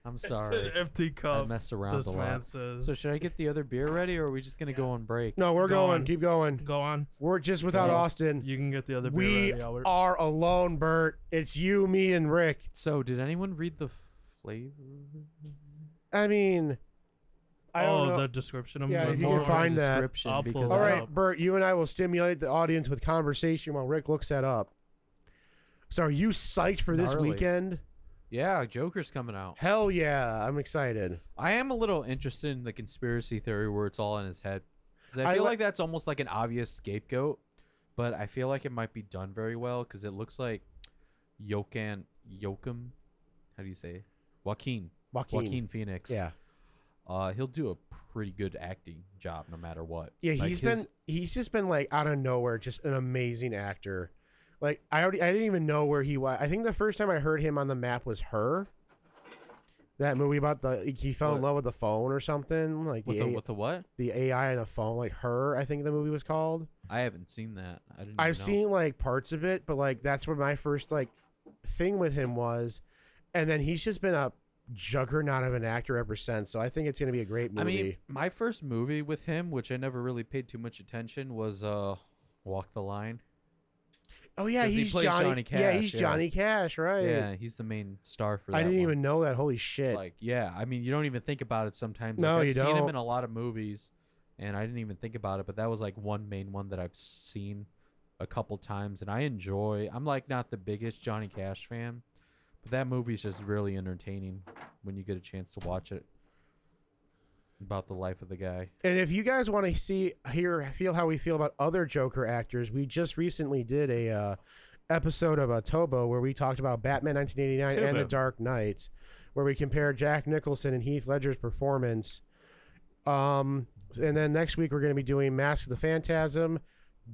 E: I'm
G: It's
E: sorry.
G: an um, empty
E: I
G: cup.
E: messed around
G: This
E: a
G: man
E: lot.
G: says.
E: So should I get the other beer ready, or are we just gonna go on break?
F: No, we're
G: Go
F: going.
G: on.
F: Keep going.
G: go on.
F: We're just without
G: Go on.
F: Austin.
G: You can get the other beer
F: We
G: ready, Albert.
F: are alone, Bert. It's you, me, and Rick.
E: So did anyone read the flavor?
F: I mean, I don't
G: oh,
F: know.
G: the description of
F: Yeah,
G: the
F: if you can
G: Mori.
F: find that.
E: description
G: I'll pull
E: because
G: it
F: All
E: I
F: right,
E: don't-
F: Bert, you and I will stimulate the audience with conversation while Rick looks that up. So, are you psyched for this
E: Gnarly.
F: weekend?
E: Yeah, Joker's coming out.
F: Hell yeah, I'm excited.
E: I am a little interested in the conspiracy theory where it's all in his head. 'Cause I
F: I
E: feel
F: li-
E: like that's almost like an obvious scapegoat, but I feel like it might be done very well because it looks like Jokan Joachim. How do you say? it? Joaquin.
F: Joaquin.
E: Joaquin Phoenix.
F: Yeah,
E: Uh, he'll do a pretty good acting job no matter what.
F: yeah.
E: Like,
F: He's
E: his-
F: been he's just been like out of nowhere, just an amazing actor. Like I already I didn't even know where he was. I think the first time I heard him on the map was her. That movie about the he fell in
E: What?
F: love with the phone or something like
E: with
F: the,
E: the,
F: A-
E: with the what?
F: the AI and a phone like her. I think the movie was called.
E: I haven't seen that. I didn't.
F: I've
E: even know.
F: seen like parts of it, but like that's where my first like thing with him was, and then he's just been a juggernaut of an actor ever since. So I think it's gonna be a great movie.
E: I mean, my first movie with him, which I never really paid too much attention, was uh, Walk the Line.
F: oh yeah,
E: 'cause he
F: he's
E: plays
F: Johnny,
E: Johnny
F: Yeah,
E: Cash,
F: he's
E: yeah.
F: Johnny Cash, right?
E: Yeah, he's the main star for that.
F: I didn't
E: one.
F: even know that. Holy shit!
E: like yeah i mean you don't even think about it sometimes
F: No,
E: like, i've
F: you
E: seen him
F: don't.
E: in a lot of movies and i didn't even think about it but that was like one main one that i've seen a couple times and i enjoy i'm like not the biggest johnny cash fan but that movie's just really entertaining when you get a chance to watch it about the life of the guy
F: and if you guys want to see, hear, feel how we feel about other Joker actors, we just recently did a uh, episode of a Tobo where we talked about Batman 1989 and The
D: Tobo.
F: Dark Knight, where we compared Jack Nicholson and Heath Ledger's performance. Um, and then next week we're going to be doing Mask of the Phantasm,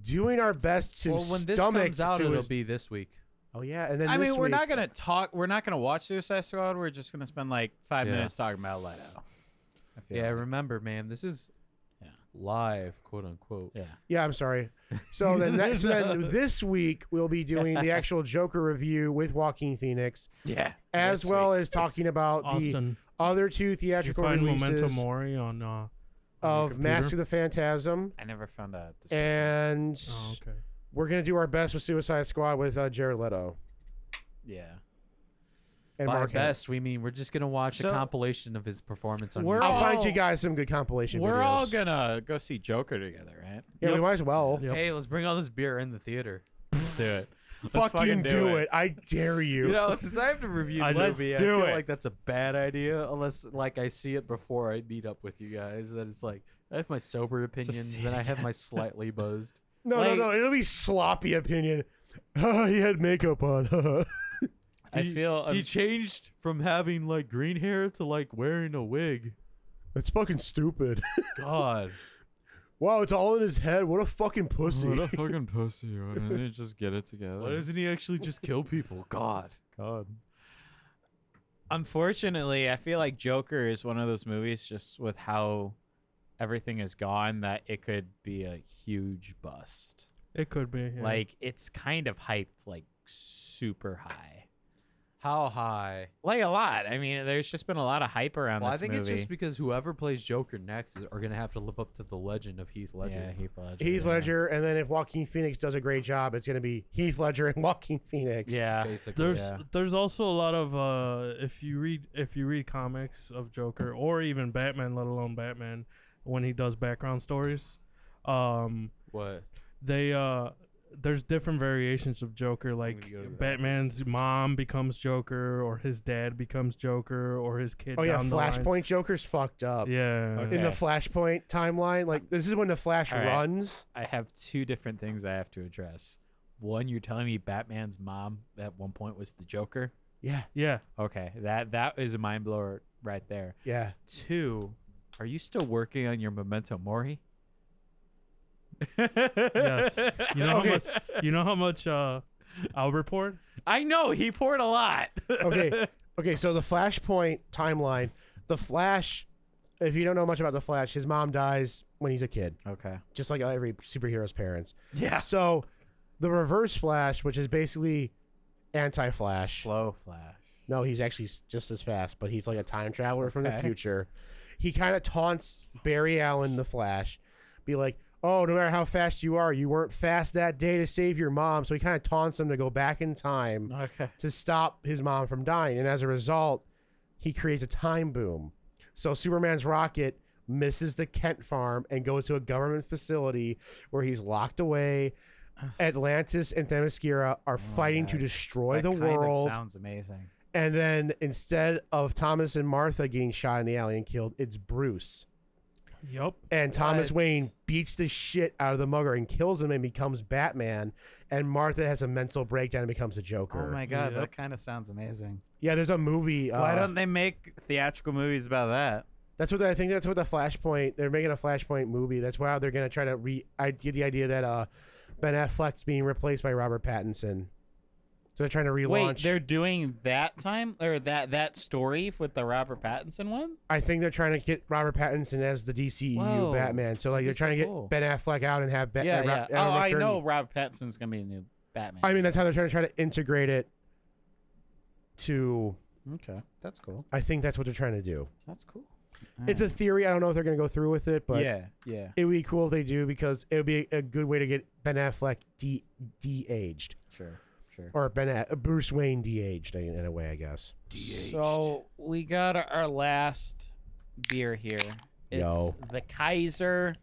F: doing our best to
E: well when this
F: stomach.
E: comes out
F: sui-
E: it'll be this week
F: oh yeah, and then
D: I
F: this
D: mean, we're
F: week-
D: not gonna talk. We're not gonna watch Suicide Squad. We're just gonna spend like five
E: Yeah.
D: minutes talking about Leto. I feel
E: yeah,
D: like.
E: remember man this is
D: Yeah.
E: live quote unquote
D: yeah.
F: Yeah, I'm sorry. So then, next, then this week we'll be doing the actual Joker review with Joaquin Phoenix,
D: Yeah.
F: as
D: Next
F: well as talking about the
G: Austin,
F: other two
G: did you
F: theatrical
G: find Memento
F: releases
G: Mori on? Uh,
F: of
G: computer?
F: Mask of the Phantasm,
D: I never found out.
F: Eh. and
G: oh, okay.
F: we're gonna do our best with Suicide Squad with uh, Jared Leto
D: yeah.
F: and
E: by
F: Mark. Hamill.
E: best we mean we're just gonna watch
D: So-
E: a compilation of his performance on
D: We're
E: YouTube.
F: I'll find
G: Oh,
F: you
D: all-
F: guys some good compilation.
D: We're
F: videos.
D: all gonna go see Joker together, right?
F: Yeah, we
G: Yep.
F: might as well.
G: Yep.
E: Hey, let's bring all this beer in the theater.
D: Let's do it. Let's
F: Fucking do it. I dare you.
E: You know, since I have to review
G: I
E: the
G: know.
E: movie,
D: Let's
E: I
D: do
E: feel
D: it.
E: like that's a bad idea unless like I see it before I meet up with you guys. That it's like I have my sober opinion,
D: see
E: then
D: it
E: I have my slightly buzzed.
F: no,
D: like-
F: no, no. It'll be sloppy opinion. he had makeup on.
D: I
E: He-
D: feel
E: he
D: um,
E: changed from having like green hair to like wearing a wig.
F: That's fucking stupid.
E: God,
F: wow, it's all in his head. What a fucking pussy.
D: what a fucking pussy! Why don't they just get it together?
E: why doesn't he actually just kill people? God,
D: God. Unfortunately, I feel like Joker is one of those movies just with how everything is gone that it could be a huge bust.
G: It could be. yeah.
D: Like it's kind of hyped like super high.
E: how high?
D: Like a lot. I mean, there's just been a lot of hype around
E: Well, I
D: this
E: think it's
D: movie.
E: just because whoever plays Joker next is, are gonna have to live up to the legend of Heath Ledger.
D: yeah, Heath Ledger.
F: Heath
D: yeah.
F: Ledger, and then if Joaquin Phoenix does a great job, it's gonna be Heath Ledger and Joaquin Phoenix.
D: Yeah.
E: basically.
G: There's
E: yeah.
G: there's also a lot of uh if you read if you read comics of Joker or even Batman, let alone Batman, when he does background stories, um
E: what?
G: they uh there's different variations of Joker. Like Batman's mom becomes Joker, or his dad becomes Joker, or his kid.
F: Oh yeah,
G: down the lines.
F: Flashpoint Joker's fucked up.
G: Yeah.
F: In the Flashpoint timeline, like this is when the Flash
D: All right.
F: runs.
D: I have two different things I have to address. One, you're telling me Batman's mom at one point was the Joker.
F: Yeah,
G: Yeah.
D: Okay, that that is a mind blower right there.
F: yeah.
D: Two, are you still working on your Memento Mori?
G: Yes. You know
F: Okay.
G: how much. You know how much. Uh, I'll report.
D: I know he poured a lot.
F: Okay, okay. So the Flashpoint timeline, the Flash. If you don't know much about the Flash, his mom dies when he's a kid,
D: okay.
F: just like every superhero's parents.
D: Yeah.
F: So, the Reverse Flash, which is basically anti-Flash.
D: Slow flash.
F: No, he's actually s- just as fast, but he's like a time traveler from the
D: Okay.
F: future. He kind of taunts Barry Allen, the Flash, be like, "Oh, no matter how fast you are, you weren't fast that day to save your mom." So he kind of taunts him to go back in time
D: Okay.
F: to stop his mom from dying, and as a result, he creates a time boom. So Superman's rocket misses the Kent farm and goes to a government facility where he's locked away. Atlantis and Themyscira are fighting to destroy
D: Oh, That
F: the
D: kind
F: world.
D: Of sounds amazing.
F: And then instead of Thomas and Martha getting shot in the alley and killed, it's Bruce.
G: Yup.
F: And Thomas Wayne beats the shit out of the mugger and kills him and becomes Batman. And Martha has a mental breakdown and becomes a Joker.
D: Oh my god,
G: Yep.
D: that kind of sounds amazing.
F: yeah, there's a movie. Uh,
D: Why don't they make theatrical movies about that?
F: that's what I think. That's what the Flashpoint. They're making a Flashpoint movie. That's why they're gonna try to re. I get the idea that uh, Ben Affleck's being replaced by Robert Pattinson. So they're trying to relaunch.
M: Wait, they're doing that time or that that story with the Robert Pattinson one?
F: I think they're trying to get Robert Pattinson as the DCEU
M: Whoa.
F: Batman. So like
M: That'd be
F: they're
M: so
F: trying to get
M: cool.
F: Ben Affleck out and have Ben.
M: yeah,
F: uh, Ro-
M: yeah.
F: uh,
M: Oh, I
F: return-
M: know Rob Pattinson's gonna be the new Batman.
F: I mean, that's how they're trying to try to integrate it. To
M: Okay, that's cool.
F: I think that's what they're trying to do.
M: That's cool.
F: It's a theory. I don't know if they're going to go through with it, but
M: Hmm. yeah, yeah.
F: it would be cool if they do because it would be a good way to get Ben Affleck de de aged
M: Sure, sure.
F: or Ben a- Bruce Wayne de aged in, in a way, I guess.
M: So we got our- our last beer here. It's
F: Yo.
M: the Kaiser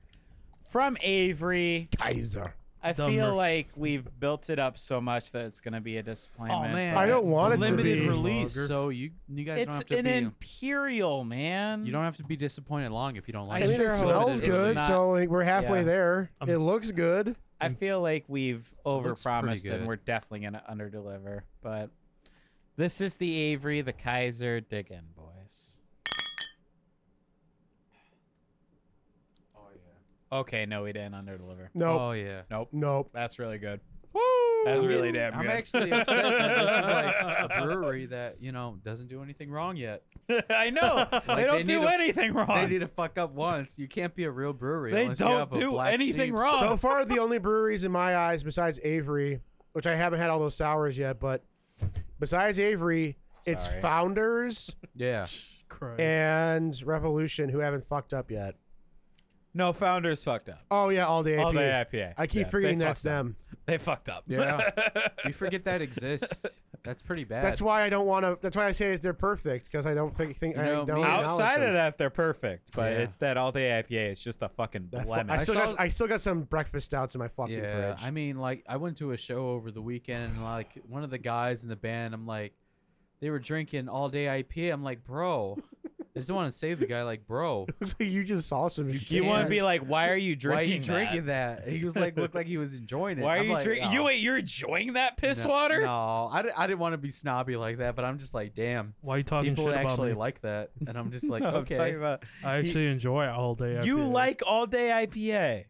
M: from Avery.
F: Kaiser.
M: I
G: Dumber.
M: feel like we've built it up so much that it's gonna be a disappointment. but
F: I don't
M: it's
F: want it to
E: limited
F: be.
E: release,
G: Lager.
E: so you you guys
M: It's
E: don't have to
M: an
E: be
M: imperial, man.
E: you don't have to be disappointed long if you don't
M: I
E: like
F: I mean,
E: it.
M: sure
F: it
M: hope
F: smells
M: it is
F: good,
M: not-
F: so like, we're halfway
M: yeah.
F: there.
G: Um,
F: it looks good.
M: I feel like we've
E: looks pretty
M: overpromised
E: good.
M: and we're definitely gonna underdeliver. But this is the Avery, the Kaiser, Diggin boys. Oh yeah. Okay, no, we didn't underdeliver.
F: Nope.
E: Oh yeah.
F: Nope.
M: That's really good. That's really damn
E: I'm
M: good.
E: actually upset that this is like a brewery that you know doesn't do anything wrong yet.
M: I know they
E: they
M: don't
E: need
M: do
E: to-
M: anything wrong.
E: They need to fuck up once. You can't be a real brewery.
M: They
E: unless you
M: don't
E: have a
M: do
E: black
M: anything
E: sheep.
M: wrong.
F: so far the only breweries in my eyes besides Avery, which I haven't had all those sours yet, but besides Avery, it's
M: Sorry.
F: Founders
E: Yeah.
G: Christ.
F: and Revolution who haven't fucked up yet.
M: no founders fucked up.
F: Oh yeah, all day.
M: All
F: IPA.
M: day IPA.
F: I keep
M: Yeah,
F: forgetting
M: they
F: that's
M: fucked up.
F: them.
M: They fucked up.
E: Yeah. You forget that exists. That's pretty bad.
F: That's why I don't want to. That's why I say they're perfect because I don't think, think
E: You
F: I
E: know,
F: don't.
E: me-
F: acknowledge
M: Outside
F: them.
M: of that, they're perfect, but
E: Yeah.
M: it's that all day IPA. It's just a fucking
F: I fu-
M: lemon.
F: I
E: I
F: still got
E: saw-
F: I still got some breakfast stouts in my fucking
E: yeah,
F: fridge.
E: I mean, like I went to a show over the weekend, and like one of the guys in the band, I'm like, they were drinking all day IPA. I'm like, bro, I just want to say to the guy, like, bro,
F: Looks like you just saw some shit.
D: You want to be like, why are you
E: why are
D: drinking?
E: you drinking that? And he was like, looked like he was enjoying
D: that?
E: it.
D: Why are
E: I'm
D: you
E: like,
D: drinking?
E: "Oh,
D: You wait, you're enjoying that piss
E: no,
D: water?
E: No, I, di- I didn't want to be snobby like that, but I'm just like, damn,
G: Why are you talking
E: people
G: shit about
E: actually
G: me?
E: like that, and I'm just like,
I: No, I'm
E: okay,
I: talking about
G: I actually enjoy it all day.
D: You
G: IPA.
D: like all day IPA,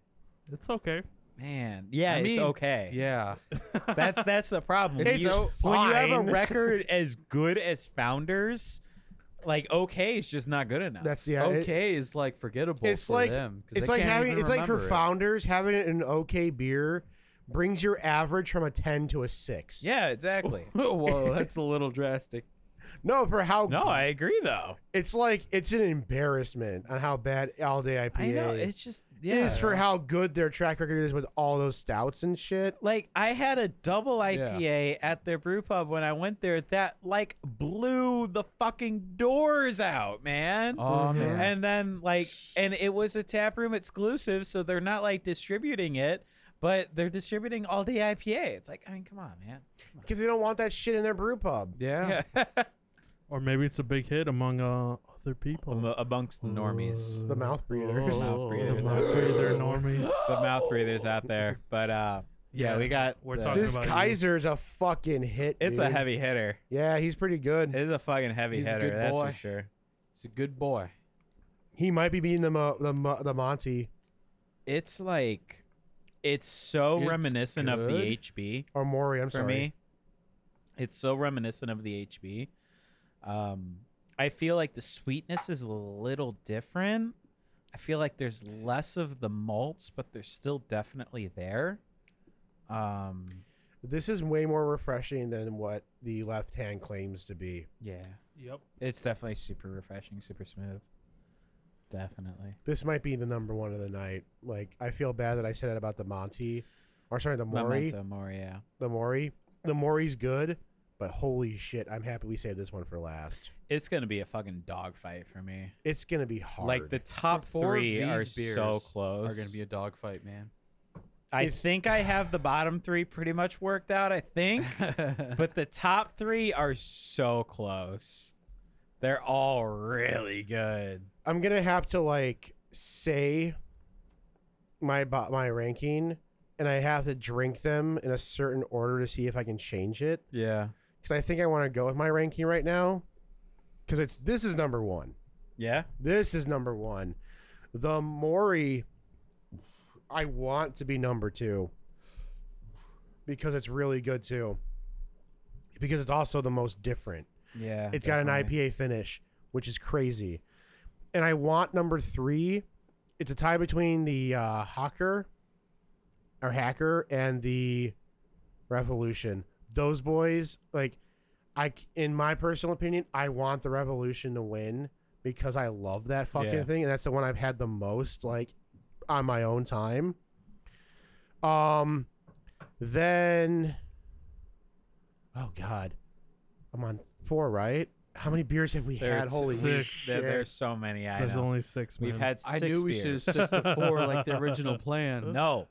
G: It's okay.
D: man? Yeah,
E: I
D: it's
E: mean,
D: okay.
E: yeah,
D: That's that's the problem.
F: It's
D: You-
F: fine.
D: When you have a record as good as Founders, like okay is just not good enough.
F: That's yeah. it-
E: okay is like forgettable.
F: it's
E: for
F: like
E: them, 'cause
F: it's
E: they
F: like
E: can't
F: having
E: even
F: it's like for
E: remember it.
F: founders having an okay beer brings your average from a ten to a six.
D: yeah, exactly.
E: Whoa, that's a little drastic.
F: No, for how
D: No, I agree though.
F: it's like it's an embarrassment on how bad all day IPA
D: I know it's just
F: is
D: yeah.
F: for how good their track record is with all those stouts and shit.
D: like I had a double IPA at their brew pub when I went there that like blew the fucking doors out, man.
E: Oh man,
D: And then like and it was a tap room exclusive, so they're not like distributing it, but they're distributing all the IPA. It's like, I mean, come on, man.
F: Because they don't want that shit in their brew pub.
E: yeah.
G: Or maybe it's a big hit among uh, other people.
D: amongst the normies.
F: The mouth breathers.
E: Oh.
D: mouth
G: The
D: breathers.
G: mouth breather normies.
D: the mouth breathers out there. But uh yeah,
G: Yeah,
D: we got
G: we're
D: the-
G: talking-
F: This
G: about you.
F: Kaiser's a fucking hit.
D: it's a
F: dude.
D: heavy hitter.
F: Yeah, he's pretty good.
D: It is a fucking heavy
E: He's a
D: hitter,
E: good
D: that's
E: boy.
D: for sure.
E: He's a good boy.
F: He might be beating the Mo- the Mo- the Monty
D: It's like it's so
E: It's
D: reminiscent of
E: good.
D: the HB.
F: or Maury. I'm
D: for
F: sorry.
D: me. It's so reminiscent of the HB. Um, I feel like the sweetness is a little different. I feel like there's less of the malts, but they're still definitely there. Um,
F: This is way more refreshing than what the left hand claims to be.
D: yeah,
G: Yep.
D: it's definitely super refreshing, super smooth. Definitely.
F: This might be the number one of the night. Like I feel bad that I said that about the Monty, or sorry, the Maury.
D: Memento Mori, yeah.
F: The Maury. The Maury's good, but holy shit, I'm happy we saved this one for last.
D: It's gonna be a fucking dogfight for me.
F: It's gonna be hard.
D: Like the top
E: Four of
D: three are
E: these beers
D: so close.
E: Are gonna be a dogfight, man.
D: I
F: It's-
D: think I have the bottom three pretty much worked out. I think, but the top three are so close. They're all really good.
F: I'm gonna have to like say my bo- my ranking, and I have to drink them in a certain order to see if I can change it.
D: Yeah.
F: Because I think I want to go with my ranking right now. Because it's this is number one.
D: Yeah.
F: This is number one. The Mori, I want to be number two because it's really good too. Because it's also the most different.
D: Yeah.
F: It's got an IPA finish, which is crazy. And I want number three. It's a tie between the uh, Hawker or Hacker and the Revolution. Those boys, like, I, c- in my personal opinion, I want the Revolution to win because I love that fucking
D: Yeah.
F: thing, and that's the one I've had the most, like, on my own time. Um, then, oh god, I'm on four, right? How many beers have we had? Holy
G: six.
F: shit!
D: There, there's so many. I
G: There's
D: know.
G: only six.
D: We've
G: man.
D: had
E: I
D: six
E: knew we should have
D: beers.
E: stuck to four like the original plan.
D: No.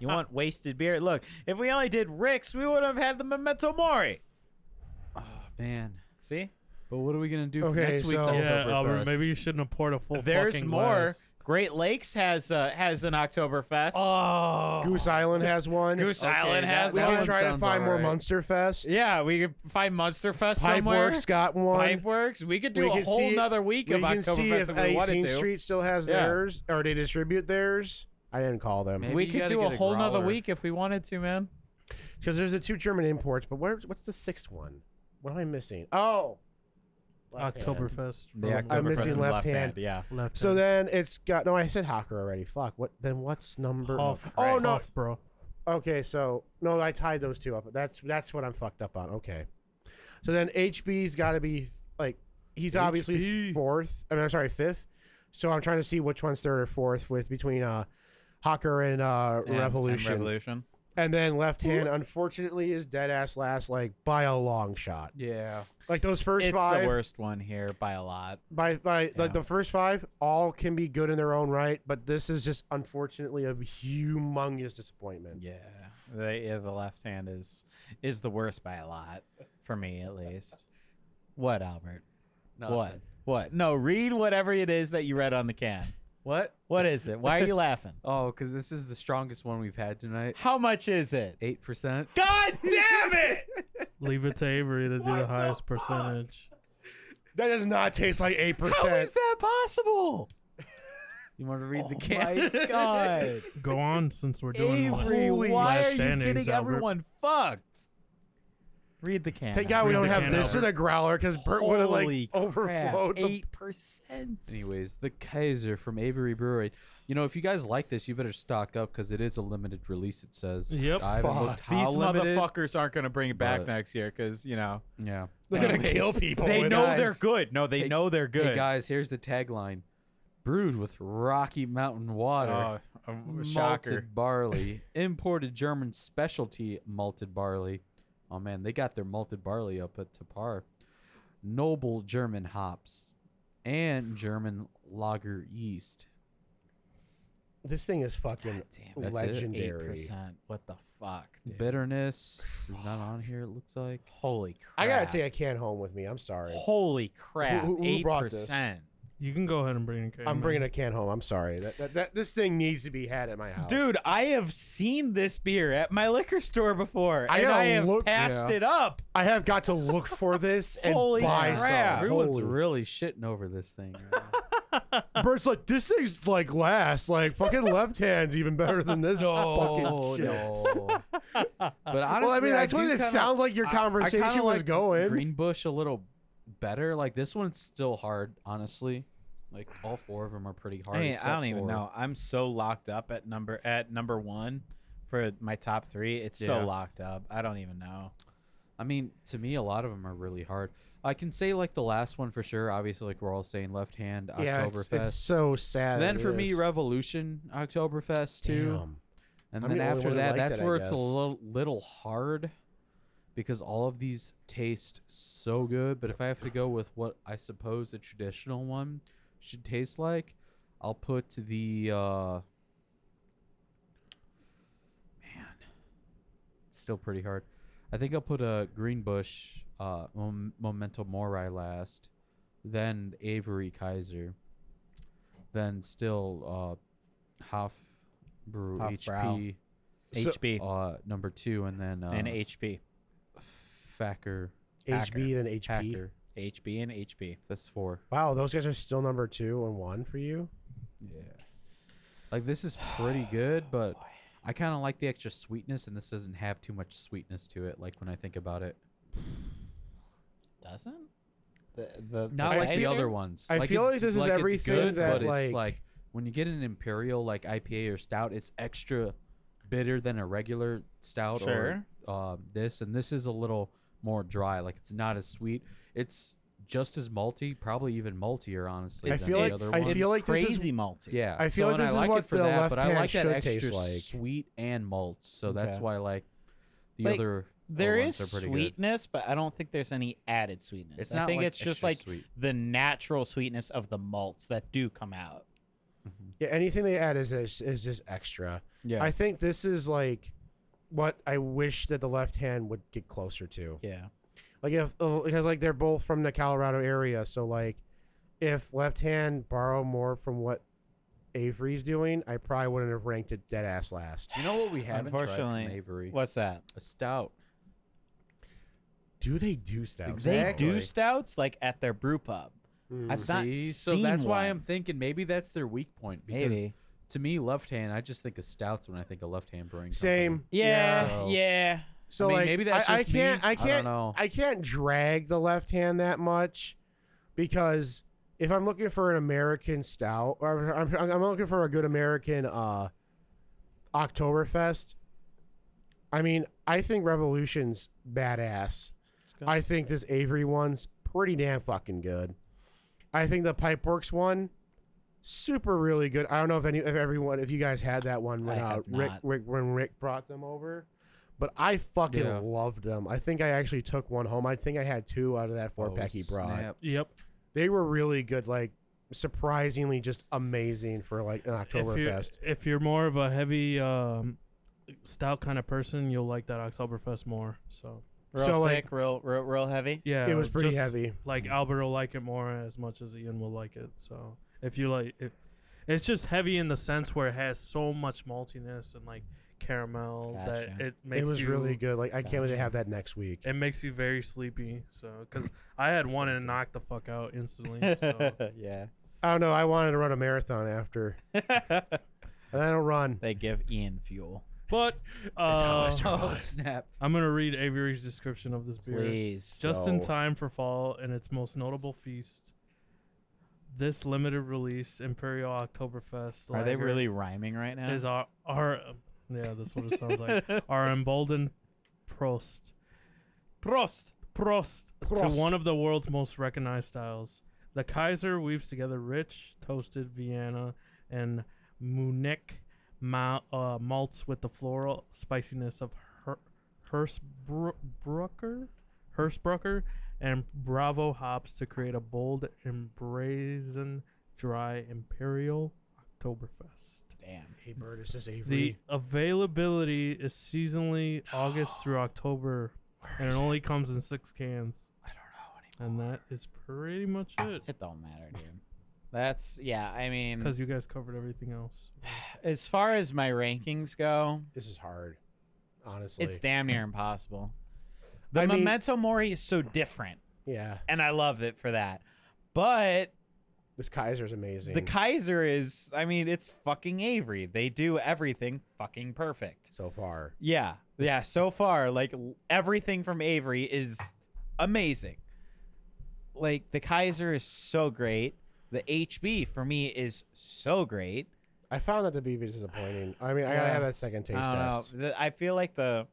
D: you want wasted beer? Look, if we only did Rick's, we would have had the Memento Mori.
E: man.
D: See?
E: But what are we gonna do for
F: Okay,
E: next week's
F: so-
E: Oktoberfest?
G: Yeah, Albert. Maybe you shouldn't have poured a full.
D: There's
G: fucking
D: more.
G: glass.
D: Great Lakes has uh, has an Oktoberfest.
G: Oh.
F: Goose Island has one.
D: Goose
E: Okay,
D: Island
E: that-
D: has
F: we
E: that
D: one.
F: can
E: one
F: try to
E: sounds
F: find more
E: alright.
F: Munster Fest.
D: Yeah, we could find Monster Fest somewhere.
F: Pipeworks got one.
D: Pipeworks. We could do
F: We
D: a
F: can
D: whole
F: see-
D: nother week
F: we
D: of
F: can see
D: Oktoberfest
F: if
D: if we wanted
F: 18th
D: to.
F: Street still has
D: Yeah.
F: theirs, or they distribute theirs. I didn't call them
E: Maybe
D: we
E: you
D: could
E: gotta
D: do a
E: get a
D: whole nother
E: growler.
D: week if we wanted to, man.
F: because there's the two German imports. But where's what's the sixth one? What am I missing? Oh, Left Hand.
G: Oktoberfest.
D: The
G: from
F: I'm missing
D: Oktoberfest
F: left hand.
D: Yeah.
G: Left
F: So
G: hand.
F: then it's got no. I said Hawker already. Fuck. What then? What's number?
G: Huff,
F: oh no.
G: Huff, bro.
F: Okay, so no, I tied those two up. That's that's what I'm fucked up on. Okay, so then HB's got to be like he's obviously
E: HB.
F: fourth. I mean, I'm sorry, fifth. So I'm trying to see which one's third or fourth with between uh, Hawker and, uh,
D: And- and
F: Revolution.
D: Revolution.
F: and then Left Hand, unfortunately, is dead ass last, like by a long shot.
E: Yeah.
F: Like those first
D: It's
F: five,
D: the worst one here by a lot.
F: by by
D: Yeah.
F: like the first five, all can be good in their own right. But this is just unfortunately a humongous disappointment.
D: Yeah. The, yeah, the left hand is is the worst by a lot for me at least. What, Albert?
E: Nothing.
D: What? What? No, read whatever it is that you read on the can.
E: What?
D: What is it? Why are you laughing?
E: Oh, because this is the strongest one we've had tonight.
D: How much is it?
E: Eight percent.
D: God damn it!
G: Leave it to Avery to do the highest percentage.
F: That does not taste like eight percent.
D: that possible? Oh
E: You want to read the
D: My
E: can?
D: God,
G: Go on, since we're doing one.
D: Avery, why
G: Last
D: are you
G: standings,
D: getting
G: Albert.
D: everyone fucked? Read the can.
F: Thank God we
G: Read
F: don't
G: the
F: have
G: can
F: this in
G: over.
F: a growler because Bert would have like
D: Holy crap,
F: overflowed. the-
D: Eight percent.
E: Anyways, the Kaiser from Avery Brewery. You know, if you guys like this, you better stock up because it is a limited release. It says.
G: Yep.
E: I haven't looked how
D: These
E: limited.
D: motherfuckers aren't gonna bring it back
E: But-
D: next year because you know
E: Yeah.
F: They're gonna kill
E: Anyways,
F: people.
D: they
F: with
D: know
F: it.
D: they're
E: guys.
D: good. No, they
E: Hey-
D: know they're good.
E: Hey guys, here's the tagline: brewed with Rocky Mountain water.
D: Oh, a- a shocker.
E: malted barley, imported German specialty malted barley. Oh man, they got their malted barley up at to par. Noble German hops and German lager yeast.
F: This thing is fucking
E: that's it.
F: legendary.
D: 8%. What the fuck, dude?
E: Bitterness is not on here. It looks like.
D: Holy crap.
F: I gotta take a can home with me. I'm sorry.
D: Holy crap.
F: Who- who- who brought this?
D: 8%.
G: You can go ahead and bring it.
F: I'm bringing a can home. I'm sorry. That, that, that this thing needs to be had at my house,
D: Dude, I have seen this beer at my liquor store before.
F: I
D: and
F: gotta
D: I have
F: look-
D: passed
E: yeah.
D: it up.
F: I have got to look for this and
D: Holy
F: buy
D: crap.
F: some.
E: Everyone's
F: Ah, Holy-
E: really shitting over this thing. right now.
F: Bert's like, this thing's like last. Like fucking left hand's even better than this.
E: oh
F: fucking shit.
E: no! But honestly,
F: well, I mean, that's
E: do
F: what it
E: kinda-
F: sounds like your
E: I- I kinda
F: conversation was
E: like
F: going.
E: Green Bush a little better. Like this one's still hard, honestly. Like all four of them are pretty hard.
D: I, mean,
E: except
D: I don't even
E: for-
D: know. I'm so locked up at number at number one for my top three. It's
E: Yeah.
D: so locked up. I don't even know.
E: I mean, to me, a lot of them are really hard. I can say like the last one for sure. Obviously, like we're all saying, left hand
F: yeah, it's,
E: Oktoberfest.
F: it's so sad.
E: then
F: it
E: for me,
F: is.
E: Revolution Oktoberfest too.
F: Damn.
E: And
F: I'm
E: then
F: the only
E: after
F: one that
E: that,
F: liked
E: that's
F: it, I
E: where it's a
F: guess.
E: little, little hard because all of these taste so good. But if I have to go with what I suppose a traditional one should taste like, I'll put the uh man. It's still pretty hard. I think I'll put a Greenbush uh Mom- Memento Mori last, then Avery Kaiser, then still uh Hoff Brew
D: Hofbrau.
E: HP
F: So- oh,
D: HB
E: uh number two and then uh
D: and HP.
E: Facker
F: HB then HP.
E: Hacker.
D: HB and HB.
E: That's four.
F: Wow, those guys are still number two and one for you.
E: Yeah. Like this is pretty good, but I kinda like the extra sweetness and this doesn't have too much sweetness to it, like when I think about it.
D: Doesn't?
E: Not
F: I
E: like the
F: feel-
E: other ones.
F: I
E: it's-
F: feel like this is
E: it's
F: everything
E: good,
F: that,
E: but
F: like-
E: it's like when you get an imperial like IPA or stout, it's extra bitter than a regular stout
D: Sure.
E: or um, this, and this is a little more dry. Like it's not as sweet. It's just as malty, probably even maltier, honestly.
F: I
E: than
F: feel
E: the
F: like-
E: other
F: I
E: ones.
F: feel like this is-
D: crazy malty.
E: yeah.
F: I feel
E: so,
F: like
E: and
F: this is
E: I like
F: what
E: it for
F: the
E: that, but
F: left
E: I like
F: hand
E: that
F: should taste
E: extra
F: like.
E: sweet and malt. So that's
D: Okay.
E: why I like the
D: Like,
E: other.
D: There
E: ones
D: is
E: are pretty good.
D: sweetness, but I don't think there's any added sweetness.
E: It's
D: I
E: not
D: think
E: like
D: it's just
E: extra
D: like
E: sweet.
D: the natural sweetness of the malts that do come out.
F: Yeah, anything they add is is, is just extra.
D: Yeah.
F: I think this is like what I wish that the left hand would get closer to.
D: yeah.
F: Like if uh, because like they're both from the Colorado area, so like if left hand borrow more from what Avery's doing, I probably wouldn't have ranked it dead ass last.
E: You know what we haven't tried from
D: Unfortunately,
E: Avery?
D: What's that?
E: A stout.
F: Do they do stuff?
D: They do
E: Exactly.
D: stouts like at their brew pub. I've not
E: Mm. See, so
D: seen
E: that's why
D: one.
E: I'm thinking maybe that's their weak point. Because
D: Maybe.
E: to me, left hand, I just think of stouts when I think of left hand brewing.
F: Same.
E: company.
D: Yeah,
E: So-
D: yeah.
F: So
E: I mean,
F: like,
E: maybe that's
F: I, I
E: just me.
F: can't,
E: I
F: I
E: don't
F: can't, I,
E: know.
F: can't drag the left hand that much because if I'm looking for an American stout, or I'm, I'm, I'm looking for a good American uh Oktoberfest. I mean, I think Revolution's badass. I think this Avery one's pretty damn fucking good. I think the Pipeworks one, super really good. I don't know if any if everyone if you guys had that one when
D: I
F: uh,
D: have
F: Rick,
D: not.
F: Rick when Rick brought them over, but I fucking
E: Yeah.
F: loved them. I think I actually took one home. I think I had two out of that four
E: Oh,
F: pack he brought.
E: snap.
G: Yep.
F: They were really good, like surprisingly just amazing for like an
G: If you're,
F: Oktoberfest.
G: if you're more of a heavy um, stout kind of person, you'll like that Oktoberfest more. So
D: Real
F: So, like-
D: thick, real, real, real heavy.
G: Yeah,
F: it was pretty
G: just
F: heavy.
G: Like Albert will like it more as much as Ian will like it. So if you like, if it's just heavy in the sense where it has so much maltiness and like caramel that
D: Gotcha.
G: it makes
F: it was
G: you,
F: really good. Like I can't wait to have that next week.
G: It makes you very sleepy. So because I had one and it knocked the fuck out instantly. So
D: yeah.
F: I don't know. I wanted to run a marathon after, and I don't run.
D: They give Ian fuel.
G: but uh,
E: oh snap!
G: I'm gonna read Avery's description of this beer.
D: Please.
G: Just in time for fall and its most notable feast. This limited release Imperial Oktoberfest.
D: Are they
G: lager
D: really rhyming right now?
G: Is our our yeah? That's what it sounds like. Our emboldened Prost. Prost. Prost. To one of the world's most recognized styles, the Kaiser weaves together rich toasted Vienna and Munich ma- uh, malts with the floral spiciness of Her- Hirschbrucker, Hirschbrucker, and Bravo hops to create a bold and brazen, dry imperial Oktoberfest.
F: Hey, Bird, this is
G: The
F: Avery.
G: availability is seasonally August through October, and it only comes in six cans. I don't know anymore. And that is pretty much it.
D: It don't matter, dude. That's yeah. I mean,
G: Because you guys covered everything else.
D: as far as my rankings go,
F: this is hard, honestly.
D: it's damn near impossible. The
F: I mean-
D: Memento Mori is so different,
F: yeah,
D: and I love it for that. But
F: this Kaiser's amazing.
D: the Kaiser is, I mean, it's fucking Avery. They do everything fucking perfect.
F: so far,
D: Yeah, yeah. So far, like l- everything from Avery is amazing. Like the Kaiser is so great. The HB for me is so great.
F: I found that to be disappointing. I mean, I gotta
D: Yeah.
F: have that second taste
D: I don't know.
F: test.
D: Uh, The- I feel like the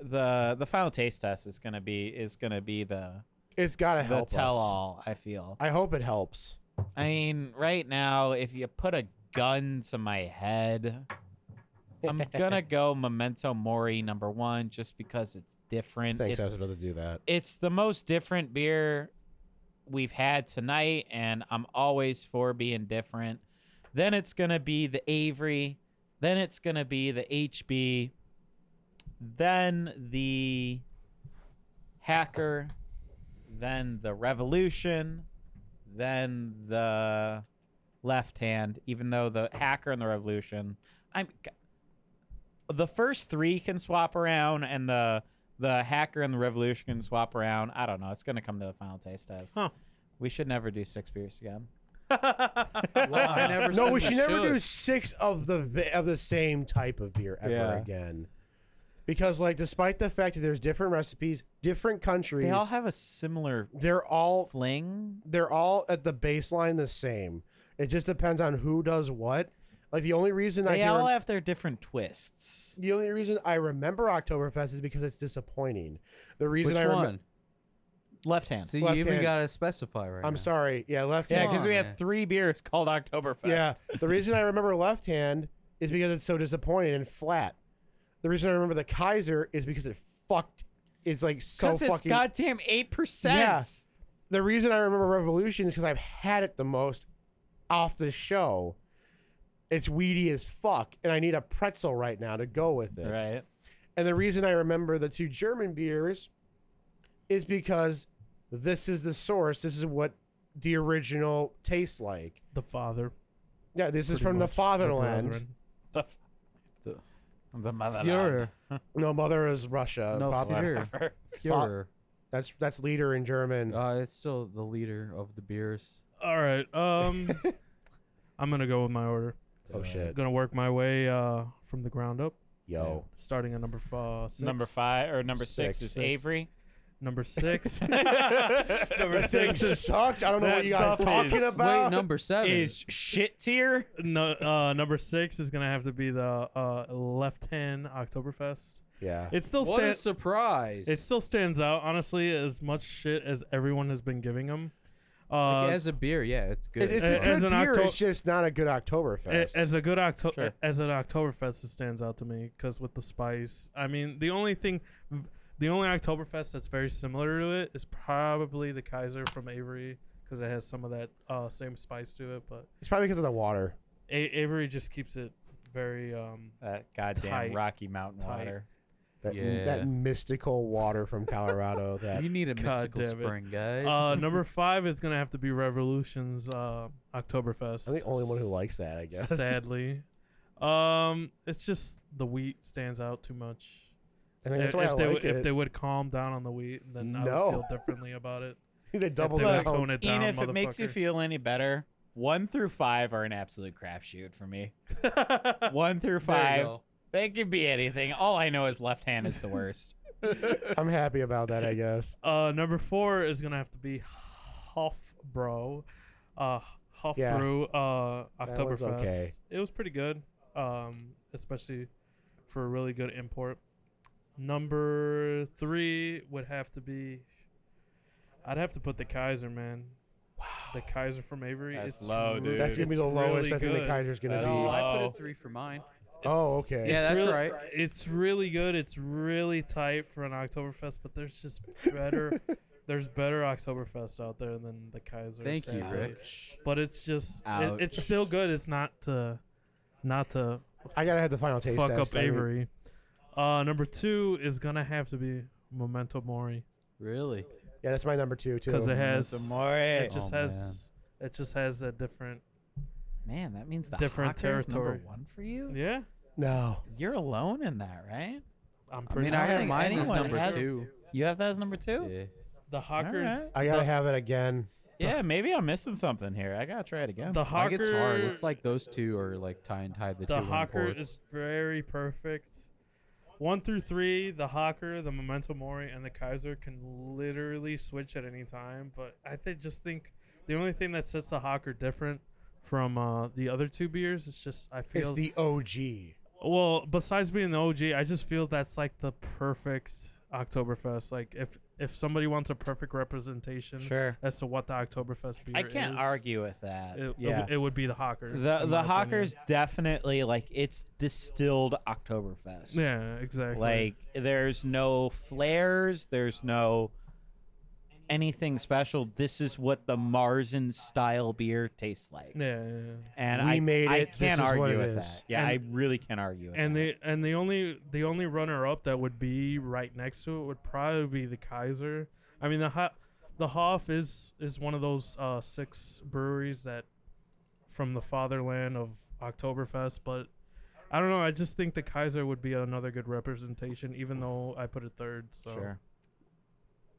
D: the the final taste test is gonna be is gonna be the
F: It's gotta
D: the
F: help. us.
D: tell all. I feel.
F: I hope it helps.
D: I mean, right now, if you put a gun to my head, I'm gonna go Memento Mori number one, just because it's different.
F: Thanks, I
D: it's
F: was about to do that.
D: it's the most different beer we've had tonight, and I'm always for being different. Then it's gonna be the Avery, then it's gonna be the HB, then the Hacker, then the Revolution, then the Left Hand. Even though the Hacker and the Revolution, I'm the first three can swap around, and the the hacker and the revolution can swap around. I don't know. It's gonna come to a final taste test.
G: Huh.
D: We should never do six beers again.
E: I never
F: No,
E: said
F: we should never
E: should.
F: do six of the vi- of the same type of beer ever
D: Yeah.
F: again, because like, despite the fact that there's different recipes, different countries,
D: They all have a similar
F: they're all
D: fling.
F: they're all at the baseline the same. It just depends on who does what. Like the only reason I
D: They
F: can
D: all
F: rem-
D: have their different twists.
F: the only reason I remember Oktoberfest is because it's disappointing. The reason
E: Which
F: I remember
E: one?
D: Left hand.
E: See, you
F: Left
E: even
F: hand.
E: gotta specify right
F: I'm
E: now.
F: sorry, yeah, left
D: yeah,
F: hand.
D: because we
E: on,
D: have
E: man.
D: three beers called Oktoberfest.
F: Yeah, the reason I remember left hand is because it's so disappointing and flat. The reason I remember the Kaiser is because it fucked. It's like so
D: Because it's
F: fucking.
D: goddamn eight percent.
F: Yeah. the reason I remember Revolution is because I've had it the most off the show. It's weedy as fuck, and I need a pretzel right now to go with it.
D: Right.
F: And the reason I remember the two German beers is because this is the source. This is what the original tastes like.
G: The father.
F: Yeah, this is
G: pretty
F: from
G: much,
F: the fatherland.
G: brethren.
D: The, f- the, the motherland.
E: Fuhrer.
F: No, mother is Russia.
E: No,
F: Pop-
E: Fuhrer. Fuhrer.
F: That's that's leader in German.
E: Uh, it's still the leader of the beers.
G: All right. Um, I'm gonna go with my order.
F: oh shit,
G: Gonna work my way uh from the ground up,
F: yo,
G: starting at number f- uh, six.
D: Number five or number six,
F: Six.
D: is
G: Six.
D: Avery.
G: Number six. number six is
F: sucked. I don't know
D: That
F: what you guys
D: stuff is-
F: talking about.
E: Wait, number seven.
D: Is shit tier.
G: no, uh, number six is gonna have to be the uh left hand Oktoberfest.
F: yeah,
G: It still
E: what a
G: stands.
E: surprise!
G: It still stands out, honestly, as much shit as everyone has been giving him. Uh,
E: Like, as a beer, yeah, it's good.
F: It- it's
G: Uh,
F: a
G: as
F: good
G: an
F: beer.
G: Octo-
F: it's just not a good Oktoberfest.
G: a- as a good October,
D: Sure.
G: as an Oktoberfest, it stands out to me because with the spice. I mean, the only thing, the only Oktoberfest that's very similar to it is probably the Kaiser from Avery because it has some of that uh, same spice to it. But
F: it's probably because of the water.
G: a- Avery just keeps it very um,
D: That goddamn
G: Tight.
D: Rocky Mountain
G: Tight.
D: water.
F: That,
E: Yeah.
F: that mystical water from Colorado. that
E: you need a
G: God
E: mystical
G: damn it.
E: spring, guys.
G: Uh, number five is gonna have to be Revolution's uh, Oktoberfest.
F: I'm the only one who likes that, I guess.
G: Sadly, um, it's just the wheat stands out too much.
F: I mean, that's
G: if,
F: why
G: if
F: I
G: they
F: like
G: would- if
F: it.
G: they would calm down on the wheat, then I
F: No.
G: would feel differently about it.
F: they,
G: If
F: double
G: they would
F: down.
G: tone it down,
D: Ian, if it makes you
G: motherfucker.
D: feel any better, one through five are an absolute crapshoot for me. one through five, they could be anything. All I know is left hand is the worst.
F: I'm happy about that, I guess.
G: Uh, number four is gonna have to be Hofbräu, uh,
F: Yeah.
G: Hofbräu uh,
F: That one's
G: Oktoberfest.
F: okay.
G: It was pretty good, um, especially for a really good import. Number three would have to be. I'd have to put the Kaiser, man. The Kaiser from Avery.
D: That's
G: it's
D: low, dude.
F: That's gonna be the
G: it's
F: lowest
G: really
F: I think the
G: good.
F: Kaiser's gonna
D: That's
F: be.
D: a
E: no, I put
D: Oh.
E: a three for mine.
F: Oh, okay.
E: Yeah, that's
G: really-
E: right.
G: It's really good. It's really tight for an Oktoberfest, but there's just better. there's better Oktoberfest out there than the Kaiser.
E: Thank you,
G: sadly.
E: Rich.
G: But it's just
E: Ouch.
G: it, it's still good. It's not to not to
F: I gotta have the final taste.
G: fuck
F: test.
G: up
F: I mean,
G: Avery. Uh, number two is gonna have to be Memento Mori
E: Really?
F: Yeah, that's my number two too.
G: because it has
D: Amore.
G: it just
E: Oh,
G: has it just has a different
D: Man, that means the
G: Different
D: Hawker's
G: territory.
D: number one for you.
G: yeah.
F: no,
D: You're alone in that, right?
G: I'm
E: I
G: pretty.
E: mean, I
D: don't
E: have
D: think
E: mine as
D: anyone
E: number
D: has-
E: two.
D: You have that as number two.
E: Yeah.
G: the Hawkers.
F: I gotta have it again.
D: Yeah, maybe I'm missing something here. I gotta try it again.
G: The
E: Like
G: Hawker.
E: it's hard. It's like those two are like tie and tied the,
G: the
E: two
G: Hawker
E: imports.
G: is very perfect. One through three, the Hawker, the Memento Mori, and the Kaiser can literally switch at any time. But I th- just think the only thing that sets the Hawker different from uh, the other two beers is just I feel
F: It's the OG.
G: well, besides being the OG, I just feel that's like the perfect Oktoberfest. Like if if somebody wants a perfect representation
D: sure.
G: as to what the Oktoberfest beer
D: I can't
G: is,
D: argue with that.
G: It,
D: yeah.
G: it, it would be the Hawker.
D: the
G: in
D: the
G: my
D: Hawker's definitely like it's distilled Oktoberfest.
G: opinion. Yeah, exactly.
D: Like there's no flares, there's no anything special. This is what the Marzen style beer tastes like.
G: yeah, yeah, yeah.
D: And
F: We
D: I
F: made
D: I
F: it, this
D: can't
F: is what
D: argue
F: it
D: with
F: is.
D: that. Yeah, I really can't argue with
G: And
D: that.
G: the and the only the only runner up that would be right next to it would probably be the Kaiser. I mean the Ho- the Hoff is is one of those uh, six breweries that from the fatherland of Oktoberfest, but I don't know. I just think the Kaiser would be another good representation, even though I put it third. So
D: sure.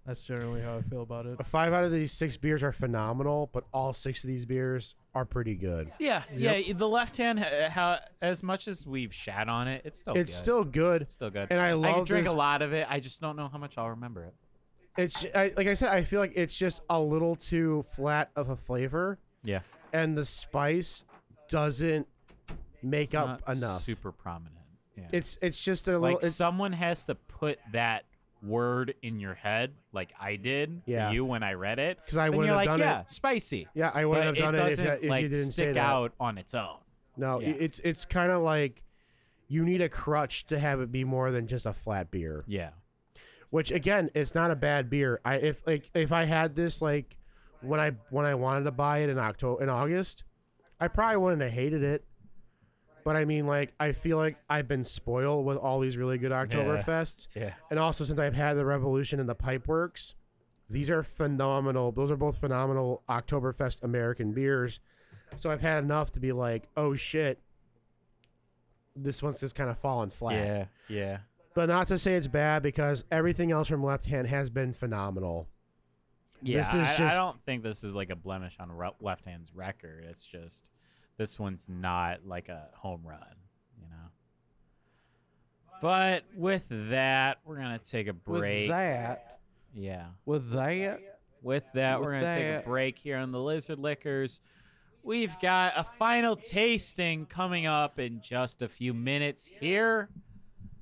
G: that's generally how I feel about it.
F: Five out of these six beers are phenomenal, but all six of these beers are pretty good.
D: Yeah, yeah. The left hand, ha- ha- as much as we've shat on it, it's still
F: it's
D: good.
F: still good,
D: still good.
F: and I
D: I
F: love
D: can drink
F: this.
D: a lot of it. I just don't know how much I'll remember it.
F: It's I, like I said, I feel like it's just a little too flat of a flavor,
D: Yeah,
F: and the spice doesn't make up enough.
D: Super prominent. Yeah.
F: It's it's just a
D: like
F: little. It's,
D: someone has to put that word in your head, like I did. for
F: Yeah.
D: You when I read it,
F: 'Cause I
D: Then
F: wouldn't
D: you're
F: have
D: like,
F: done
D: yeah,
F: it.
D: spicy.
F: yeah, I
D: But
F: wouldn't have done
D: it
F: it, if,
D: doesn't
F: that, if
D: like
F: you didn't
D: stick
F: say that.
D: out on its own.
F: No,
D: Yeah.
F: i- it's it's kind of like you need a crutch to have it be more than just a flat beer.
D: Yeah.
F: Which again, it's not a bad beer. I if like if I had this like when I when I wanted to buy it in October in August, I probably wouldn't have hated it. But I mean, like I feel like I've been spoiled with all these really good Oktoberfests,
D: Yeah.
F: and also since I've had the Revolution and the Pipeworks, these are phenomenal. Those are both phenomenal Oktoberfest American beers. So I've had enough to be like, oh shit, this one's just kind of fallen flat.
D: Yeah. Yeah.
F: But not to say it's bad because everything else from Left Hand has been phenomenal.
D: Yeah,
F: This is
D: I, I
F: just-
D: don't think this is like a blemish on re- left hand's record. It's just this one's not like a home run, you know. But with that, we're gonna take a
E: with
D: break.
E: that,
D: yeah,
E: with that,
D: with that,
E: With
D: we're gonna take
E: that-
D: a break here on the Lizard Liquors. We've got a final tasting coming up in just a few minutes here.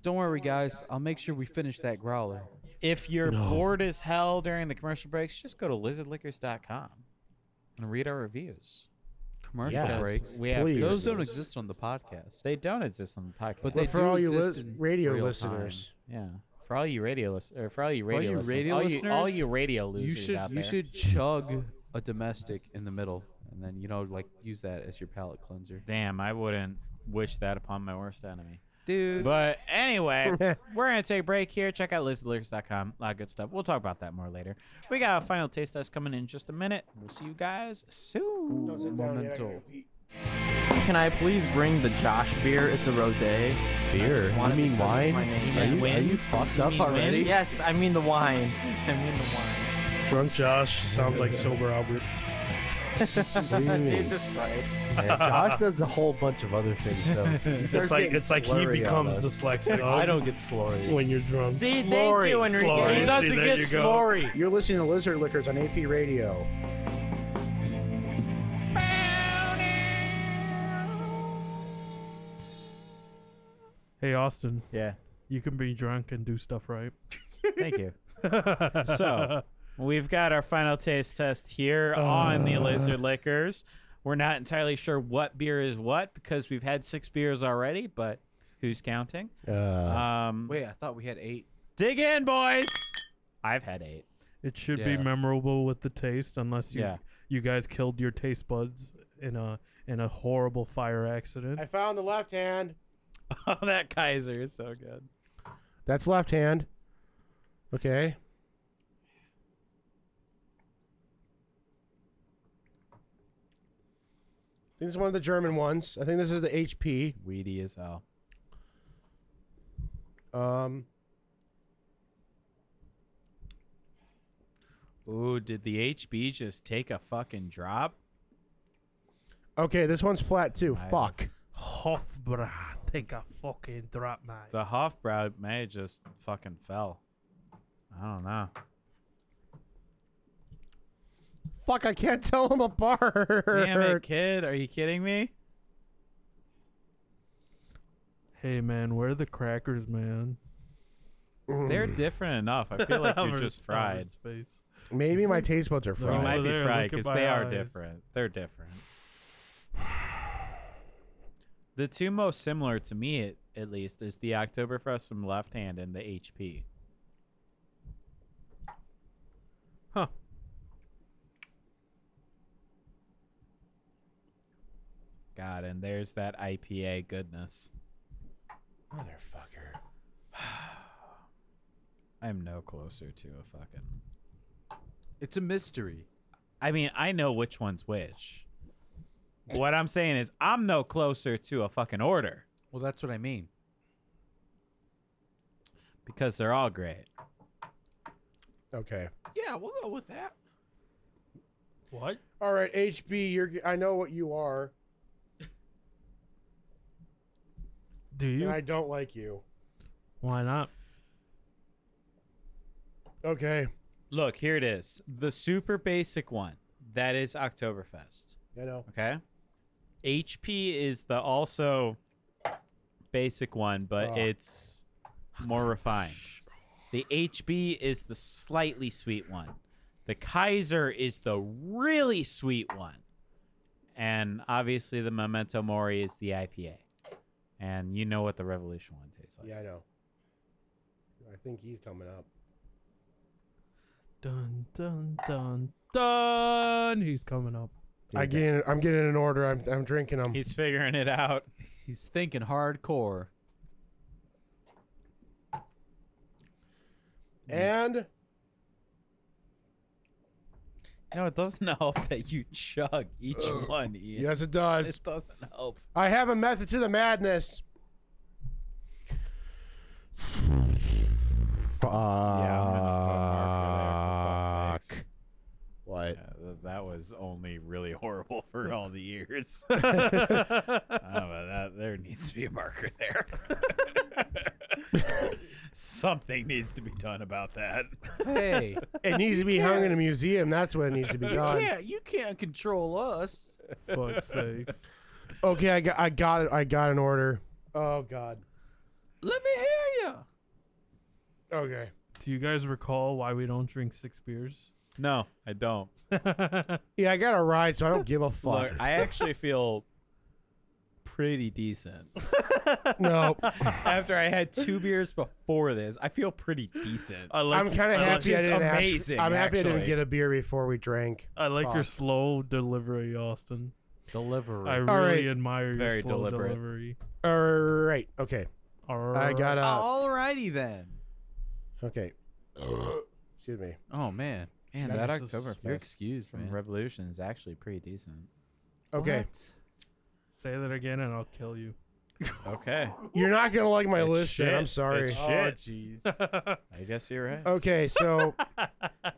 E: don't worry, guys. I'll make sure we finish that growler.
D: If you're bored as hell during the commercial breaks, just go to lizardliquors.com and read our reviews.
E: Commercial
F: Yes.
E: breaks.
D: We have
F: Please.
D: beer
E: Those don't
D: reviews.
E: exist on the podcast.
D: They don't exist on the
E: But
D: podcast.
F: But
E: They
F: for
E: do
F: all you
E: exist
F: lis-
E: in
F: radio
E: real
F: listeners,
D: yeah, for all you radio listeners, or for all you
E: all
D: radio,
E: you
D: listeners,
E: radio
D: all you all
E: listeners,
D: you radio losers
E: You should
D: out
E: you
D: there,
E: should chug a domestic in the middle, and then you know like use that as your palate cleanser.
D: Damn, I wouldn't wish that upon my worst enemy.
I: dude.
D: But anyway, we're going to take a break here. Check out lizlylyrics.com. A lot of good stuff. We'll talk about that more later. We got a final taste test coming in just a minute. We'll see you guys soon.
F: Don't sit down yet, I gotta
E: Mental.
F: pee.
A: Can I please bring the Josh beer? It's a rosé.
E: Beer. I,
A: wanted
E: mean
A: to go
E: wine.
A: with my name.
E: Are you,
A: Win.
E: are you fucked up already?
A: Yes, I mean the wine. I mean the
G: Drunk Josh sounds like sober Albert.
A: wine.
E: Dude.
A: Jesus Christ.
E: Yeah, Josh does a whole bunch of other things though. He starts
G: It's like
E: getting
G: it's like he
E: slurry on
G: becomes
E: us.
G: dyslexic.
E: I don't get slurry.
G: when you're drunk.
A: See,
D: Slurry.
A: thank you, Enrique.
G: Slurry.
D: He
G: See,
D: doesn't
G: there
D: get
G: you go.
D: slurry.
N: You're listening to Lizard Lickers on AP Radio.
G: Hey Austin,
D: Yeah.
G: you can be drunk and do stuff right.
D: Thank you. so we've got our final taste test here on the Lizard Liquors. We're not entirely sure what beer is what because we've had six beers already, but who's counting? um,
E: Wait, I thought we had eight.
D: dig in, boys. I've had eight.
G: It should be
E: Yeah.
G: memorable with the taste, unless you
D: Yeah.
G: you guys killed your taste buds in a in a horrible fire accident.
F: I found the left hand.
D: Oh, that Kaiser is so good.
F: That's left hand. Okay. This is one of the German ones. I think this is the HP.
D: Weedy as hell.
F: Um,
D: Ooh, did the HB just take a fucking drop?
F: okay, this one's flat too. Fuck.
G: Hofbra, take a fucking drop, man.
D: The Hofbrau may have just fucking fell. I don't know.
F: Fuck, I can't tell them apart.
D: Damn it, kid. Are you kidding me?
G: Hey man, where are the crackers, man?
D: They're different enough. I feel like you're
G: Albert's-
D: just fried.
G: Albert's face.
F: Maybe my taste buds are
D: You
G: Over
F: fried.
D: might be
G: there,
D: fried
G: look at
D: because
G: my
D: they are
G: eyes.
D: different. They're different. The two most similar to me, at, at least, is the Oktoberfest from Left Hand and the HP.
G: Huh.
D: God, and there's that IPA goodness.
F: Motherfucker.
D: I'm no closer to a fucking.
E: It's a mystery.
D: I mean, I know which one's which. What I'm saying is, I'm no closer to a fucking order
E: Well, that's what I mean.
D: because they're all great.
F: Okay.
E: Yeah, we'll go with that.
G: What?
F: All right, HB, you're. I know what you are,
G: Do you?
F: and I don't like you.
G: Why not?
F: Okay.
D: Look, here it is. The super basic one. That is Oktoberfest.
F: I know.
D: Okay. HP is the also basic one, but
F: Oh.
D: it's more refined. The HB is the slightly sweet one. The Kaiser is the really sweet one. And obviously the Memento Mori is the IPA. And you know what the Revolution one tastes like.
F: Yeah, I know. I think he's coming up.
G: Dun dun dun dun. He's coming up.
F: I get. I'm getting an order. I'm. I'm drinking them.
D: He's figuring it out.
E: He's thinking hardcore.
F: and
D: No, it doesn't help that you chug each one, Ian.
F: yes, it does.
D: It doesn't help.
F: I have a method to the madness. Uh,
D: Fuck.
F: What?
D: Uh, That was only really horrible for all the years. Uh, but that, there needs to be a marker there. Something needs to be done about that.
E: Hey,
F: It needs to be hung in a museum. That's what it needs to be done.
E: you can't control us.
G: Fuck's sakes.
F: Okay, I got. I got it. I got an order. Oh God.
E: Let me hear you.
F: Okay.
G: Do you guys recall why we don't drink six beers?
D: No, I don't.
F: Yeah, I got a ride, so I don't give a fuck.
D: Look, I actually feel pretty decent.
F: no,
D: After I had two beers before this, I feel pretty decent.
G: I like
F: I'm kind of happy I
D: is
F: didn't.
D: amazing,
F: ask, I'm happy I didn't
D: actually.
F: get a beer before we drank.
G: I like your
F: Fuck.
G: slow delivery, Austin.
E: Delivery.
G: I really
F: All right.
G: admire your
D: Very
G: slow
D: deliberate.
G: delivery.
F: All right. Okay. I got a.
D: Alrighty then.
F: Okay. Uh, Excuse me.
D: Oh man,
I: Man,
F: That's
I: that
F: just-
D: you're
I: Oktoberfest
D: excused,
I: from
D: man.
I: Revolution is actually pretty decent.
F: Okay.
G: Say that again, and I'll kill you.
I: Okay,
F: You're not going to like my list,
I: shit.
F: man. I'm sorry.
I: It's shit. Oh, I guess you're right.
F: Okay, so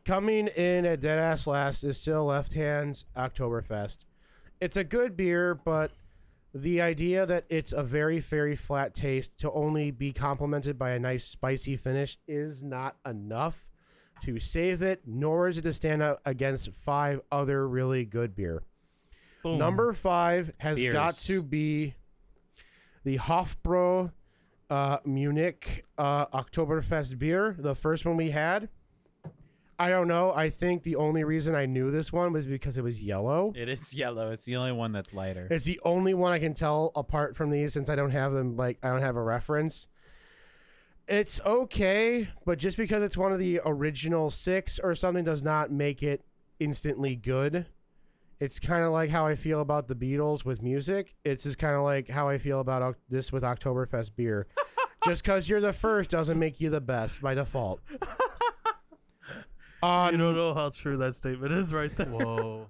F: coming in at dead ass last is still Left Hand's Oktoberfest. It's a good beer, but the idea that it's a very, very flat taste to only be complemented by a nice spicy finish is not enough to save it, nor is it to stand out against five other really good beer.
G: Boom.
F: Number five has got
D: Beers.
F: to be the Hofbräu uh, Munich uh, Oktoberfest beer. The first one we had. I don't know. I think the only reason I knew this one was because it was yellow.
I: It is yellow. It's the only one that's lighter.
F: It's the only one I can tell apart from these since I don't have them. Like I don't have a reference. It's okay, but just because it's one of the original six or something does not make it instantly good. It's kind of like how I feel about the Beatles with music. It's just kind of like how I feel about Oc- this with Oktoberfest beer. just because you're the first doesn't make you the best by default.
G: You
F: On
G: don't know how true that statement is, right there.
E: Whoa.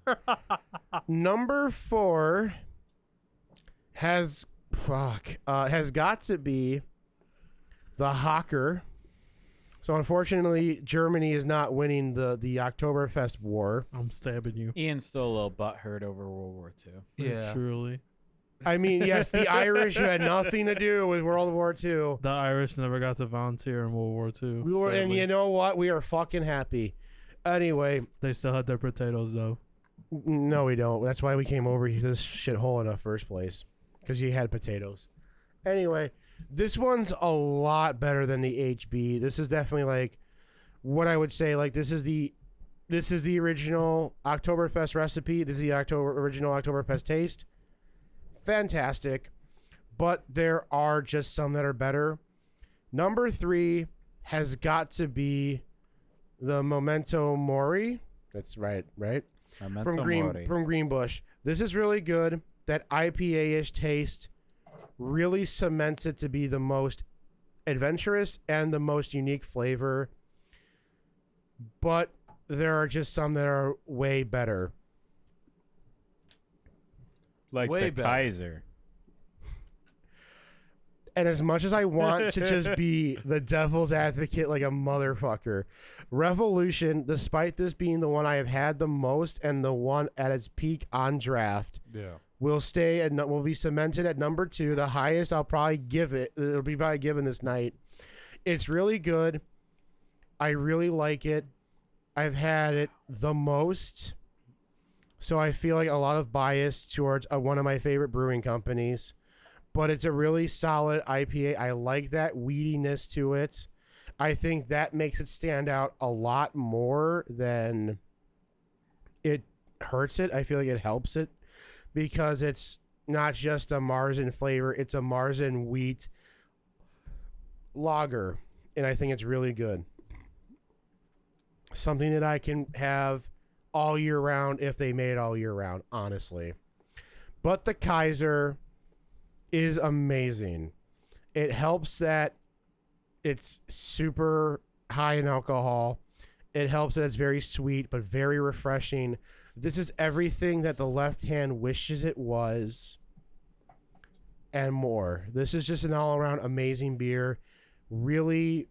F: number four has fuck uh, has got to be the Hawker. So unfortunately, Germany is not winning the the Oktoberfest war.
G: I'm stabbing you.
D: Ian's still a little butthurt over World War II.
E: Yeah.
G: Truly,
F: I mean, yes, the Irish who had nothing to do with World War II.
G: the Irish never got to volunteer in World War II.
F: We were, and
G: sadly.
F: you know what? We are fucking happy. Anyway,
G: they still had their potatoes though.
F: No, we don't. That's why we came over here to this shithole in the first place. Because you had potatoes. Anyway, this one's a lot better than the HB. This is definitely like what I would say. Like this is the this is the original Oktoberfest recipe. This is the October original Oktoberfest taste. Fantastic. But there are just some that are better. Number three has got to be the Memento Mori. That's right, right? from Green from Greenbush. This is really good. That IPA-ish taste really cements it to be the most adventurous and the most unique flavor. But there are just some that are way better.
I: like
E: Way
I: the
E: better.
I: Kaiser.
F: And as much as I want to just be the devil's advocate like a motherfucker, Revolution, despite this being the one I have had the most and the one at its peak on draft,
E: Yeah.
F: will stay and will be cemented at number two, the highest I'll probably give it. It'll be probably given this night. It's really good. I really like it. I've had it the most, so I feel like a lot of bias towards uh, one of my favorite brewing companies. But it's a really solid IPA. I like that weediness to it. I think that makes it stand out a lot more than it hurts it. I feel like it helps it because it's not just a Marzen flavor, it's a Marzen wheat lager. And I think it's really good. Something that I can have all year round if they made it all year round, honestly. But the Kaiser is amazing. It helps that it's super high in alcohol. It helps that it's very sweet but very refreshing. This is everything that the left hand wishes it was and more. This is just an all around amazing beer. Really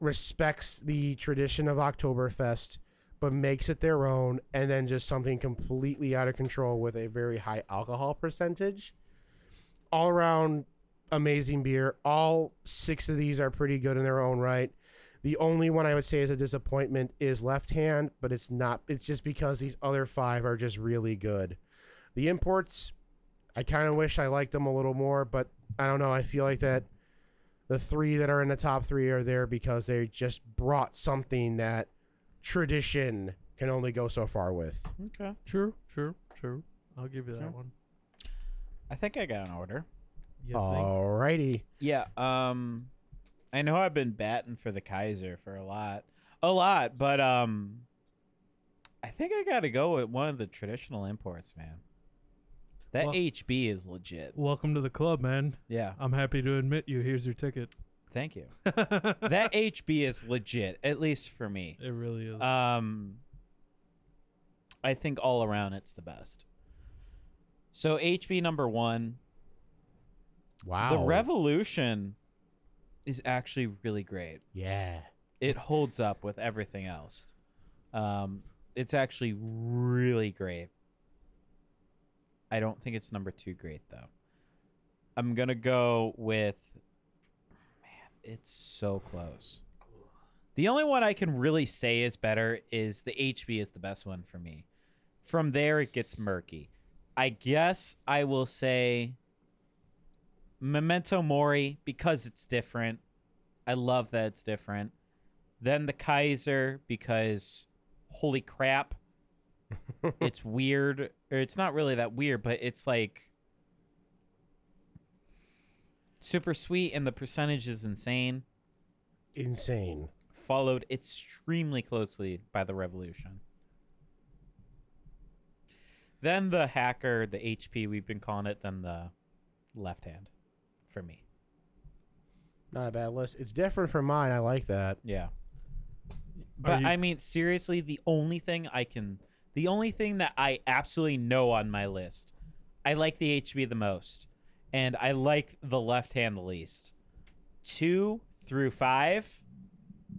F: respects the tradition of Oktoberfest, but makes it their own and then just something completely out of control with a very high alcohol percentage. All around amazing beer. All six of these are pretty good in their own right. The only one I would say is a disappointment is left hand, but it's not. It's just because these other five are just really good. The imports, I kind of wish I liked them a little more, but I don't know. I feel like that the three that are in the top three are there because they just brought something that tradition can only go so far with.
G: Okay. True. True. True. I'll give you that one.
I: I think I got an order.
G: You think?
F: Alrighty.
I: Yeah. Um, I know I've been batting for the Kaiser for a lot, a lot, but um, I think I got to go with one of the traditional imports, man.
D: That
G: Well-
D: HB is legit.
G: Welcome to the club, man.
D: Yeah.
G: I'm happy to admit you. Here's your ticket.
D: Thank you.
G: it
D: that HB is legit, at least for me.
G: really is.
D: Um, I think all around it's the best. So HB number one,
E: Wow.
D: the Revolution, is actually really great.
E: Yeah.
D: It holds up with everything else. Um, it's actually really great. I don't think it's number two great though. I'm gonna go with. Man, it's so close. The only one I can really say is better is the HB is the best one for me. From there, it gets murky. I guess I will say Memento Mori because it's different. I love that it's different. Then the Kaiser because holy crap. it's weird. Or it's not really that weird, but it's like super sweet and the percentage is insane
F: Insane.
D: followed extremely closely by the revolution. Then the hacker, the HP we've been calling it, then the left hand for me.
F: Not a bad list. It's different from mine. I like that.
D: Yeah. But
G: you-
D: I mean seriously, the only thing I can the only thing that I absolutely know on my list, I like the HB the most and I like the left hand the least. 2 through 5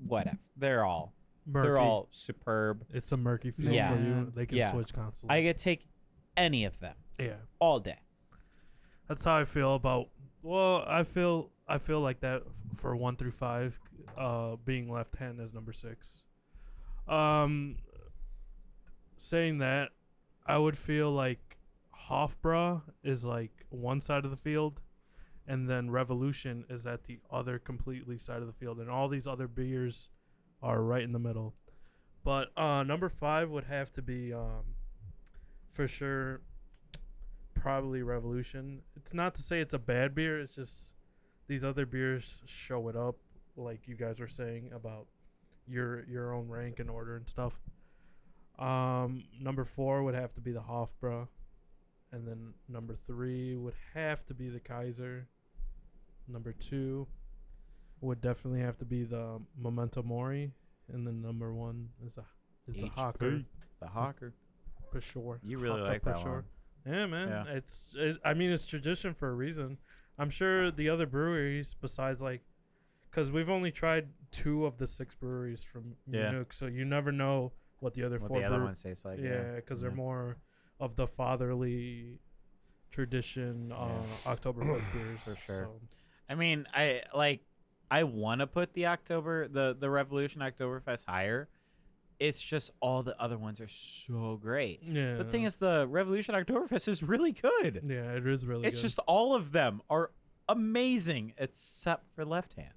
D: whatever. They're all they're
G: Murky.
D: all superb.
G: It's a murky feel
D: Yeah.
G: for you. They can
D: Yeah.
G: switch consoles.
D: I could take any of them
G: yeah.
D: all day.
G: That's how I feel about. Well, I feel I feel like that for one through five, uh, being left hand as number six. Um, saying that, I would feel like Hofbra is like one side of the field, and then Revolution is at the other completely side of the field, and all these other beers are right in the middle. But uh, number five would have to be um, for sure probably Revolution. It's not to say it's a bad beer. It's just these other beers show it up, like you guys were saying about your your own rank and order and stuff. Um, number four would have to be the Hofbra, and then number three would have to be the Kaiser. Number two would definitely have to be the Memento Mori, and then number one is a is a Hawker
E: The hawker.
G: for sure.
O: You really
G: Hawker
O: like
G: for
O: that
G: sure.
O: one.
G: Yeah, man.
O: Yeah.
G: It's, it's I mean it's tradition for a reason. I'm sure the other breweries besides like cuz we've only tried two of the six breweries from
O: Yeah.
G: Nanook, so you never know what the other
O: What
G: four
O: the other
G: brew-
O: one tastes like.
G: yeah, because they're more of the fatherly tradition uh Oktoberfest beers.
O: For sure.
G: So,
O: I mean, I like I want to put the October the the Revolution Oktoberfest higher. It's just all the other ones are so great.
G: yeah.
O: But the thing is the Revolution Oktoberfest is really good.
G: yeah, it is really
O: it's
G: good.
O: just all of them are amazing except for Left Hand.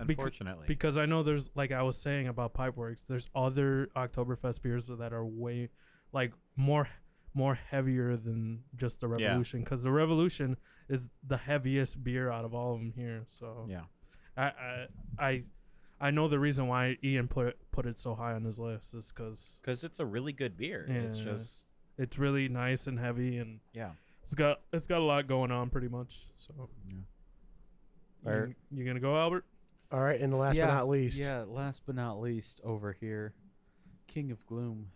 G: Becau-
O: Unfortunately.
G: because I know there's like I was saying about Pipeworks, there's other Oktoberfest beers that are way like more more heavier than just the
O: Yeah.
G: Revolution because the Revolution is the heaviest beer out of all of them here. So
O: Yeah.
G: I I I, I know the reason why Ian put it, put it so high on his list is because
O: because it's a really good beer. It's
G: Yeah.
O: just
G: it's really nice and heavy and
O: Yeah.
G: it's got it's got a lot going on pretty much. So yeah, you,
O: Or-
G: you gonna go Albert?
F: All right, and last
E: Yeah,
F: but not least,
E: Yeah, last but not least over here. King of Gloom.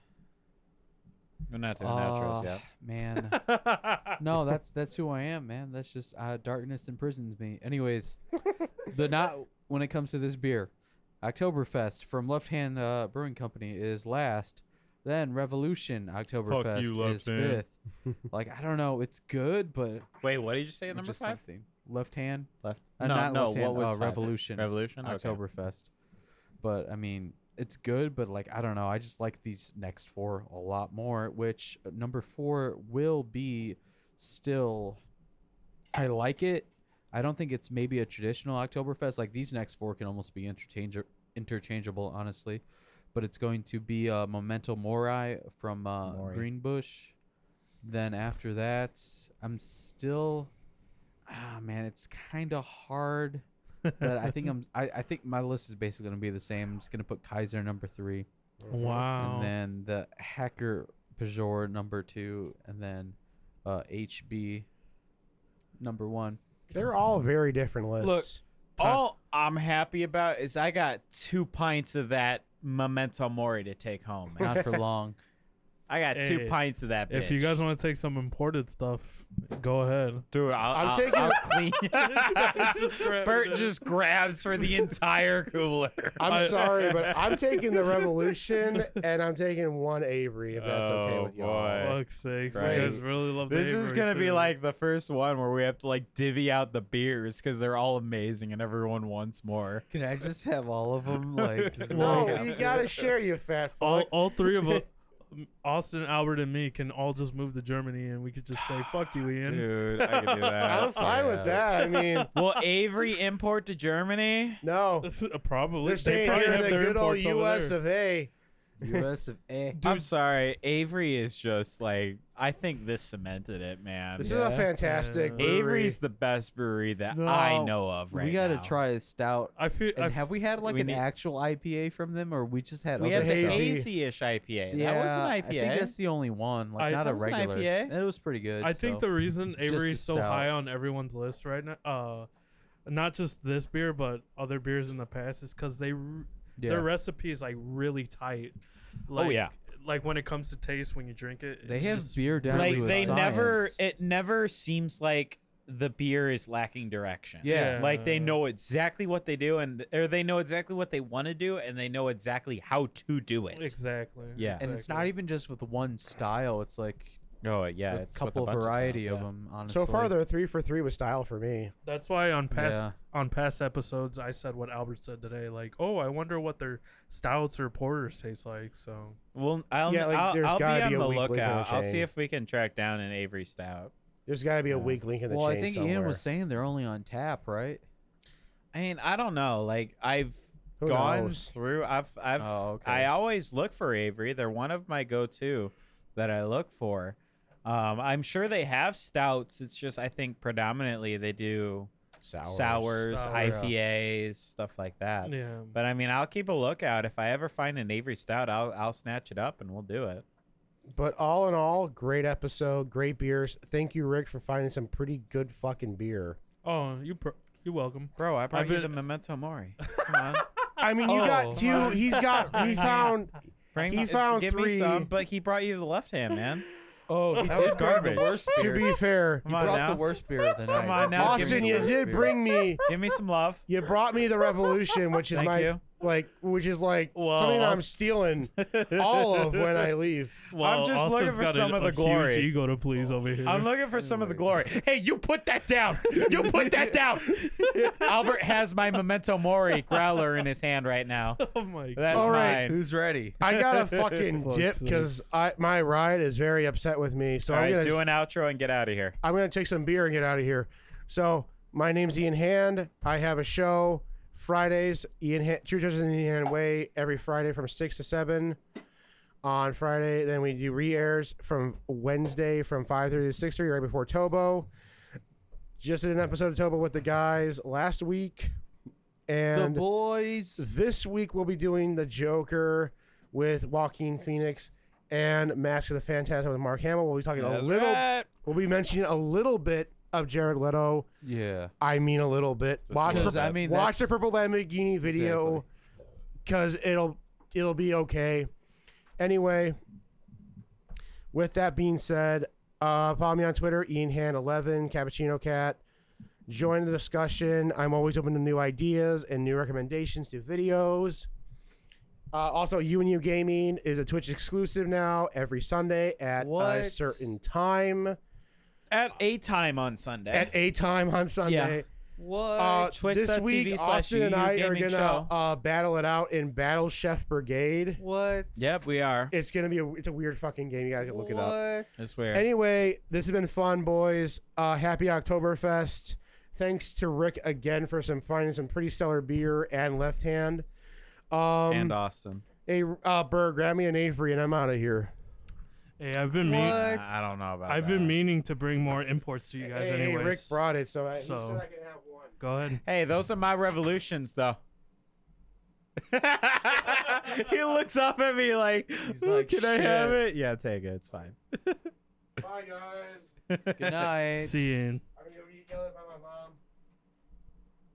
O: we're not doing
E: Uh,
O: outros yet.
E: Man. no, that's that's who I am, man. That's just uh, darkness imprisons me. Anyways, the not when it comes to this beer, Oktoberfest from Left Hand uh, Brewing Company is last. Then Revolution Oktoberfest
G: you, Left
E: is
G: Hand.
E: fifth. like I don't know, it's good, but
O: Wait, what did you say? Number
E: just
O: five.
E: something. Left Hand,
O: Left.
E: Uh,
O: no,
E: not
O: no.
E: Left Hand,
O: what was
E: uh,
O: five?
E: Revolution?
O: Revolution. Okay.
E: Oktoberfest. But I mean, it's good, but like I don't know, I just like these next four a lot more, which uh, number 4 will be still I like it. I don't think it's maybe a traditional Oktoberfest. Like these next four can almost be interchange- interchangeable, honestly. But it's going to be uh, Memento Mori from uh,
D: Mori.
E: Greenbush. Then after that, I'm still, ah man, it's kind of hard. But I think I'm. I, I think my list is basically going to be the same. I'm just going to put Kaiser number three,
G: Wow.
D: Oh.
E: and then the Hacker Peugeot number two, and then uh, HB number one.
F: They're all very different lists.
D: Look, all I'm happy about is I got two pints of that memento mori to take home. man.
E: Not for long.
D: I got two
G: Hey,
D: pints of that. Bitch.
G: If you guys want to take some imported stuff, go ahead.
D: Dude, I'll,
F: I'm
D: I'll-
F: taking-
D: I'll clean. Bert just grabs for the entire cooler.
F: I'm
G: I-
F: sorry, but I'm taking the Revolution and I'm taking one Avery if that's okay
D: Oh,
F: with y'all.
D: boy.
G: Fuck's sakes,
D: Right.
G: you guys really love the
D: This is
G: Avery,
D: gonna be
G: too.
D: like the first one where we have to like divvy out the beers because they're all amazing and everyone wants more.
E: Can I just have all of them? Like, does it
G: Well,
E: really
F: No,
E: have-
F: you gotta share, you fat
G: all,
F: fuck.
G: all three of us, Austin, Albert, and me, can all just move to Germany, and we could just say "fuck you, Ian."
D: Dude, I can do
F: I'm
D: that.
F: fine with that. I mean,
D: Will Avery import to Germany?
F: no,
G: This is- uh, probably
F: they're
G: they
F: staying
G: probably
F: here in
G: have
F: the
G: their
F: good old
G: imports over
F: U.S.
G: there.
F: of A.
E: U.S. of A.
D: I'm sorry, Avery is just like I think this cemented it, man.
F: This is a fantastic.
G: Uh,
F: brewery.
D: Avery's the best brewery that I
E: No,
D: know of right
E: we gotta
D: now.
E: try a stout.
G: I feel. I
E: And have we had like
D: we
E: an
D: need-
E: actual IPA from them, or we just had
D: We
E: other
D: had the
E: stuff?
F: Hazy.
D: hazy-ish IPA.
E: Yeah,
D: that was an IPA.
E: I think that's the only one, like
G: I-
E: not
G: that
E: a
D: was an
E: regular.
D: IPA.
E: It was pretty good.
G: I think
E: so.
G: the reason Avery's
E: a
G: so
E: stout.
G: high on everyone's list right now, uh, not just this beer but other beers in the past, is because they r-
E: Yeah.
G: their recipe is like really tight. Like,
D: Oh, yeah.
G: Like when it comes to taste, when you drink it,
E: they
G: it's
E: have
G: just-
E: beer down to
D: like
E: a
D: they never
E: science.
D: it never seems like the beer is lacking direction
E: Yeah.
D: like they know exactly what they do and or they know exactly what they want to do and they know exactly how to do it
G: exactly.
D: Yeah.
E: and it's not
G: exactly.
E: even just with one style. It's like
D: oh yeah
E: a couple variety of, them. Honestly,
F: so far they're three for three with style for me.
G: That's why on past
E: Yeah.
G: on past episodes, I said what Albert said today. Like, oh, I wonder what their stouts or porters taste like. So
D: well i'll,
F: Yeah, like,
D: I'll,
F: there's
D: I'll be
F: gotta
D: on
F: be a
D: the
F: weekly
D: lookout
F: kinda
D: i'll see
F: chain.
D: if we can track down an avery stout
F: There's got to be a weak link in the
E: Well, I
F: chain
E: think
F: somewhere.
E: Ian was saying they're only on tap, right?
D: i mean i don't know like i've
F: Who
D: gone
F: knows?
D: through i've i've
E: Oh, okay.
D: i always look for avery they're one of my go-to that i look for um, i'm sure they have stouts it's just i think predominantly they do sours,
G: Sour.
D: IPAs, stuff like that.
G: yeah,
D: But I mean, I'll keep a lookout. If I ever find an Avery Stout, I'll I'll snatch it up and we'll do it.
F: But all in all, great episode, great beers. Thank you, Rick, for finding some pretty good fucking beer.
G: oh, you pr- you welcome.
D: Bro, I brought
G: I've you
D: you
G: been-
D: the
G: the
D: memento mori. Come on,
F: I mean, you
D: Oh,
F: got two. He's got. He found.
D: bring
F: He
D: my-
F: found
D: give me
F: three.
D: some, but he brought you the left hand, man.
E: Oh, he
D: That
E: did
D: was
E: bring
D: garbage.
E: The worst
F: To
E: beer.
F: be fair,
E: he
D: Come on
E: brought
D: now.
E: the worst beer of the night.
D: Come on
E: He
D: now,
E: brought
F: Austin,
E: the
F: you
E: worst
F: did
E: beer.
F: bring me.
D: Give me some love.
F: You brought me the Revolution, which is
D: Thank
F: my
D: you.
F: like, which is like
G: Well,
F: something I'm
G: Aust-
F: stealing all of when I leave.
G: Well,
D: just looking for
G: got
D: some
G: a,
D: of the
G: a
D: glory. Oh.
G: Huge ego to please over here.
D: I'm looking for some of the glory. Hey, you put that down. You put that down. Albert has my memento mori growler in his hand right now.
G: oh my god.
D: That's
F: All right.
D: mine.
E: Who's ready?
F: I gotta fucking
G: Fuck's
F: dip
G: sake.
F: because I my ride is very upset with me. So
D: All
F: I'm
D: right,
F: gonna
D: do an outro and get out of here.
F: I'm gonna take some beer and get out of here. So my name's Ian Hand. I have a show Fridays. Ian Hand, True Justice in the Ian Hand Way every Friday from six to seven. On Friday, then we do re-airs from Wednesday from five thirty to six thirty, right before Tobo. Just did an episode of Tobo with the guys last week,
E: The
F: and
E: boys.
F: this week we'll be doing the Joker with Joaquin Phoenix and Mask of the Phantasm with Mark Hamill. We'll be talking a little. We'll be mentioning a little bit of Jared Leto.
E: Yeah.
F: I mean, a little bit. watch
E: because,
F: Purple-
E: I mean,
F: watch the
E: that's-
F: Purple Lamborghini video because it'll it'll be okay. Anyway, with that being said, uh, follow me on Twitter, Ian Hand Eleven, Cappuccino Cat. Join the discussion. I'm always open to new ideas and new recommendations to videos. Uh, also, U and U Gaming is a Twitch exclusive now every Sunday at a
E: What?
F: certain time.
D: At a time on Sunday.
F: At a time on Sunday.
E: What?
F: Uh,
D: Twitch
F: this
D: dot TV
F: week,
D: slash
F: Austin and
D: UU
F: I are
D: Gaming
F: gonna
D: Show.
F: uh, battle it out in Battle Chef Brigade.
E: what?
D: yep, we are.
F: It's gonna be a, it's a weird fucking game. You guys can look it up.
D: It's weird.
F: Anyway, this has been fun, boys. Uh, happy Oktoberfest. Thanks to Rick again for some finding some pretty stellar beer and left hand. Um,
D: and Austin.
F: hey, uh, Burr, grab me an Avery and I'm out of here.
G: Hey, I've been mean-
D: I don't know about
G: I've
D: that.
G: been meaning to bring more imports to you guys.
F: hey,
G: anyways,
F: Rick brought it, so, I, he
G: So.
F: said I can have one.
G: go ahead.
D: Hey, those are my revolutions, though. he looks up at me like,
E: like,
D: "Can I have
E: "Shit."
D: it?" Yeah, take it. It's fine.
F: Bye, guys.
E: Good night.
G: See you. in-
F: I'm gonna go get yelled at by my mom.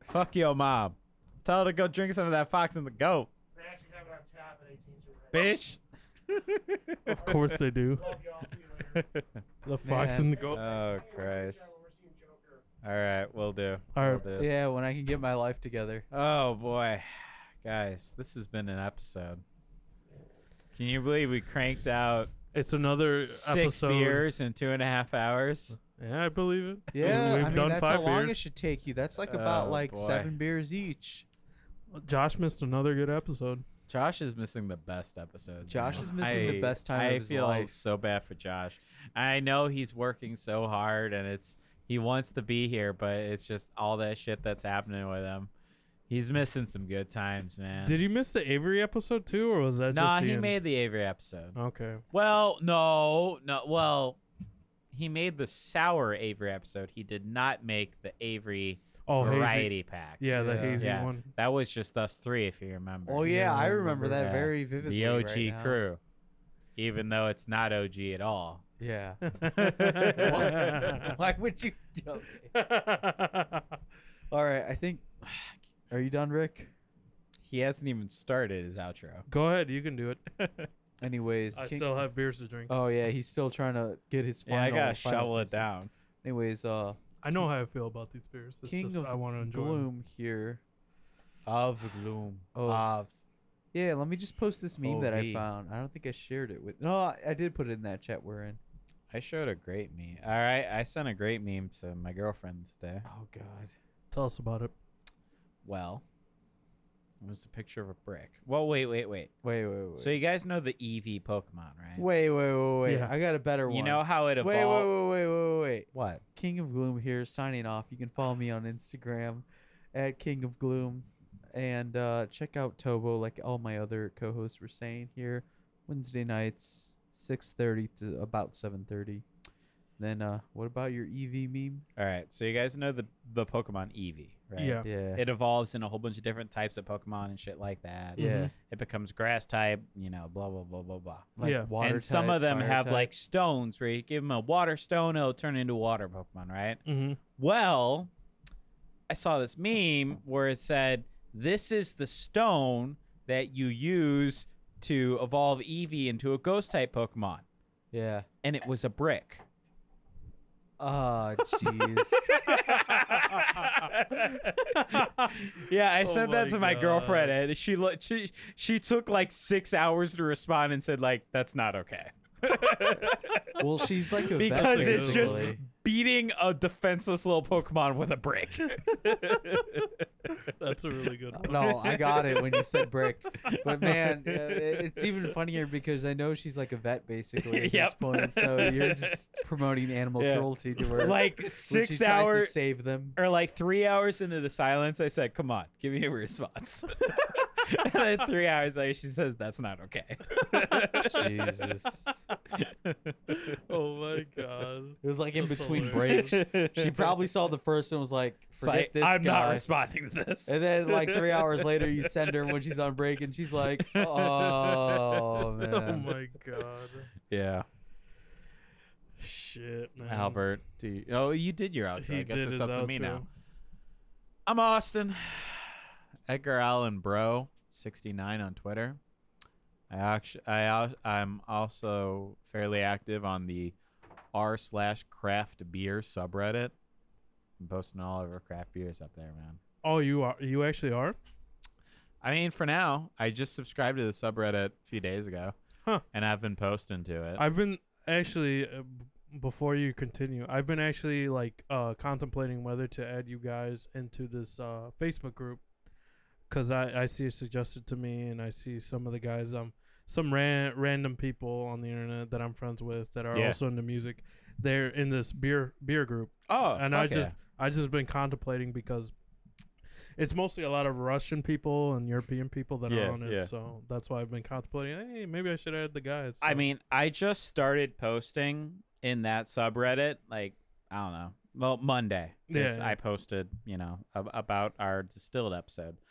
D: Fuck your mom. Tell her to go drink some of that Fox and the Goat,
F: They actually have it on tap at 18 survey.
D: bitch.
G: Of course they do.
F: Love y'all. See you later.
G: The fox and the goat.
E: Uh,
D: Oh Christ! All right, we'll do.
G: All
D: We'll
G: right.
D: do.
E: Yeah, when I can get my life together.
D: Oh boy, guys, this has been an episode. Can you believe we cranked out
G: It's another
D: six
G: episode.
D: beers in two and a half hours?
G: Yeah, I believe it.
E: Yeah,
G: We've
E: I mean
G: done
E: that's
G: five
E: how long
G: beers.
E: it should take you. That's like about
D: Oh,
E: like
D: boy.
E: seven beers each.
G: Josh missed another good episode.
D: Josh is missing the best episodes.
E: Josh
D: man.
E: is missing the
D: I-
E: best time
D: I
E: of his
D: feel
E: life.
D: so bad for Josh. I know he's working so hard and it's he wants to be here, but it's just all that shit that's happening with him. He's missing some good times, man.
G: Did you miss the Avery episode too, or was that
D: nah,
G: just the
D: he
G: end?
D: made the Avery episode.
G: Okay.
D: Well, no, no. Well, he made the sour Avery episode. He did not make the Avery
G: Oh, hazy.
D: variety pack.
G: Yeah, the
E: Yeah.
G: hazy
D: Yeah.
G: one.
D: That was just us three, if you remember.
E: Oh yeah, I remember that
D: that.
E: very vividly.
D: the
E: right
D: OG
E: now.
D: crew, even though it's not OG at all.
E: Yeah.
G: What?
E: Why would you? All right, I think. Are you done, Rick?
D: He hasn't even started his outro.
G: Go ahead, you can do it.
E: Anyways,
G: I
E: King-
G: still have beers to drink.
E: oh yeah, he's still trying to get his. Final,
D: Yeah, I gotta
E: final
D: shovel it
E: piece in.
D: down.
E: Anyways, uh,
G: I know how I feel about these beers. It's
E: King
G: just,
E: of
G: I want to enjoy. Them.
E: gloom here.
D: Of gloom.
E: Oh.
D: Of.
E: Yeah, let me just post this meme that I
D: OV.
E: found. I don't think I shared it with. No, I, I did put it in that chat we're in.
D: I showed a great meme. All right, I sent a great meme to my girlfriend today.
E: Oh God.
G: Tell us about it.
D: Well, it was a picture of a brick. Well, wait, wait, wait.
E: Wait, wait, wait.
D: So you guys know the EV Pokemon, right?
E: wait, wait, wait, wait.
G: Yeah.
E: I got a better one.
D: You know how it
E: Wait,
D: evolved.
E: wait, wait, wait, wait, wait.
D: What?
E: King of Gloom here signing off. You can follow me on Instagram at King of Gloom and uh, check out Tobo like all my other co-hosts were saying here Wednesday nights 6:30 to about 7:30. Then uh, what about your EV meme?
D: All right. So you guys know the the Pokemon Eevee, right?
G: Yeah.
E: Yeah.
D: It evolves in a whole bunch of different types of Pokemon and shit like that.
E: yeah.
D: It becomes grass type, you know, blah blah blah blah blah.
E: Like
G: Yeah.
E: water
D: and some
E: type,
D: of them
E: fire
D: have
E: type.
D: like stones where you give them a water stone, it'll turn into a water Pokemon, right?
G: Mm-hmm.
D: Well, I saw this meme where it said, "This is the stone that you use to evolve Eevee into a ghost type Pokemon,"
E: Yeah.
D: and it was a brick.
E: Oh jeez.
D: Yeah, I
G: Oh
D: sent that
G: my
D: to my
G: God.
D: girlfriend, and she lo- she she took like six hours to respond and said like, "That's not okay,"
E: well, she's like a vet,
D: because it's just
E: basically.
D: beating a defenseless little Pokemon with a brick.
G: That's a really good one.
E: No, I got it when you said brick. But man, uh, it- it's even funnier because I know she's like a vet basically at this
D: Yep.
E: point. So you're just promoting animal
D: Yeah.
E: cruelty to her. when
D: like
E: she
D: six
E: tries to
D: hours
E: save them.
D: or like three hours into the silence, I said, "Come on, give me a response." and then three hours later, she says, "That's not okay."
E: Jesus.
G: Oh my god.
E: It was like in
G: That's
E: between
G: hilarious.
E: breaks. She probably saw the first and was like,
D: It's
E: "Forget
D: like,
E: this
D: I'm not
E: guy."
D: responding to this.
E: and then like three hours later, you send her when she's on break, and she's like, "Oh man."
G: Oh my god.
D: yeah,
G: Shit, man.
E: Mm-hmm.
D: Albert. Do you, oh, you did your outro.
G: He
D: I guess
G: did his
D: it's up to me now.
G: outro.
D: I'm Austin. Edgar Allan Bro, 69 on Twitter. I actually, I, al- I'm also fairly active on the r slash craft beer subreddit. I'm posting all of our craft beers up there, man.
G: Oh, you are. You actually are.
D: I mean, for now, I just subscribed to the subreddit a few days ago,
G: Huh.
D: and I've been posting to it.
G: I've been actually. Uh, b- before you continue, I've been actually like uh, contemplating whether to add you guys into this uh, Facebook group because I I see it suggested to me, and I see some of the guys um some ran- random people on the internet that I'm friends with that are
D: Yeah.
G: also into music. They're in this beer beer group.
D: oh,
G: and
D: fuck
G: I just
D: yeah.
G: I just been contemplating because it's mostly a lot of Russian people and European people that
D: Yeah,
G: are on it,
D: yeah.
G: so that's why I've been contemplating. Hey, maybe I should add the guys.
D: I
G: so-
D: mean, I just started posting in that subreddit, like, I don't know, well, Monday.
G: Yeah,
D: 'cause
G: yeah.
D: I posted, you know, ab- about our distilled episode.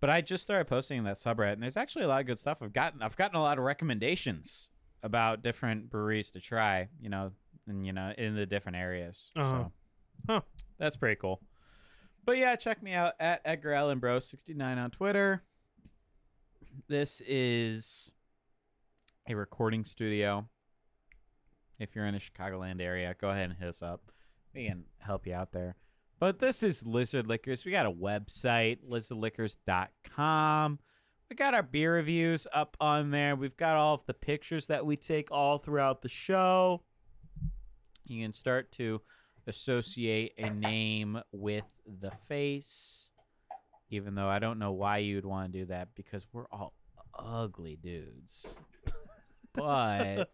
D: But I just started posting in that subreddit, and there's actually a lot of good stuff. I've gotten, I've gotten a lot of recommendations about different breweries to try. You know, and you know in the different areas.
G: Uh-huh.
D: So
G: Huh.
D: that's pretty cool. But yeah, check me out at Edgar Allen Bro sixty nine on Twitter. This is a recording studio. If you're in the Chicagoland area, go ahead and hit us up. We can help you out there. But this is Lizard Liquors. We got a website, lizardliquors.com. We got our beer reviews up on there. We've got all of the pictures that we take all throughout the show. You can start to associate a name with the face, even though I don't know why you'd want to do that because we're all ugly dudes. But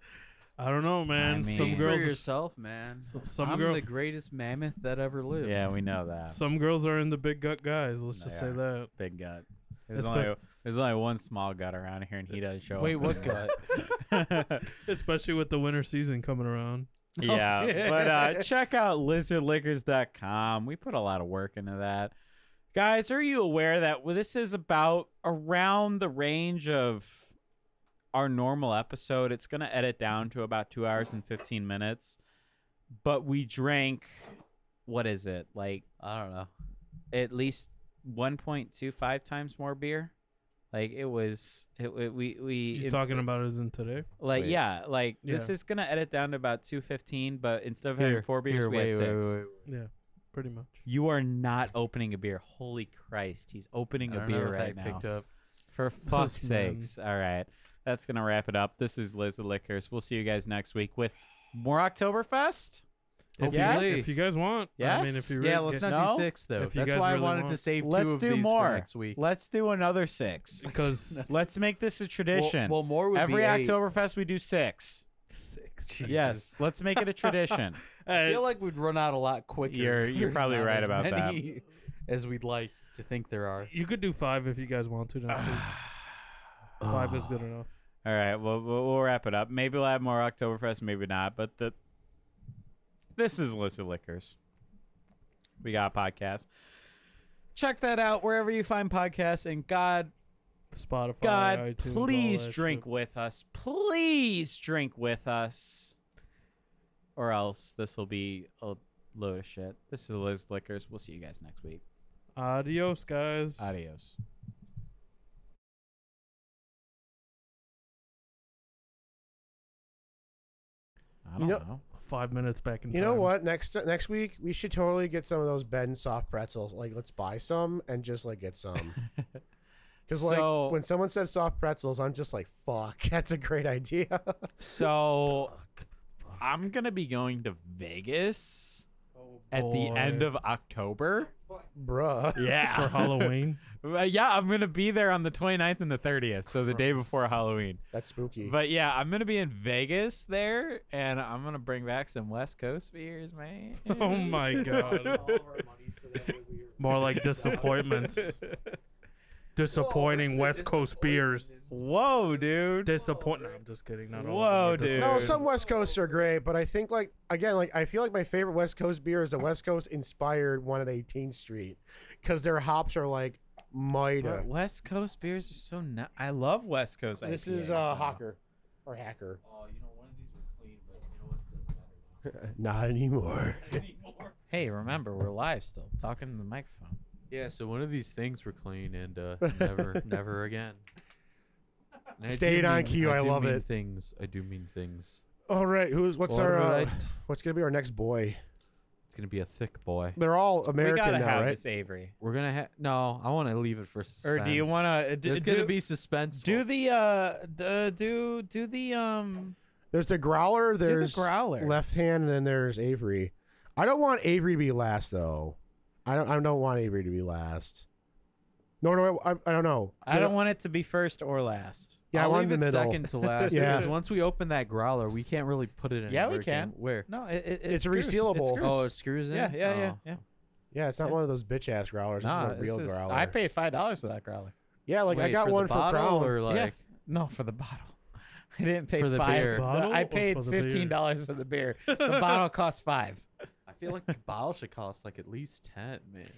G: I don't know, man.
D: mean-
G: some
E: Speak
G: girls,
E: for yourself, man.
G: some
E: I'm
G: girl-
E: the greatest mammoth that ever lived.
D: yeah, we know that.
G: some girls are into big gut guys. Let's just
D: They
G: say
D: are.
G: that.
D: Big gut. There's
G: Espe-
D: only, there's only one small gut around here, and he doesn't show
E: Wait,
D: up.
E: what gut?
D: gut?
G: Especially with the winter season coming around.
D: yeah.
E: yeah.
D: But uh, check out lizardliquors.com. We put a lot of work into that. Guys, are you aware that well, this is about around the range of our normal episode? It's going to edit down to about two hours and 15 minutes. But we drank, what is it? Like
E: I don't know.
D: at least 1.25 times more beer? Like it was, it, it- we we
G: You
D: inst-
G: talking about isn't today?
D: like
E: Wait.
D: yeah, like this
G: Yeah.
D: is gonna edit down to about two fifteen, but instead of having four beers, we had six.
G: Yeah, pretty much.
D: You are not opening a beer. Holy Christ, he's opening
E: I
D: a
E: don't know
D: beer
E: if that
D: right now.
E: picked up.
D: For fuck's
G: Those men.
D: sakes! All right, that's gonna wrap it up. This is Liz the Liquors. We'll see you guys next week with more Oktoberfest.
G: If you,
D: Yes.
G: if you guys want, I mean, if
D: Yes.
G: you really
E: Yeah, let's
G: get-
E: not
D: No?
E: do six though.
G: If you
E: That's
G: guys
E: why
G: really
E: I wanted to
G: want-
E: save two
D: Let's
E: of
D: do
E: these
D: more
E: for next week.
D: Let's do another six.
G: because
D: Let's make this a
E: well,
D: tradition.
E: well, more would
D: Every
E: be eight.
D: Oktoberfest we do six.
G: six.
D: Yes, let's make it a tradition.
E: I
G: Hey,
E: feel like we'd run out a lot quicker.
D: You're- you're
E: There's
D: probably
E: not
D: right
E: as
D: about that.
E: many As we'd like to think there are.
G: you could do five if you guys want to. Next week. Five is good enough.
D: All right, well, we'll we'll wrap it up. Maybe we'll have more Oktoberfest, maybe not. But the this is List of Liquors. We got a podcast. Check that out wherever you find podcasts. And God,
G: Spotify.
D: God,
G: iTunes, all
D: please
G: that
D: drink
G: shit.
D: with us. Please drink with us, or else this will be a load of shit. This is Liz Liquors. We'll see you guys next week.
G: Adios, guys.
D: Adios. I
F: You
D: don't
F: know-
D: know.
G: Five minutes back in
F: You
G: time.
F: know what? Next next week we should totally get some of those Ben soft pretzels. Like let's buy some and just like get some. Because
D: So-
F: like when someone says soft pretzels, I'm just like, fuck, that's a great idea.
D: So I'm gonna be going to Vegas at the end
G: boy.
D: of October.
F: Bruh.
D: Yeah,
G: For Halloween.
D: Uh, yeah, I'm gonna be there on the 29th and the 30th, so the day before Halloween.
F: That's spooky.
D: But yeah, I'm gonna be in Vegas there, and I'm gonna bring back some West Coast beers, man.
G: oh my god. More like disappointments. Disappointing West Coast beers.
D: Whoa, dude.
G: Disappoint. No, I'm just kidding. Not all.
D: Whoa,
G: of them are
D: dude.
F: no,
G: disappointing.
F: some West Coasts are great, but I think like again, like I feel like my favorite West Coast beer is the West Coast inspired one at 18th Street, because their hops are like
D: Bro,
F: Maida.
D: West Coast beers are so. No- I love West Coast.
F: This
D: IPAs,
F: is uh,
D: though.
F: Hawker or Hacker. Not anymore.
D: Hey, remember we're live still, talking to the microphone.
E: Yeah, so one of these things were clean and uh, never, never again. And I do
F: Stayed on
E: mean-
F: cue, I
E: do
F: love
E: mean
F: it.
E: Things I do mean things.
F: All right, who's what's
E: All
F: our uh,
E: right.
F: what's gonna be our next boy?
E: It's gonna be a thick boy.
F: They're all American
D: we gotta
F: now,
D: have
F: right?
D: this, Avery.
E: We're gonna have no. I want to leave it for suspense.
D: Or do you want to? Do,
E: It's gonna
D: do-
E: be suspense.
D: do the uh d- uh, do do the um
F: There's the growler. There's
D: do the growler.
F: left hand, and then there's Avery. I don't want Avery to be last though. I don't. I don't want Avery to be last. No, no, I, I don't know.
D: I don't want it to be first or last.
F: Yeah,
E: I'll
F: I want
E: leave
F: the
E: it
F: middle.
E: second to last
F: Yeah.
E: because once we open that growler, we can't really put it in.
D: Yeah, we
E: anywhere,
D: can.
E: Where?
D: No, it, it,
F: It's
D: screws.
F: resealable.
D: It
E: Oh,
D: oh,
E: it screws in.
D: yeah, yeah, yeah,
E: Oh.
D: yeah.
F: Yeah, it's not one of those bitch ass growlers.
D: Nah,
F: this is a real
D: this is-
F: growler.
D: I paid five dollars for that growler.
F: yeah, like I
E: Wait,
F: got
E: for
F: one
E: the
F: for
E: bottle
F: Crown.
E: or like
D: yeah, no, for the bottle. I didn't pay
E: For the
D: five.
E: beer.
D: No,
G: Bottle
D: I
G: or
D: paid
G: for the beer?
D: fifteen dollars for the beer. The bottle cost five.
E: I feel like the bottle should cost like at least ten, man.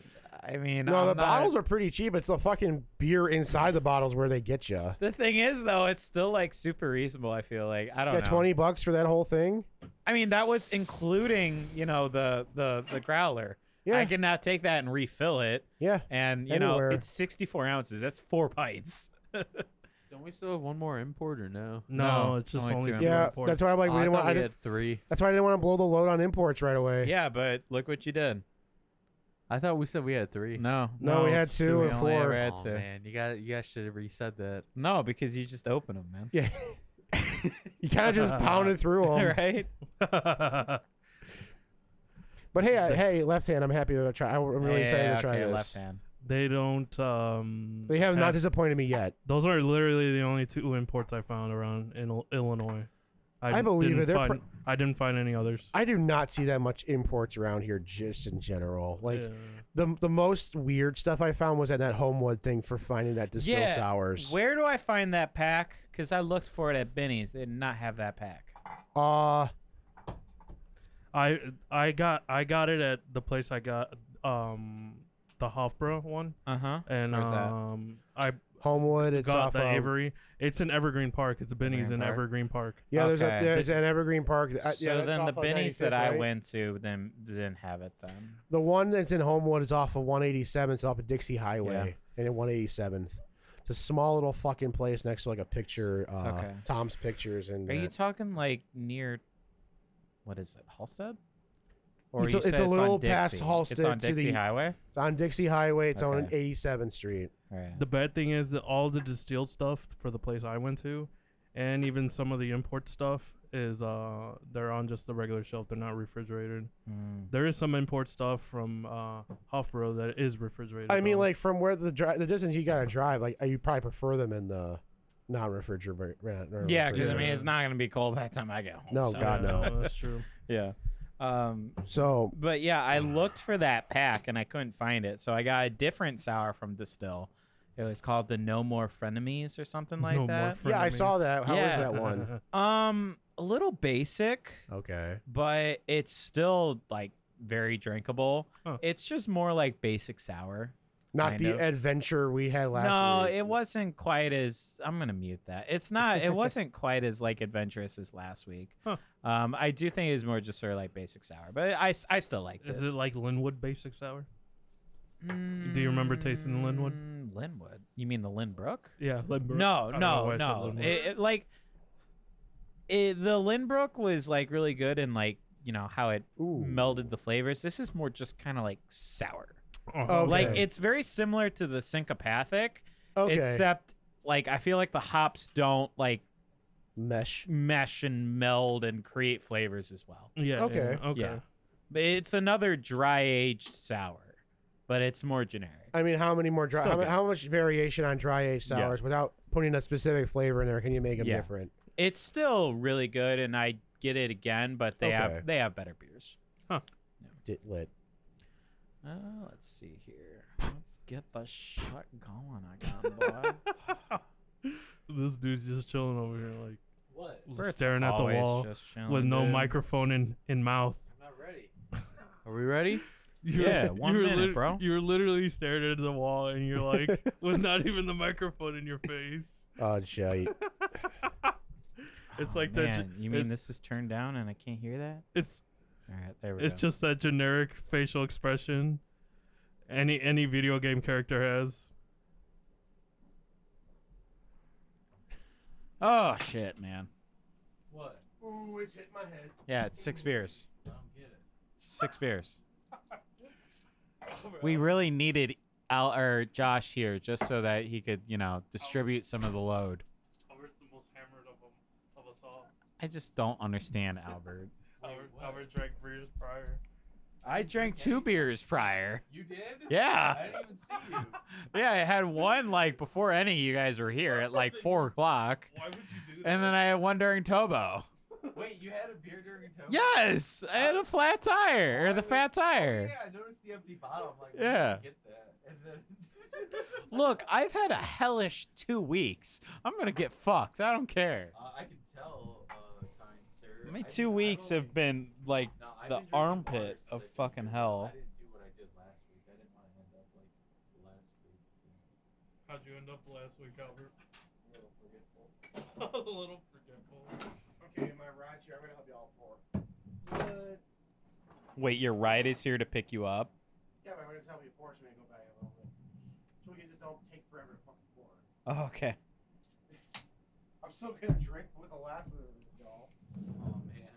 D: I mean,
F: no,
D: I'm
F: the
D: not-
F: bottles are pretty cheap. It's the fucking beer inside the bottles where they get you.
D: The thing is, though, it's still like super reasonable. I feel like I don't
E: Oh,
F: Yeah,
D: know.
F: twenty bucks for that whole thing.
D: I mean, that was including you know the the the growler.
F: Yeah.
D: I can now take that and refill it,
F: Yeah.
D: and you
F: Anywhere.
D: know it's 64 ounces. That's four pints.
E: Don't we still have one more import or no?
G: No,
D: No,
G: it's just
D: only
G: only
D: two
G: two.
F: Yeah,
G: imported.
F: that's why like
E: Oh,
F: we
E: I
F: didn't
E: thought
F: want. I
E: we
F: didn't,
E: had three.
F: that's why I didn't want to blow the load on imports right away.
D: Yeah, but look what you did.
E: I thought we said we had three.
P: No.
F: No,
G: No,
F: we had
G: it's
F: two
G: two.
F: and
P: We only had
F: four.
P: red.
E: oh,
P: to-
E: man, you got you guys should have reset that.
P: No, because you just open them, man.
F: Yeah. you kind of just pounded through them.
P: right?
F: But hey, I, hey, left hand. I'm happy to try. I'm really excited
P: yeah,
F: to try
P: okay,
F: this.
P: left hand.
G: they don't. Um,
F: They have not disappointed me yet.
G: Those are literally the only two imports I found around in Il- Illinois.
F: I believe
G: didn't
F: it. They're
G: Find,
F: pr-
G: I didn't find any others.
F: I do not see that much imports around here, just in general. Like the the most weird stuff I found was at that Homewood thing for finding that distilled
D: Yeah,
F: sours.
D: Where do I find that pack? Because I looked for it at Benny's. They did not have that pack.
F: Uh
G: I I got I got it at the place I got um the Hofbra one
D: Uh huh.
G: and
D: Where's that?
G: um I
F: Homewood. It's
G: got
F: off
G: the
F: of-
G: Avery. It's in Evergreen Park. It's Benny's in
P: Park.
G: Evergreen Park.
F: Yeah, there's a
D: Okay.
F: there's an Evergreen Park. Uh,
D: so
F: yeah, that's
D: then the
F: off of
D: Benny's
F: 95th,
D: that I
F: right?
D: went to then didn't have it then.
F: The one that's in Homewood is off of 187. It's off of Dixie Highway and in 187th. It's a small little fucking place next to like a picture, uh,
D: Okay.
F: Tom's Pictures, and
D: Are you
F: that.
D: talking like near? What is it, Halstead?
F: It's
D: you
F: a- it's
D: said
F: a
D: on
F: little past
D: Dixie?
F: Halstead
D: It's on
F: to
D: Dixie
F: the-
D: Highway.
F: It's on Dixie Highway. It's on
D: Okay.
F: 87th Street.
D: Right.
G: The bad thing is that all the distilled stuff for the place I went to, and even some of the import stuff is uh they're on just the regular shelf. They're not refrigerated.
D: Hmm.
G: There is some import stuff from uh Hofbro that is refrigerated.
F: I mean,
G: though.
F: like from where the dri- the distance you gotta drive, like you probably prefer them in the non-refrigerator.
D: Yeah, because I mean
G: Yeah.
D: it's not gonna be cold by the time I get home.
F: No,
D: so-
G: Yeah,
F: God, no.
G: that's true.
D: Yeah. Um,
F: So
D: but yeah, I looked for that pack and I couldn't find it, so I got a different sour from Distill. It was called the No More Frenemies or something like
G: No More
D: that.
G: Fren-
F: yeah, I saw
G: Frenemies.
F: that. How is
D: Yeah.
F: that one?
D: um, a little basic,
F: Okay.
D: but it's still like very drinkable.
G: Huh.
D: It's just more like basic sour.
F: Not
D: Kind
F: the
D: of.
F: adventure we had last
D: no,
F: week.
D: it wasn't quite as. I'm gonna mute that. It's not. It wasn't quite as like adventurous as last week.
G: Huh.
D: Um, I do think it was more just sort of like basic sour, but I, s- I still liked
G: Is it like Linwood Basic Sour? Do you remember tasting Linwood?
D: Mm, Linwood? You mean the Lynbrook?
G: Yeah, Linwood.
D: No, no, no. It, it, like it, the Lynbrook was like really good and like you know how it melded the flavors. This is more just kind of like sour.
F: Oh, Okay.
D: Oh, Like it's very similar to the syncopathic,
F: okay.
D: except like I feel like the hops don't like
F: mesh.
D: mesh and meld and create flavors as well.
G: yeah.
F: okay.
G: Yeah, okay.
D: Yeah. But It's another dry aged sour, but it's more generic.
F: I mean, how many more dry?
D: Still
F: How, mu-
D: good.
F: how much variation on dry aged
D: Yeah.
F: sours without putting a specific flavor in there? Can you make them
D: Yeah.
F: different?
D: It's still really good, and I get it again, but they
F: Okay.
D: have they have better beers.
F: Ditlit.
D: Uh, let's see here. Let's get the shot going again, boys.
G: This dude's just chilling over here, like
D: Bert's
G: staring at the
D: always
G: wall
D: just chilling,
G: with no
D: dude.
G: microphone in in mouth.
E: Are we ready?
G: You were-
D: Yeah,
G: you
D: one
G: were
D: minute,
G: lit-
D: bro.
G: You were literally staring at the wall, and you're like, with not even the microphone in your face.
F: Oh, shite.
G: It's
D: Oh,
G: like that.
D: man,
G: ge-
D: you mean
G: it's,
D: this is turned down and I can't hear that?
G: It's
D: All right, there we
G: it's
D: go.
G: just that generic facial expression any any video game character has.
D: oh shit, man.
F: Ooh, it's hit my head.
D: Yeah, it's six beers. Six beers. We really needed Al or Josh here just so that he could, you know, distribute some of the load.
G: Albert's the most hammered of them of us all.
D: I just don't understand Albert.
G: Albert, Albert drank beers prior.
D: I drank two beers prior. You did? Yeah. I didn't even see you. yeah, I had one like before any of you guys were here at like four o'clock.
G: Why would you do
D: And then I had one during Tobo.
E: Wait, you had a beer during your toast?
D: Yes. I had a flat tire or the fat tire.
E: I noticed the empty bottle. like,
D: did you Yeah.
E: get that. And
D: Look, I've had a hellish two weeks. I'm gonna get fucked. I don't care.
E: uh, I can tell, uh, kind sir.
D: My two weeks have been like the armpit of fucking hell.
E: didn't do what I did last week. I didn't want to end up like last week.
G: How'd you end up last week, Albert? A little forgetful. a little forgetful.
F: Okay, my ride's here. I'm going to help you all pour.
D: Wait, your ride is here to pick you up.
F: Yeah, but I'm gonna tell you pour so we can go back a little bit. So we can just don't take forever to fucking pour.
D: Oh, okay.
F: I'm still gonna drink with the last one of the doll. Oh man.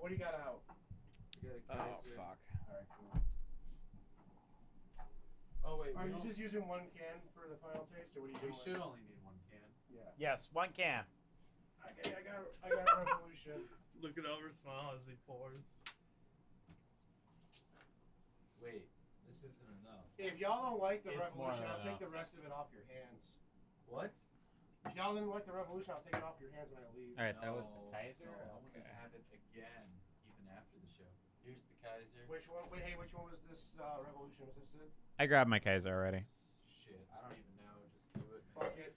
F: What do you got out?
D: Oh fuck.
F: Alright, cool.
E: Oh wait,
F: Are you just using one can for the final taste or what are you doing?
E: only need one can.
F: Yeah.
B: Yes, one can.
F: Okay, I got I got revolution.
G: Look at Albert smile as he pours.
E: Wait, this isn't enough.
F: If y'all don't like the
E: It's
F: revolution,
E: more
F: I'll
E: than
F: take
E: enough.
F: the rest of it off your hands.
E: What?
F: If y'all didn't like the revolution, I'll take it off your hands when I leave.
D: All right, that was
E: No,
D: the Kaiser.
E: no, I want to
D: Okay.
E: have it again, even after the show. Here's the Kaiser.
F: Which one? Wait, hey, which one was this uh, revolution? Was this it?
D: I grabbed my Kaiser already.
E: Shit, I don't even know. Just do it. Man.
F: Fuck it.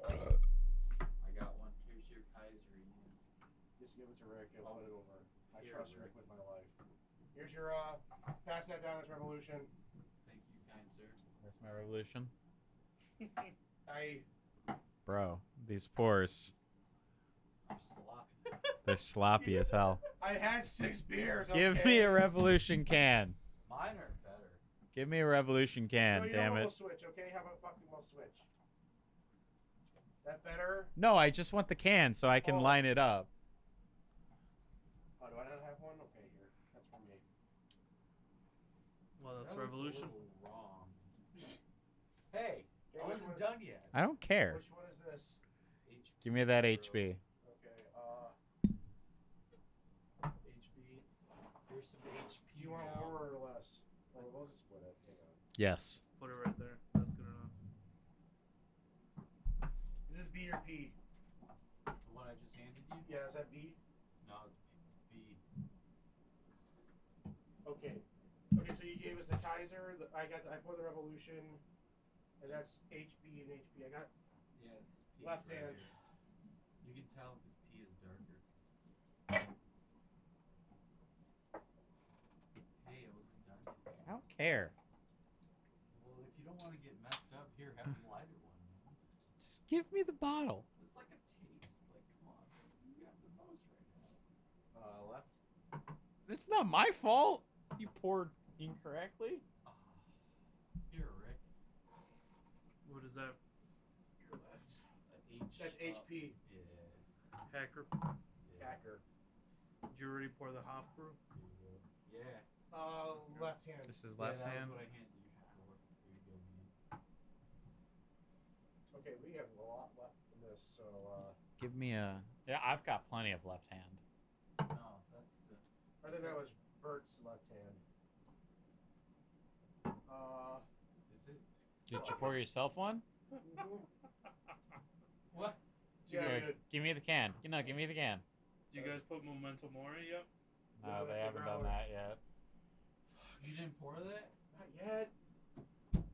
E: I got one. Here's your Kaiser. again.
F: Just give it to Rick and
E: Oh.
F: put it over. I
E: Here,
F: trust Rick
E: Rick.
F: with my life. Here's your uh, pass that down. It's revolution.
E: Thank you, kind sir.
D: Where's my revolution?
F: I
D: Bro, these pores,
E: I'm sloppy.
D: they're sloppy as hell.
F: I had six beers.
D: Give
F: okay?
D: me a revolution can.
E: Mine are better.
D: Give me a revolution
F: No,
D: can,
F: you know
D: damn
F: what?
D: it.
F: We'll switch, okay? How about fucking we'll switch? That better?
D: No, I just want the can so I can
F: Oh.
D: line it up.
F: Oh, do I not have one? Okay, here. That's for me.
G: Well, that's
E: That was a
G: revolution.
E: little Wrong. Hey,
F: Okay,
E: I
F: which
E: wasn't
F: one-
E: done yet.
D: I don't care.
F: Which one is this?
E: H-
D: Give me that
E: bro.
D: HB.
F: Okay. Uh,
E: HB. Here's some HP.
F: do you want
E: now.
F: more or less? Or we'll just split it. Hang on.
D: Yes.
G: Put it right there. That's good enough.
F: Is this B or P?
E: The one I just handed you?
F: Yeah, is that B?
E: No, it's B.
F: Okay. Okay, so you gave us the Kaiser. The, I got. The, I poured the Revolution, and that's HB and HB. I got.
E: Yeah, it's P.
F: Left
E: right
F: hand.
E: here. You can tell because P is darker. Hey, I wasn't done yet.
D: I don't care.
E: Well, if you don't want to get messed up, here, have a lighter one. Man.
D: Just give me the bottle.
E: It's like a taste. Like, come on. You have the most right now.
F: Uh, left.
D: It's not my fault. You poured incorrectly.
E: Ah. here, Rick.
G: What is that?
F: Your left.
E: A H
F: That's
E: up.
F: HP.
E: Yeah.
G: Hacker.
E: Uh, Yeah.
F: Hacker.
G: Did you already pour the Hoff brew?
E: Yeah.
F: Uh, left hand.
I: This is left
E: yeah, that
I: hand.
E: was what I handed you before. Here you go, man.
F: Okay, we have a lot left in this, so uh,
D: Give me a. Yeah, I've got plenty of left hand.
E: No, that's the.
F: I think that was Bert's left hand. Uh,
E: Is it?
D: Did you pour yourself one?
F: mhm.
E: What?
F: yeah,
D: Here,
F: good.
D: Give me the can. No, give me the can.
G: Did you guys put Memento Mori yet?
F: No,
D: No, they
F: that's a
D: haven't done
F: growler.
D: that yet.
E: You didn't pour that?
F: Not yet.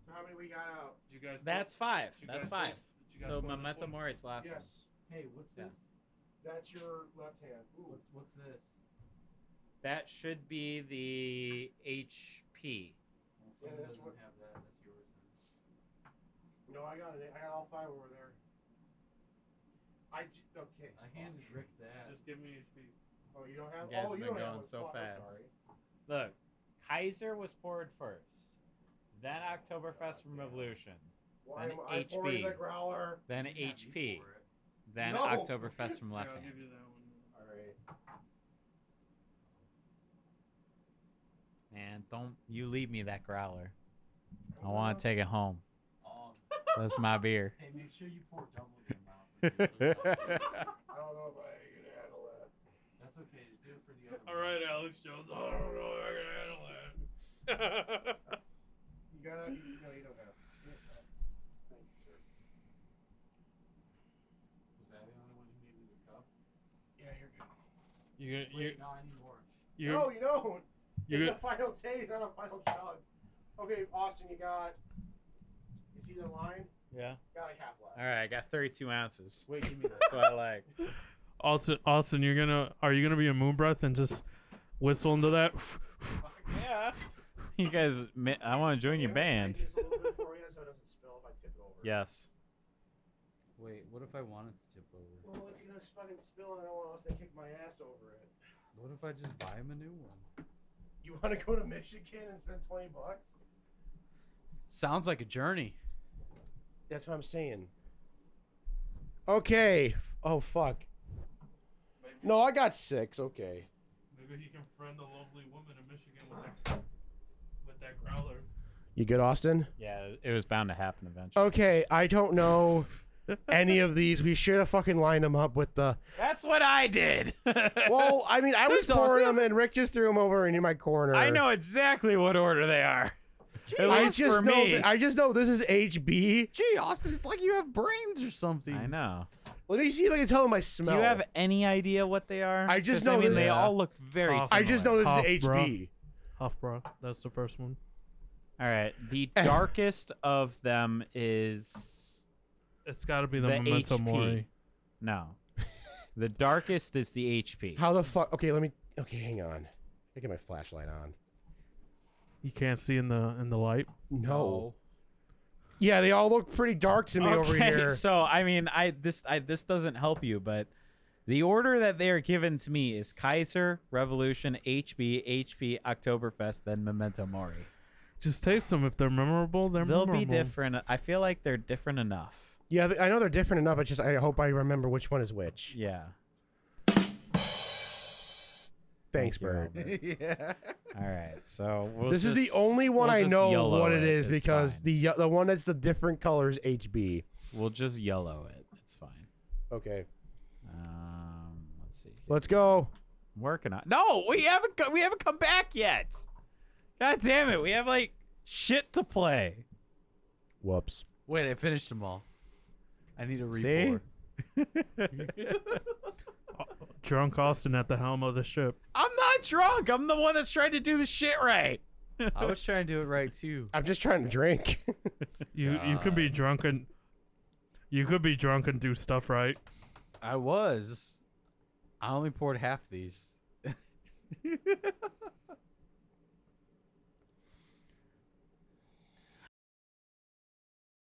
F: How many we got out?
G: Did you guys?
I: That's five.
G: Did you
I: That's
G: guys
I: five.
G: both- did you guys
I: So
G: both this
I: memento
G: one?
I: mori's the last one.
F: yes,
E: Hey, what's
I: Yeah.
E: this?
F: that's your left hand. Ooh,
E: What's, what's this?
I: That should be the HP.
E: Well, someone
F: that's
E: doesn't
F: what-
E: have that. That's yours. Then.
F: no, I got it. I got all five over there. I j- okay.
E: I handed Rick that.
G: Just give me HP.
F: Oh, you don't have.
I: You guys
F: oh,
I: have
F: you
I: been
F: don't have
I: going
F: one.
I: so
F: Fuck, I'm
I: fast.
F: sorry.
D: Look, Kaiser was poured first, then Oktoberfest from Revolution,
F: Why
D: An
F: am I pouring
D: HB.
F: the growler?
D: then
E: You didn't have me
D: HP,
E: pour it.
D: then
F: No!
D: Oktoberfest from
G: Here,
D: left
G: I'll
D: hand.
G: give you that one.
F: All right.
D: Man, don't you leave me that growler. I want to take it home.
E: Um,
D: That's my beer.
E: hey, make sure you pour double the amount. for the other stuff.
F: I don't know if I can handle that.
E: that's okay. Just do it for the other.
G: All right,
E: ones.
G: Alex Jones. I don't know if I can handle that.
F: You gotta. You, no, you don't have. you don't have. Thank you, sir.
E: Was that the only one who needed a cup?
F: Yeah, you're good.
G: you you
E: Wait, no, I need more.
G: you
F: no, you don't.
G: you
F: it's a final taste, not a final chug. Okay, Austin, you got. You see the line?
D: Yeah.
F: Got like half left.
D: All right, I got 32 ounces.
E: Wait, give me that.
D: That's what I like.
G: Austin, Austin, you're gonna are you gonna be a moon breath and just whistle into that?
D: Yeah. You guys, ma- I want to join your
F: Can I
D: band.
F: take this a little bit for you so it doesn't spill if I tip it over?
D: Yes.
E: Wait, what if I wanted to tip over?
F: Well, it's gonna fucking spill, and I don't want us to kick my ass over it.
E: What if I just buy him a new one?
F: You want to go to Michigan and spend twenty bucks?
E: Sounds like a journey.
F: That's what I'm saying. Okay. Oh fuck. No, I got six. Okay.
G: Maybe he can friend a lovely woman in Michigan with that with that growler.
F: You good, Austin?
D: Yeah, it was bound to happen eventually.
F: Okay. I don't know any of these. We should have fucking lined them up with the.
D: That's what I did.
F: Well, I mean, I was pouring them, and Rick just threw them over into my corner.
D: I know exactly what order they are. At
F: I
D: least
F: just
D: for
F: know.
D: me.
F: th- I just know this is HB.
E: Gee, Austin, it's like you have brains or something.
D: I know.
F: Let me see if I can tell them I smell.
I: Do you have any idea what they are?
F: I just
I: 'Cause,
F: know
I: I mean,
F: that-
I: they
E: Yeah.
I: all look very.
G: Cough.
F: I just know
I: similar.
G: Huff,
F: this is
G: bruh.
F: HB.
G: Hofbra. That's the first one.
D: All right. The darkest of them is
G: It's got to be the,
D: the
G: Memento
D: HP.
G: Mori.
D: No. The darkest is the HP.
F: How the fuck? Okay, let me. Okay, hang on. I get my flashlight on.
G: You can't see in the in the light.
F: No. Yeah, they all look pretty dark to me over
I: Okay,
F: here.
I: So I mean, I this I this doesn't help you, but the order that they are given to me is Kaiser, Revolution, HB, HB, Oktoberfest, then Memento Mori.
G: Just taste them. If they're memorable, they're
I: They'll
G: memorable.
I: be different. I feel like they're different enough.
F: Yeah, I know they're different enough. I just I hope I remember which one is which.
I: Yeah.
F: Thanks,
I: you,
F: Bird.
I: Albert. All right. So we'll
F: this is the
I: just-
F: only one
I: we'll
F: I
I: just
F: know
I: YOLO
F: what it is
I: It's
F: because
I: fine.
F: the ye- the one that's the different colors HB.
D: We'll just yellow it. It's fine.
F: Okay,
D: Um, let's see. here.
F: let's go.
D: I'm working on. No, we haven't. co- We haven't come back yet. God damn it! We have like shit to play.
F: Whoops.
E: Wait, I finished them all. I need a re
D: See?
G: Drunk Austin at the helm of the ship.
D: I'm not drunk. I'm the one that's trying to do the shit right.
E: I was trying to do it right too.
F: I'm just trying to drink.
G: You you could be drunk and you could be drunk and do stuff right.
E: I was. I only poured half these.